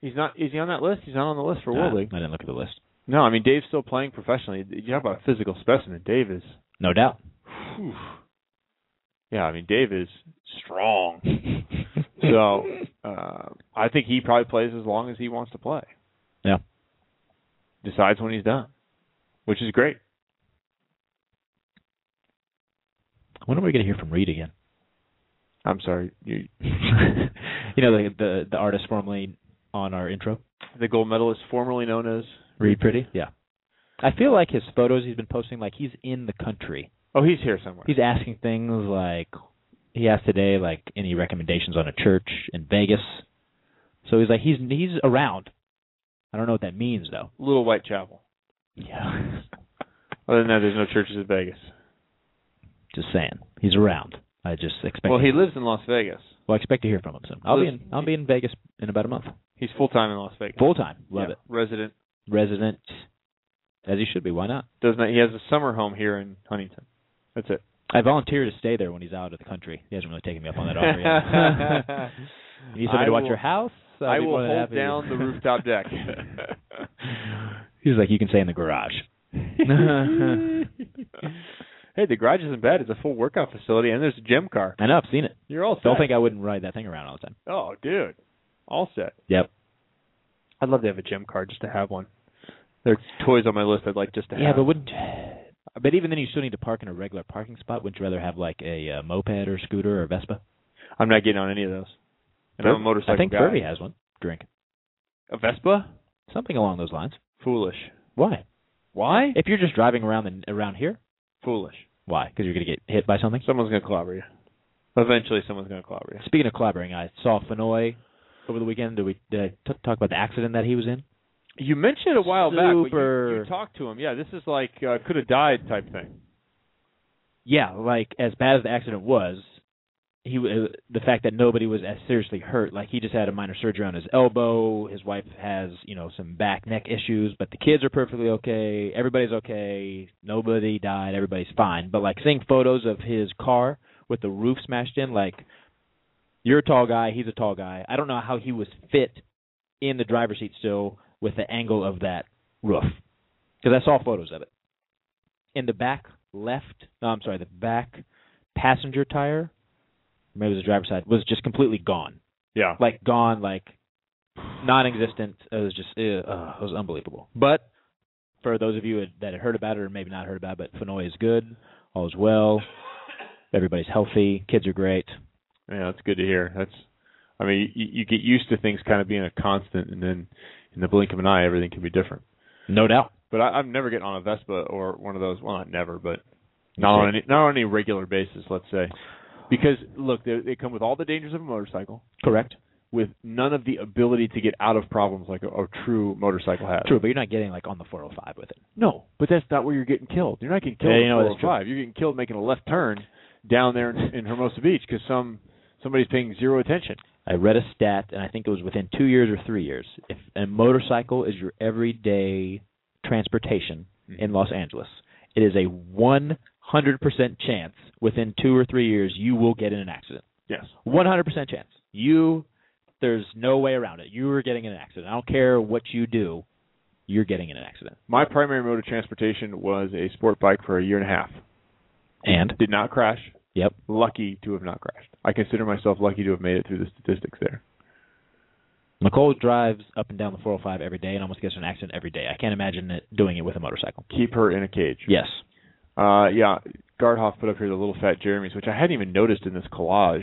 Speaker 7: He's not. Is he on that list? He's not on the list for
Speaker 6: Nah,
Speaker 7: World League.
Speaker 6: I didn't look at the list.
Speaker 7: No, I mean Dave's still playing professionally. You talk about a physical specimen. Dave is.
Speaker 6: No doubt.
Speaker 7: whew. Yeah, I mean Dave is strong. so uh, I think he probably plays as long as he wants to play.
Speaker 6: Yeah.
Speaker 7: Decides when he's done, which is great.
Speaker 6: When are we gonna hear from Reed again?
Speaker 7: I'm sorry. You,
Speaker 6: You know, the the, the artist formerly on our intro?
Speaker 7: the gold medalist formerly known as.
Speaker 6: Reed Pretty? Yeah. I feel like his photos he's been posting like he's in the country.
Speaker 7: Oh, he's here somewhere.
Speaker 6: He's asking things like he asked today, like any recommendations on a church in Vegas. So he's like he's he's around. I don't know what that means though.
Speaker 7: Little White Chapel.
Speaker 6: Yeah,
Speaker 7: Other than that, there's no churches in Vegas.
Speaker 6: just saying he's around. I just expect.
Speaker 7: Well, he lives in Las Vegas.
Speaker 6: Well, I expect to hear from him soon. I'll be in
Speaker 7: Listen,
Speaker 6: I'll be in Vegas in about a month,
Speaker 7: He's full time in Las Vegas.
Speaker 6: full time. Love
Speaker 7: Yeah,
Speaker 6: it,
Speaker 7: Resident.
Speaker 6: resident, as he should be. Why not?
Speaker 7: Does not. He has a summer home here in Huntington. That's it.
Speaker 6: I volunteer to stay there when he's out of the country. He hasn't really taken me up on that offer yet. you need somebody
Speaker 7: I
Speaker 6: to watch
Speaker 7: will-
Speaker 6: your house? I'll
Speaker 7: I
Speaker 6: be
Speaker 7: will
Speaker 6: more than
Speaker 7: hold
Speaker 6: happy.
Speaker 7: down the rooftop deck.
Speaker 6: He's like, you can stay in the garage.
Speaker 7: hey, the garage isn't bad. It's a full workout facility, and there's a gym car.
Speaker 6: I know, I've seen it.
Speaker 7: You're all set.
Speaker 6: Don't think I wouldn't ride that thing around all the time.
Speaker 7: Oh, dude, all set.
Speaker 6: Yep.
Speaker 7: I'd love to have a gym car just to have one. There are toys on my list I'd like just to
Speaker 6: Yeah,
Speaker 7: have.
Speaker 6: but wouldn't? But even then, you still need to park in a regular parking spot. Wouldn't you rather have like a uh, moped or scooter or Vespa?
Speaker 7: I'm not getting on any of those. And I'm a motorcycle
Speaker 6: I think
Speaker 7: guy.
Speaker 6: Furby has one. Drink
Speaker 7: A Vespa?
Speaker 6: something along those lines.
Speaker 7: Foolish.
Speaker 6: Why?
Speaker 7: Why?
Speaker 6: If you're just driving around the, around here,
Speaker 7: Foolish.
Speaker 6: why? Because you're gonna get hit by something.
Speaker 7: Someone's gonna clobber you. Eventually, someone's gonna clobber you.
Speaker 6: Speaking of collaborating, I saw Fenoy over the weekend. Did we did I t- talk about the accident that he was in?
Speaker 7: You mentioned it a while back. but you,
Speaker 6: Super.
Speaker 7: you talked to him. Yeah, this is like uh, could have died type thing.
Speaker 6: Yeah, like as bad as the accident was, he w- uh, the fact that nobody was as seriously hurt. Like he just had a minor surgery on his elbow. His wife has you know some back neck issues, but the kids are perfectly okay. Everybody's okay. Nobody died. Everybody's fine. But like seeing photos of his car with the roof smashed in, like you're a tall guy, he's a tall guy. I don't know how he was fit in the driver's seat still with the angle of that roof because I saw photos of it. In the back left, no, I'm sorry, the back passenger tire, maybe it was the driver's side, was just completely gone.
Speaker 7: Yeah.
Speaker 6: Like gone, like non-existent. It was just, uh, uh, it was unbelievable. But for those of you that had heard about it or maybe not heard about it, but Fenoy is good, all is well, everybody's healthy, kids are great.
Speaker 7: Yeah, that's good to hear. That's, I mean, you, you get used to things kind of being a constant, and then in the blink of an eye, everything can be different.
Speaker 6: No doubt.
Speaker 7: But I, I'm never getting on a Vespa or one of those. Well, not never, but not on any not on any regular basis. Let's say, because look, they, they come with all the dangers of a motorcycle,
Speaker 6: Correct.
Speaker 7: with none of the ability to get out of problems like a, a true motorcycle has.
Speaker 6: True, but you're not getting like on the 405 with it.
Speaker 7: No, but that's not where you're getting killed. You're not getting killed
Speaker 6: Yeah, you
Speaker 7: at
Speaker 6: know, that's
Speaker 7: 405. You're getting killed making a left turn down there in, in Hermosa Beach because some somebody's paying zero attention.
Speaker 6: I read a stat, and I think it was within two years or three years. If a motorcycle is your everyday transportation in Los Angeles, it is a 100% chance within two or three years you will get in an accident.
Speaker 7: Yes.
Speaker 6: 100% chance. You, there's no way around it. You are getting in an accident. I don't care what you do, you're getting in an accident.
Speaker 7: My primary mode of transportation was a sport bike for a year and a half.
Speaker 6: And
Speaker 7: Did not crash.
Speaker 6: Yep.
Speaker 7: Lucky to have not crashed. I consider myself lucky to have made it through the statistics there.
Speaker 6: Nicole drives up and down the 405 every day and almost gets in an accident every day. I can't imagine it doing it with a motorcycle.
Speaker 7: Keep her in a cage.
Speaker 6: Yes.
Speaker 7: Uh, yeah. Gardhoff put up here the little fat Jeremy's, which I hadn't even noticed in this collage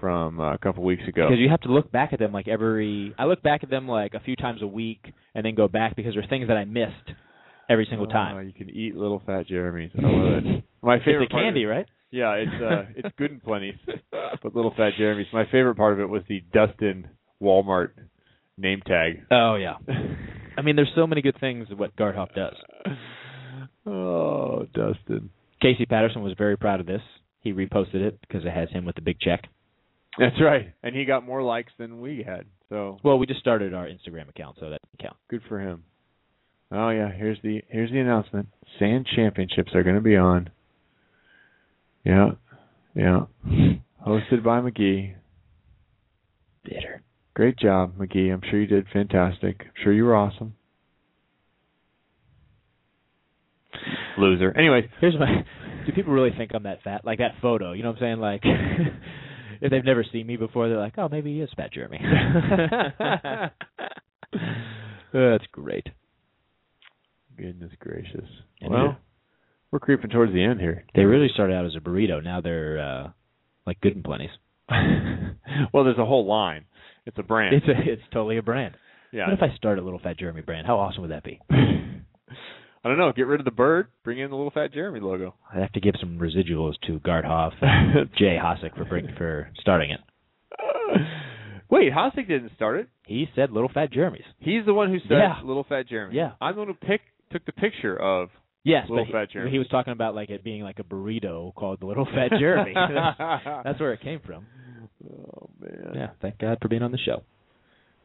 Speaker 7: from uh, a couple weeks ago.
Speaker 6: Because you have to look back at them like every. I look back at them like a few times a week, and then go back because there are things that I missed every single time.
Speaker 7: Uh, you can eat little fat Jeremy's. I love it. My Oh, favorite
Speaker 6: it's a candy,
Speaker 7: part
Speaker 6: right?
Speaker 7: Yeah, it's uh, it's good and plenty, but little fat Jeremy's. My favorite part of it was the Dustin Walmart name tag.
Speaker 6: Oh yeah. I mean, there's so many good things of what Gardhoff does.
Speaker 7: Oh, Dustin.
Speaker 6: Casey Patterson was very proud of this. He reposted it because it has him with the big check.
Speaker 7: That's right, and he got more likes than we had. So
Speaker 6: Well, we just started our Instagram account, so that doesn't count.
Speaker 7: good for him. Oh yeah, here's the here's the announcement. Sand championships are going to be on. Yeah, yeah. Hosted by McGee.
Speaker 6: Bitter.
Speaker 7: Great job, McGee. I'm sure you did fantastic. I'm sure you were awesome. Loser. Anyway,
Speaker 6: here's my. Do people really think I'm that fat? Like that photo, you know what I'm saying? Like, if they've never seen me before, they're like, "Oh, maybe he is fat, Jeremy." Oh, That's great.
Speaker 7: Goodness gracious.
Speaker 6: And
Speaker 7: well,
Speaker 6: it-
Speaker 7: we're creeping towards the end here.
Speaker 6: They really started out as a burrito. Now they're uh like Good and Plenty's.
Speaker 7: well, there's a whole line. It's a brand.
Speaker 6: It's a, it's totally a brand.
Speaker 7: yeah.
Speaker 6: What if I start a little fat Jeremy brand? How awesome would that be?
Speaker 7: I don't know. Get rid of the bird. Bring in the little fat Jeremy logo.
Speaker 6: I'd have to give some residuals to Gardhoff and Jay Hosick for bring, for starting it.
Speaker 7: Wait, Hosig didn't start it.
Speaker 6: He said little fat Jeremy's.
Speaker 7: He's the one who said
Speaker 6: Yeah.
Speaker 7: little fat Jeremy.
Speaker 6: Yeah.
Speaker 7: I'm the one who pick took the picture of
Speaker 6: Yes,
Speaker 7: little
Speaker 6: but he-
Speaker 7: fat Jeremy.
Speaker 6: he was talking about like it being like a burrito called the little fat Jeremy. That's where it came from.
Speaker 7: oh man.
Speaker 6: Yeah, thank God for being on the show.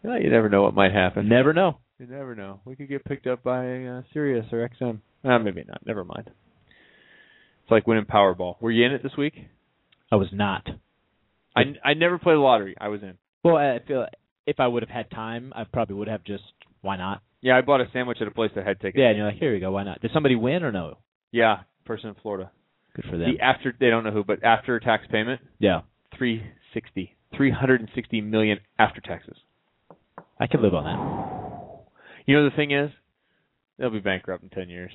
Speaker 7: Well, you never know what might happen.
Speaker 6: Never know.
Speaker 7: You never know. We could get picked up by uh, Sirius or XM. Ah, maybe not. Never mind. It's like winning Powerball. Were you in it this week?
Speaker 6: I was not.
Speaker 7: I, I never play the lottery. I was in.
Speaker 6: Well, I feel if I would have had time, I probably would have just why not?
Speaker 7: Yeah, I bought a sandwich at a place that had tickets.
Speaker 6: Yeah, and you're like, here we go, why not? Did somebody win or no?
Speaker 7: Yeah, person in Florida.
Speaker 6: Good for them.
Speaker 7: The after they don't know who, but after tax payment,
Speaker 6: Yeah,
Speaker 7: three sixty, three hundred and sixty million after taxes.
Speaker 6: I could live on that.
Speaker 7: You know the thing is, they'll be bankrupt in ten years,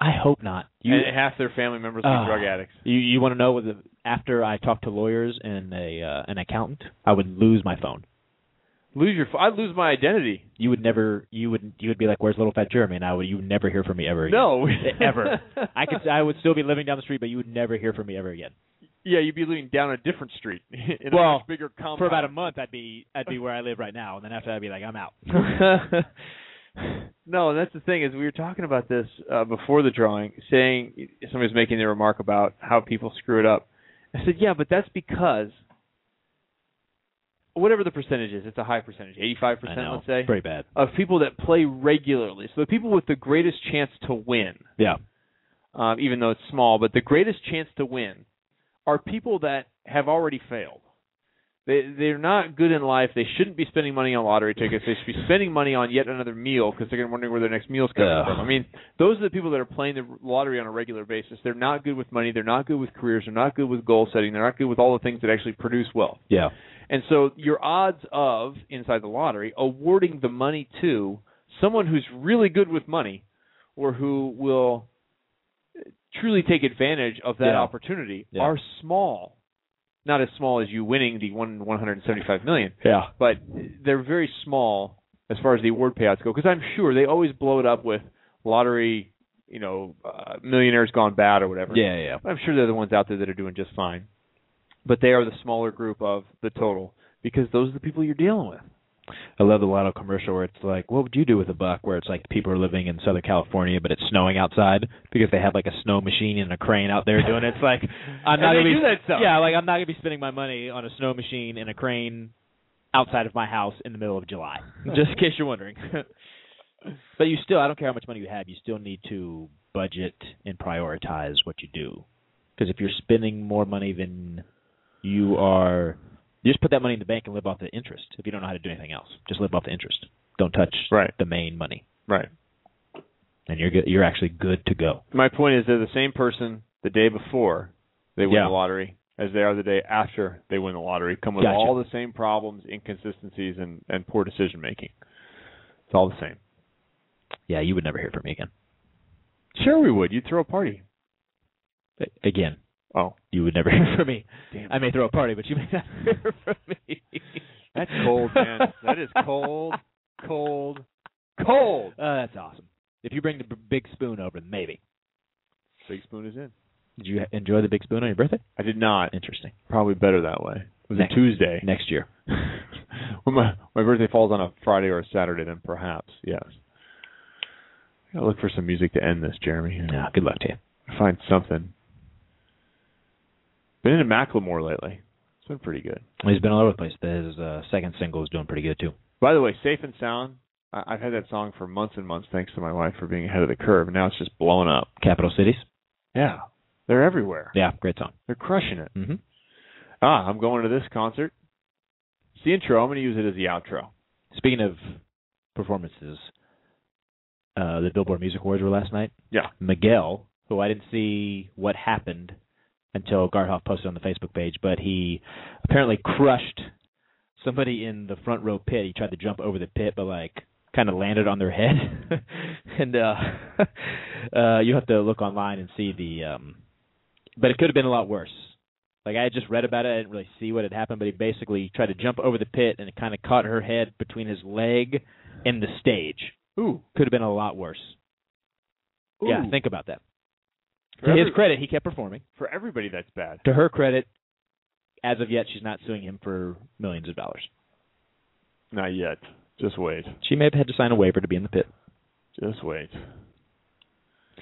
Speaker 6: I hope not. You
Speaker 7: and half their family members will
Speaker 6: Ah.
Speaker 7: be drug addicts.
Speaker 6: you, you want to know what the after I talk to lawyers and a uh, an accountant, I would lose my phone.
Speaker 7: Lose your, I lose my identity.
Speaker 6: You would never you would you would be like, where's little fat Jeremy? And I would you would never hear from me ever. Again.
Speaker 7: No,
Speaker 6: ever. I could I would still be living down the street, but you would never hear from me ever again.
Speaker 7: Yeah, you'd be living down a different street in
Speaker 6: Well,
Speaker 7: a much bigger compound.
Speaker 6: For about a month, I'd be I'd be where I live right now, and then after that, I'd be like, I'm out.
Speaker 7: no, and that's the thing is we were talking about this uh, before the drawing, saying somebody was making their remark about how people screw it up. I said, yeah, but that's because whatever the percentage is, it's a high percentage, eighty-five
Speaker 6: I
Speaker 7: percent,
Speaker 6: know.
Speaker 7: let's say,
Speaker 6: Pretty bad.
Speaker 7: of people that play regularly. So the people with the greatest chance to win,
Speaker 6: Yeah.
Speaker 7: um, even though it's small, but the greatest chance to win are people that have already failed. They they're not good in life. They shouldn't be spending money on lottery tickets. They should be spending money on yet another meal because they're going to wonder where their next meal's coming
Speaker 6: Ugh.
Speaker 7: from. I mean, those are the people that are playing the lottery on a regular basis. They're not good with money. They're not good with careers. They're not good with goal setting. They're not good with all the things that actually produce wealth.
Speaker 6: Yeah.
Speaker 7: And so your odds of inside the lottery awarding the money to someone who's really good with money or who will truly take advantage of that
Speaker 6: Yeah.
Speaker 7: opportunity
Speaker 6: Yeah.
Speaker 7: are small. Not as small as you winning the one in 175 million,
Speaker 6: Yeah.
Speaker 7: but they're very small as far as the award payouts go because I'm sure they always blow it up with lottery, you know, uh, millionaires gone bad or whatever.
Speaker 6: Yeah. Yeah.
Speaker 7: I'm sure they're the ones out there that are doing just fine. But they are the smaller group of the total because those are the people you're dealing with.
Speaker 6: I love the Lotto commercial where it's like, "What would you do with a buck?" Where it's like people are living in Southern California, but it's snowing outside because they have like a snow machine and a crane out there doing it. It's like I'm
Speaker 7: And
Speaker 6: not
Speaker 7: they
Speaker 6: gonna be,
Speaker 7: do that stuff.
Speaker 6: Yeah, like I'm not gonna be spending my money on a snow machine and a crane outside of my house in the middle of July. Just in case you're wondering. but you still, I don't care how much money you have, you still need to budget and prioritize what you do. Because if you're spending more money than you are you just put that money in the bank and live off the interest if you don't know how to do anything else just live off the interest don't touch
Speaker 7: Right.
Speaker 6: the main money
Speaker 7: Right.
Speaker 6: and you're good, you're actually good to go
Speaker 7: My point is they're the same person the day before they win
Speaker 6: Yeah.
Speaker 7: the lottery as they are the day after they win the lottery, come with
Speaker 6: Gotcha.
Speaker 7: all the same problems, inconsistencies, and, and poor decision making. It's all the same.
Speaker 6: yeah you would never hear from me again
Speaker 7: Sure, we would. You'd throw a party.
Speaker 6: A- Again.
Speaker 7: Oh.
Speaker 6: You would never hear from me.
Speaker 7: Damn.
Speaker 6: I may throw a party, but you may not hear from me.
Speaker 7: That's cold, man. that is cold, cold, cold.
Speaker 6: Uh, that's awesome. If you bring the b- big spoon over, maybe.
Speaker 7: Big spoon is in.
Speaker 6: Did you enjoy the big spoon on your birthday?
Speaker 7: I did not.
Speaker 6: Interesting.
Speaker 7: Probably better that way. It was
Speaker 6: Next-
Speaker 7: a Tuesday.
Speaker 6: Next year.
Speaker 7: when my my birthday falls on a Friday or a Saturday, then perhaps yes. I gotta look for some music to end this, Jeremy.
Speaker 6: No, good luck to you.
Speaker 7: Find something. Been into Macklemore lately. It's been pretty good.
Speaker 6: He's been all over the place. His uh, second single is doing pretty good too.
Speaker 7: By the way, Safe and Sound. I, I've had that song for months and months, thanks to my wife for being ahead of the curve. Now it's just blowing up.
Speaker 6: Capital Cities.
Speaker 7: Yeah, they're everywhere.
Speaker 6: Yeah, great song.
Speaker 7: They're crushing it.
Speaker 6: Mm-hmm.
Speaker 7: Ah, I'm going to this concert. It's the intro. I'm going to use it as the outro.
Speaker 6: Speaking of performances, uh, the Billboard Music Awards were last night.
Speaker 7: Yeah.
Speaker 6: Miguel, who I didn't see what happened until Garhoff posted on the Facebook page, but he apparently crushed somebody in the front row pit. He tried to jump over the pit, but like kind of landed on their head. and uh, uh, you have to look online and see the. Um, but it could have been a lot worse. Like I had just read about it, I didn't really see what had happened, but he basically tried to jump over the pit and it kind of caught her head between his leg and the stage.
Speaker 7: Ooh.
Speaker 6: Could have been a lot worse. Yeah, think about that.
Speaker 7: For
Speaker 6: to his
Speaker 7: every-
Speaker 6: credit, he kept performing.
Speaker 7: for everybody, that's bad.
Speaker 6: To her credit, as of yet, she's not suing him for millions of dollars.
Speaker 7: Not yet. Just wait.
Speaker 6: She may have had to sign a waiver to be in the pit.
Speaker 7: Just wait.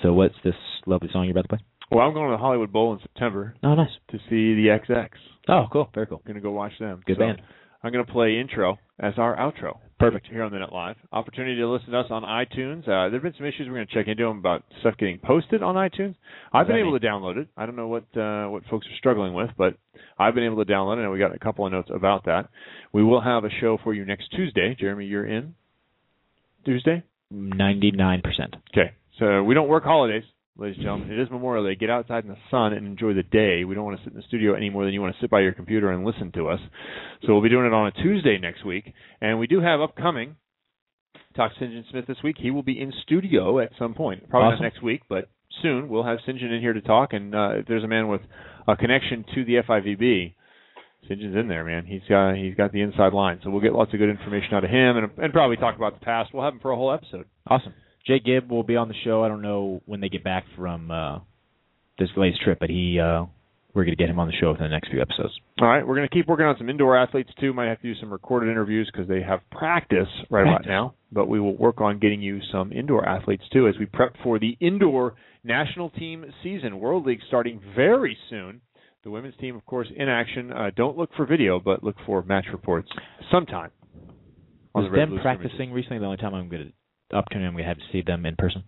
Speaker 6: So what's this lovely song you're about to play?
Speaker 7: Well, I'm going to the Hollywood Bowl in September
Speaker 6: Oh, nice.
Speaker 7: to see the XX.
Speaker 6: Oh, cool. Very cool.
Speaker 7: I'm going to go watch them.
Speaker 6: Good
Speaker 7: So,
Speaker 6: band.
Speaker 7: I'm going to play intro as our outro.
Speaker 6: Perfect.
Speaker 7: Here on the Net Live. Opportunity to listen to us on iTunes. Uh, there have been some issues. We're going to check into them about stuff getting posted on iTunes. I've been
Speaker 6: Right.
Speaker 7: able to download it. I don't know what uh, what folks are struggling with, but I've been able to download it, and we got a couple of notes about that. We will have a show for you next Tuesday. Jeremy, you're in? Tuesday?
Speaker 6: Ninety-nine percent.
Speaker 7: Okay. So we don't work holidays, ladies and gentlemen. It is Memorial Day. Get outside in the sun and enjoy the day. We don't want to sit in the studio any more than you want to sit by your computer and listen to us. So we'll be doing it on a Tuesday next week. And we do have upcoming talk St. John Smith this week. He will be in studio at some point. Probably
Speaker 6: Awesome.
Speaker 7: not next week, but soon we'll have St. John in here to talk. And uh, if there's a man with a connection to the FIVB, St. John's in there, man. He's got he's got the inside line. So we'll get lots of good information out of him, and and probably talk about the past. We'll have him for a whole episode.
Speaker 6: Awesome. Jay Gibb will be on the show. I don't know when they get back from uh, this latest trip, but he uh, we're going to get him on the show within the next few episodes.
Speaker 7: All right, we're going to keep working on some indoor athletes too. Might have to do some recorded interviews because they have practice right about
Speaker 6: Practice.
Speaker 7: now. But we will work on getting you some indoor athletes too as we prep for the indoor national team season. World League starting very soon. The women's team, of course, in action. Uh, don't look for video, but look for match reports sometime. on
Speaker 6: Was
Speaker 7: the Red
Speaker 6: them
Speaker 7: Blue scrimmages.
Speaker 6: practicing recently the only time I'm going to opportunity I'm going to have to see them in person?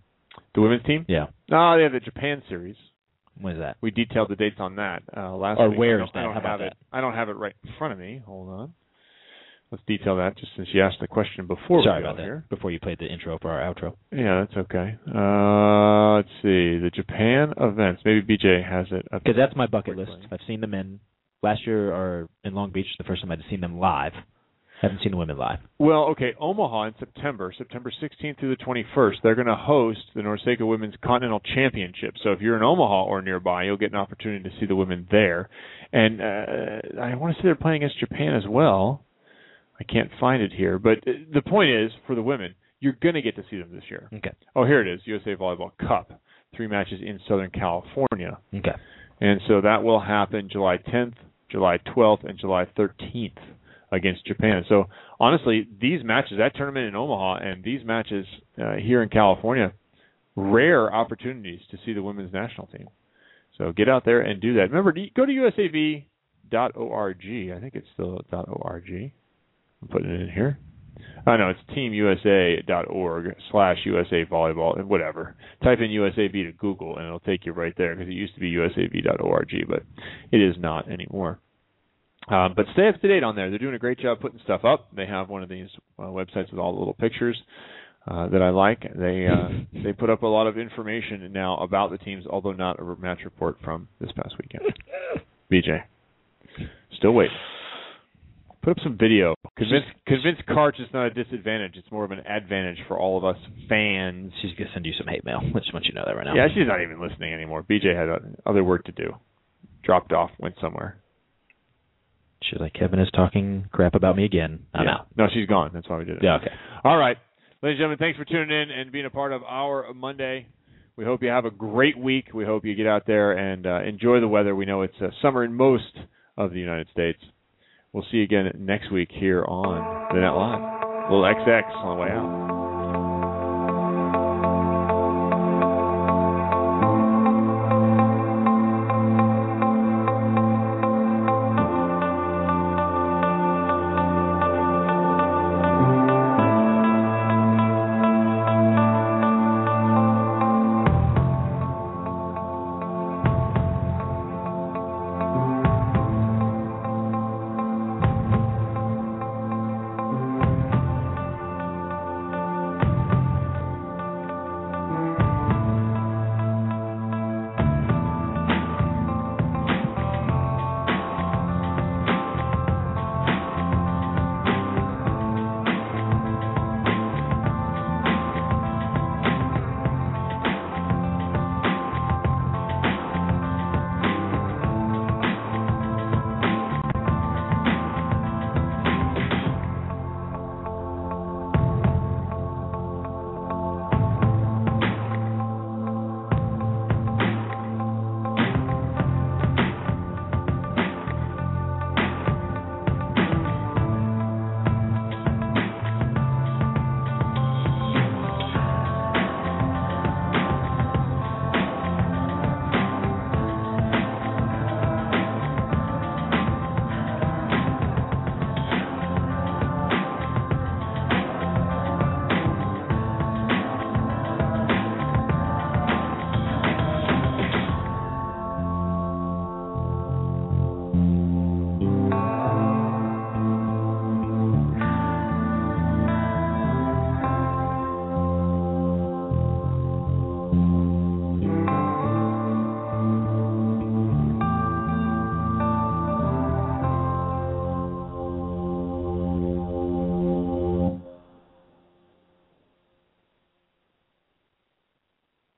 Speaker 7: The women's team?
Speaker 6: Yeah.
Speaker 7: No, they have the Japan series.
Speaker 6: When is that?
Speaker 7: We detailed the dates on that uh, last
Speaker 6: Or
Speaker 7: week.
Speaker 6: where
Speaker 7: I don't-
Speaker 6: is that?
Speaker 7: I don't
Speaker 6: How about
Speaker 7: have it. I don't have it right in front of me. Hold on. Let's detail that just since you asked the question before
Speaker 6: Sorry
Speaker 7: we go
Speaker 6: about that.
Speaker 7: here.
Speaker 6: Before you played the intro for our outro.
Speaker 7: Yeah, that's okay. Uh, let's see the Japan events. Maybe BJ has it up
Speaker 6: Because that's my bucket list.
Speaker 7: quickly.
Speaker 6: I've seen them in last year or in Long Beach. The first time I'd seen them live. Haven't seen the women live.
Speaker 7: Well, okay, Omaha in September, September 16th through the 21st, they're going to host the Norseca Women's Continental Championship. So if you're in Omaha or nearby, you'll get an opportunity to see the women there. And uh, I want to say they're playing against Japan as well. I can't find it here, but uh, the point is for the women, you're going to get to see them this year.
Speaker 6: Okay.
Speaker 7: Oh, here it is, USA Volleyball Cup, three matches in Southern California.
Speaker 6: Okay.
Speaker 7: And so that will happen July 10th, July 12th, and July 13th against Japan. So honestly, these matches, that tournament in Omaha and these matches uh, here in California, rare opportunities to see the women's national team. So get out there and do that. Remember, do- go to usav.org. I think it's still .org. I'm putting it in here. I know it's teamusa.org slash USA volleyball and whatever. Type in USAV to Google and it'll take you right there because it used to be USAV.org, but it is not anymore. Um, but stay up to date on there. They're doing a great job putting stuff up. They have one of these uh, websites with all the little pictures uh, that I like. They uh, they put up a lot of information now about the teams, although not a match report from this past weekend. BJ, still waiting. Put up some video. Convince convince Karch it's not a disadvantage. It's more of an advantage for all of us fans.
Speaker 6: She's gonna send you some hate mail. I just want you to know that right now.
Speaker 7: Yeah, she's not even listening anymore. BJ had o- other work to do. Dropped off, went somewhere.
Speaker 6: She's like, Kevin is talking crap about me again. I'm
Speaker 7: Yeah.
Speaker 6: out.
Speaker 7: No, she's gone. That's why we did it.
Speaker 6: Yeah, okay.
Speaker 7: All right. Ladies and gentlemen, thanks for tuning in and being a part of our Monday. We hope you have a great week. We hope you get out there and uh, enjoy the weather. We know it's uh, summer in most of the United States. We'll see you again next week here on The Net Live. Little XX on the way out.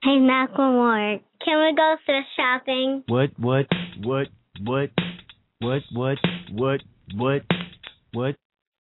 Speaker 12: Hey, Macklemore, can we go thrift shopping?
Speaker 13: What, what, what, what, what, what, what, what, what,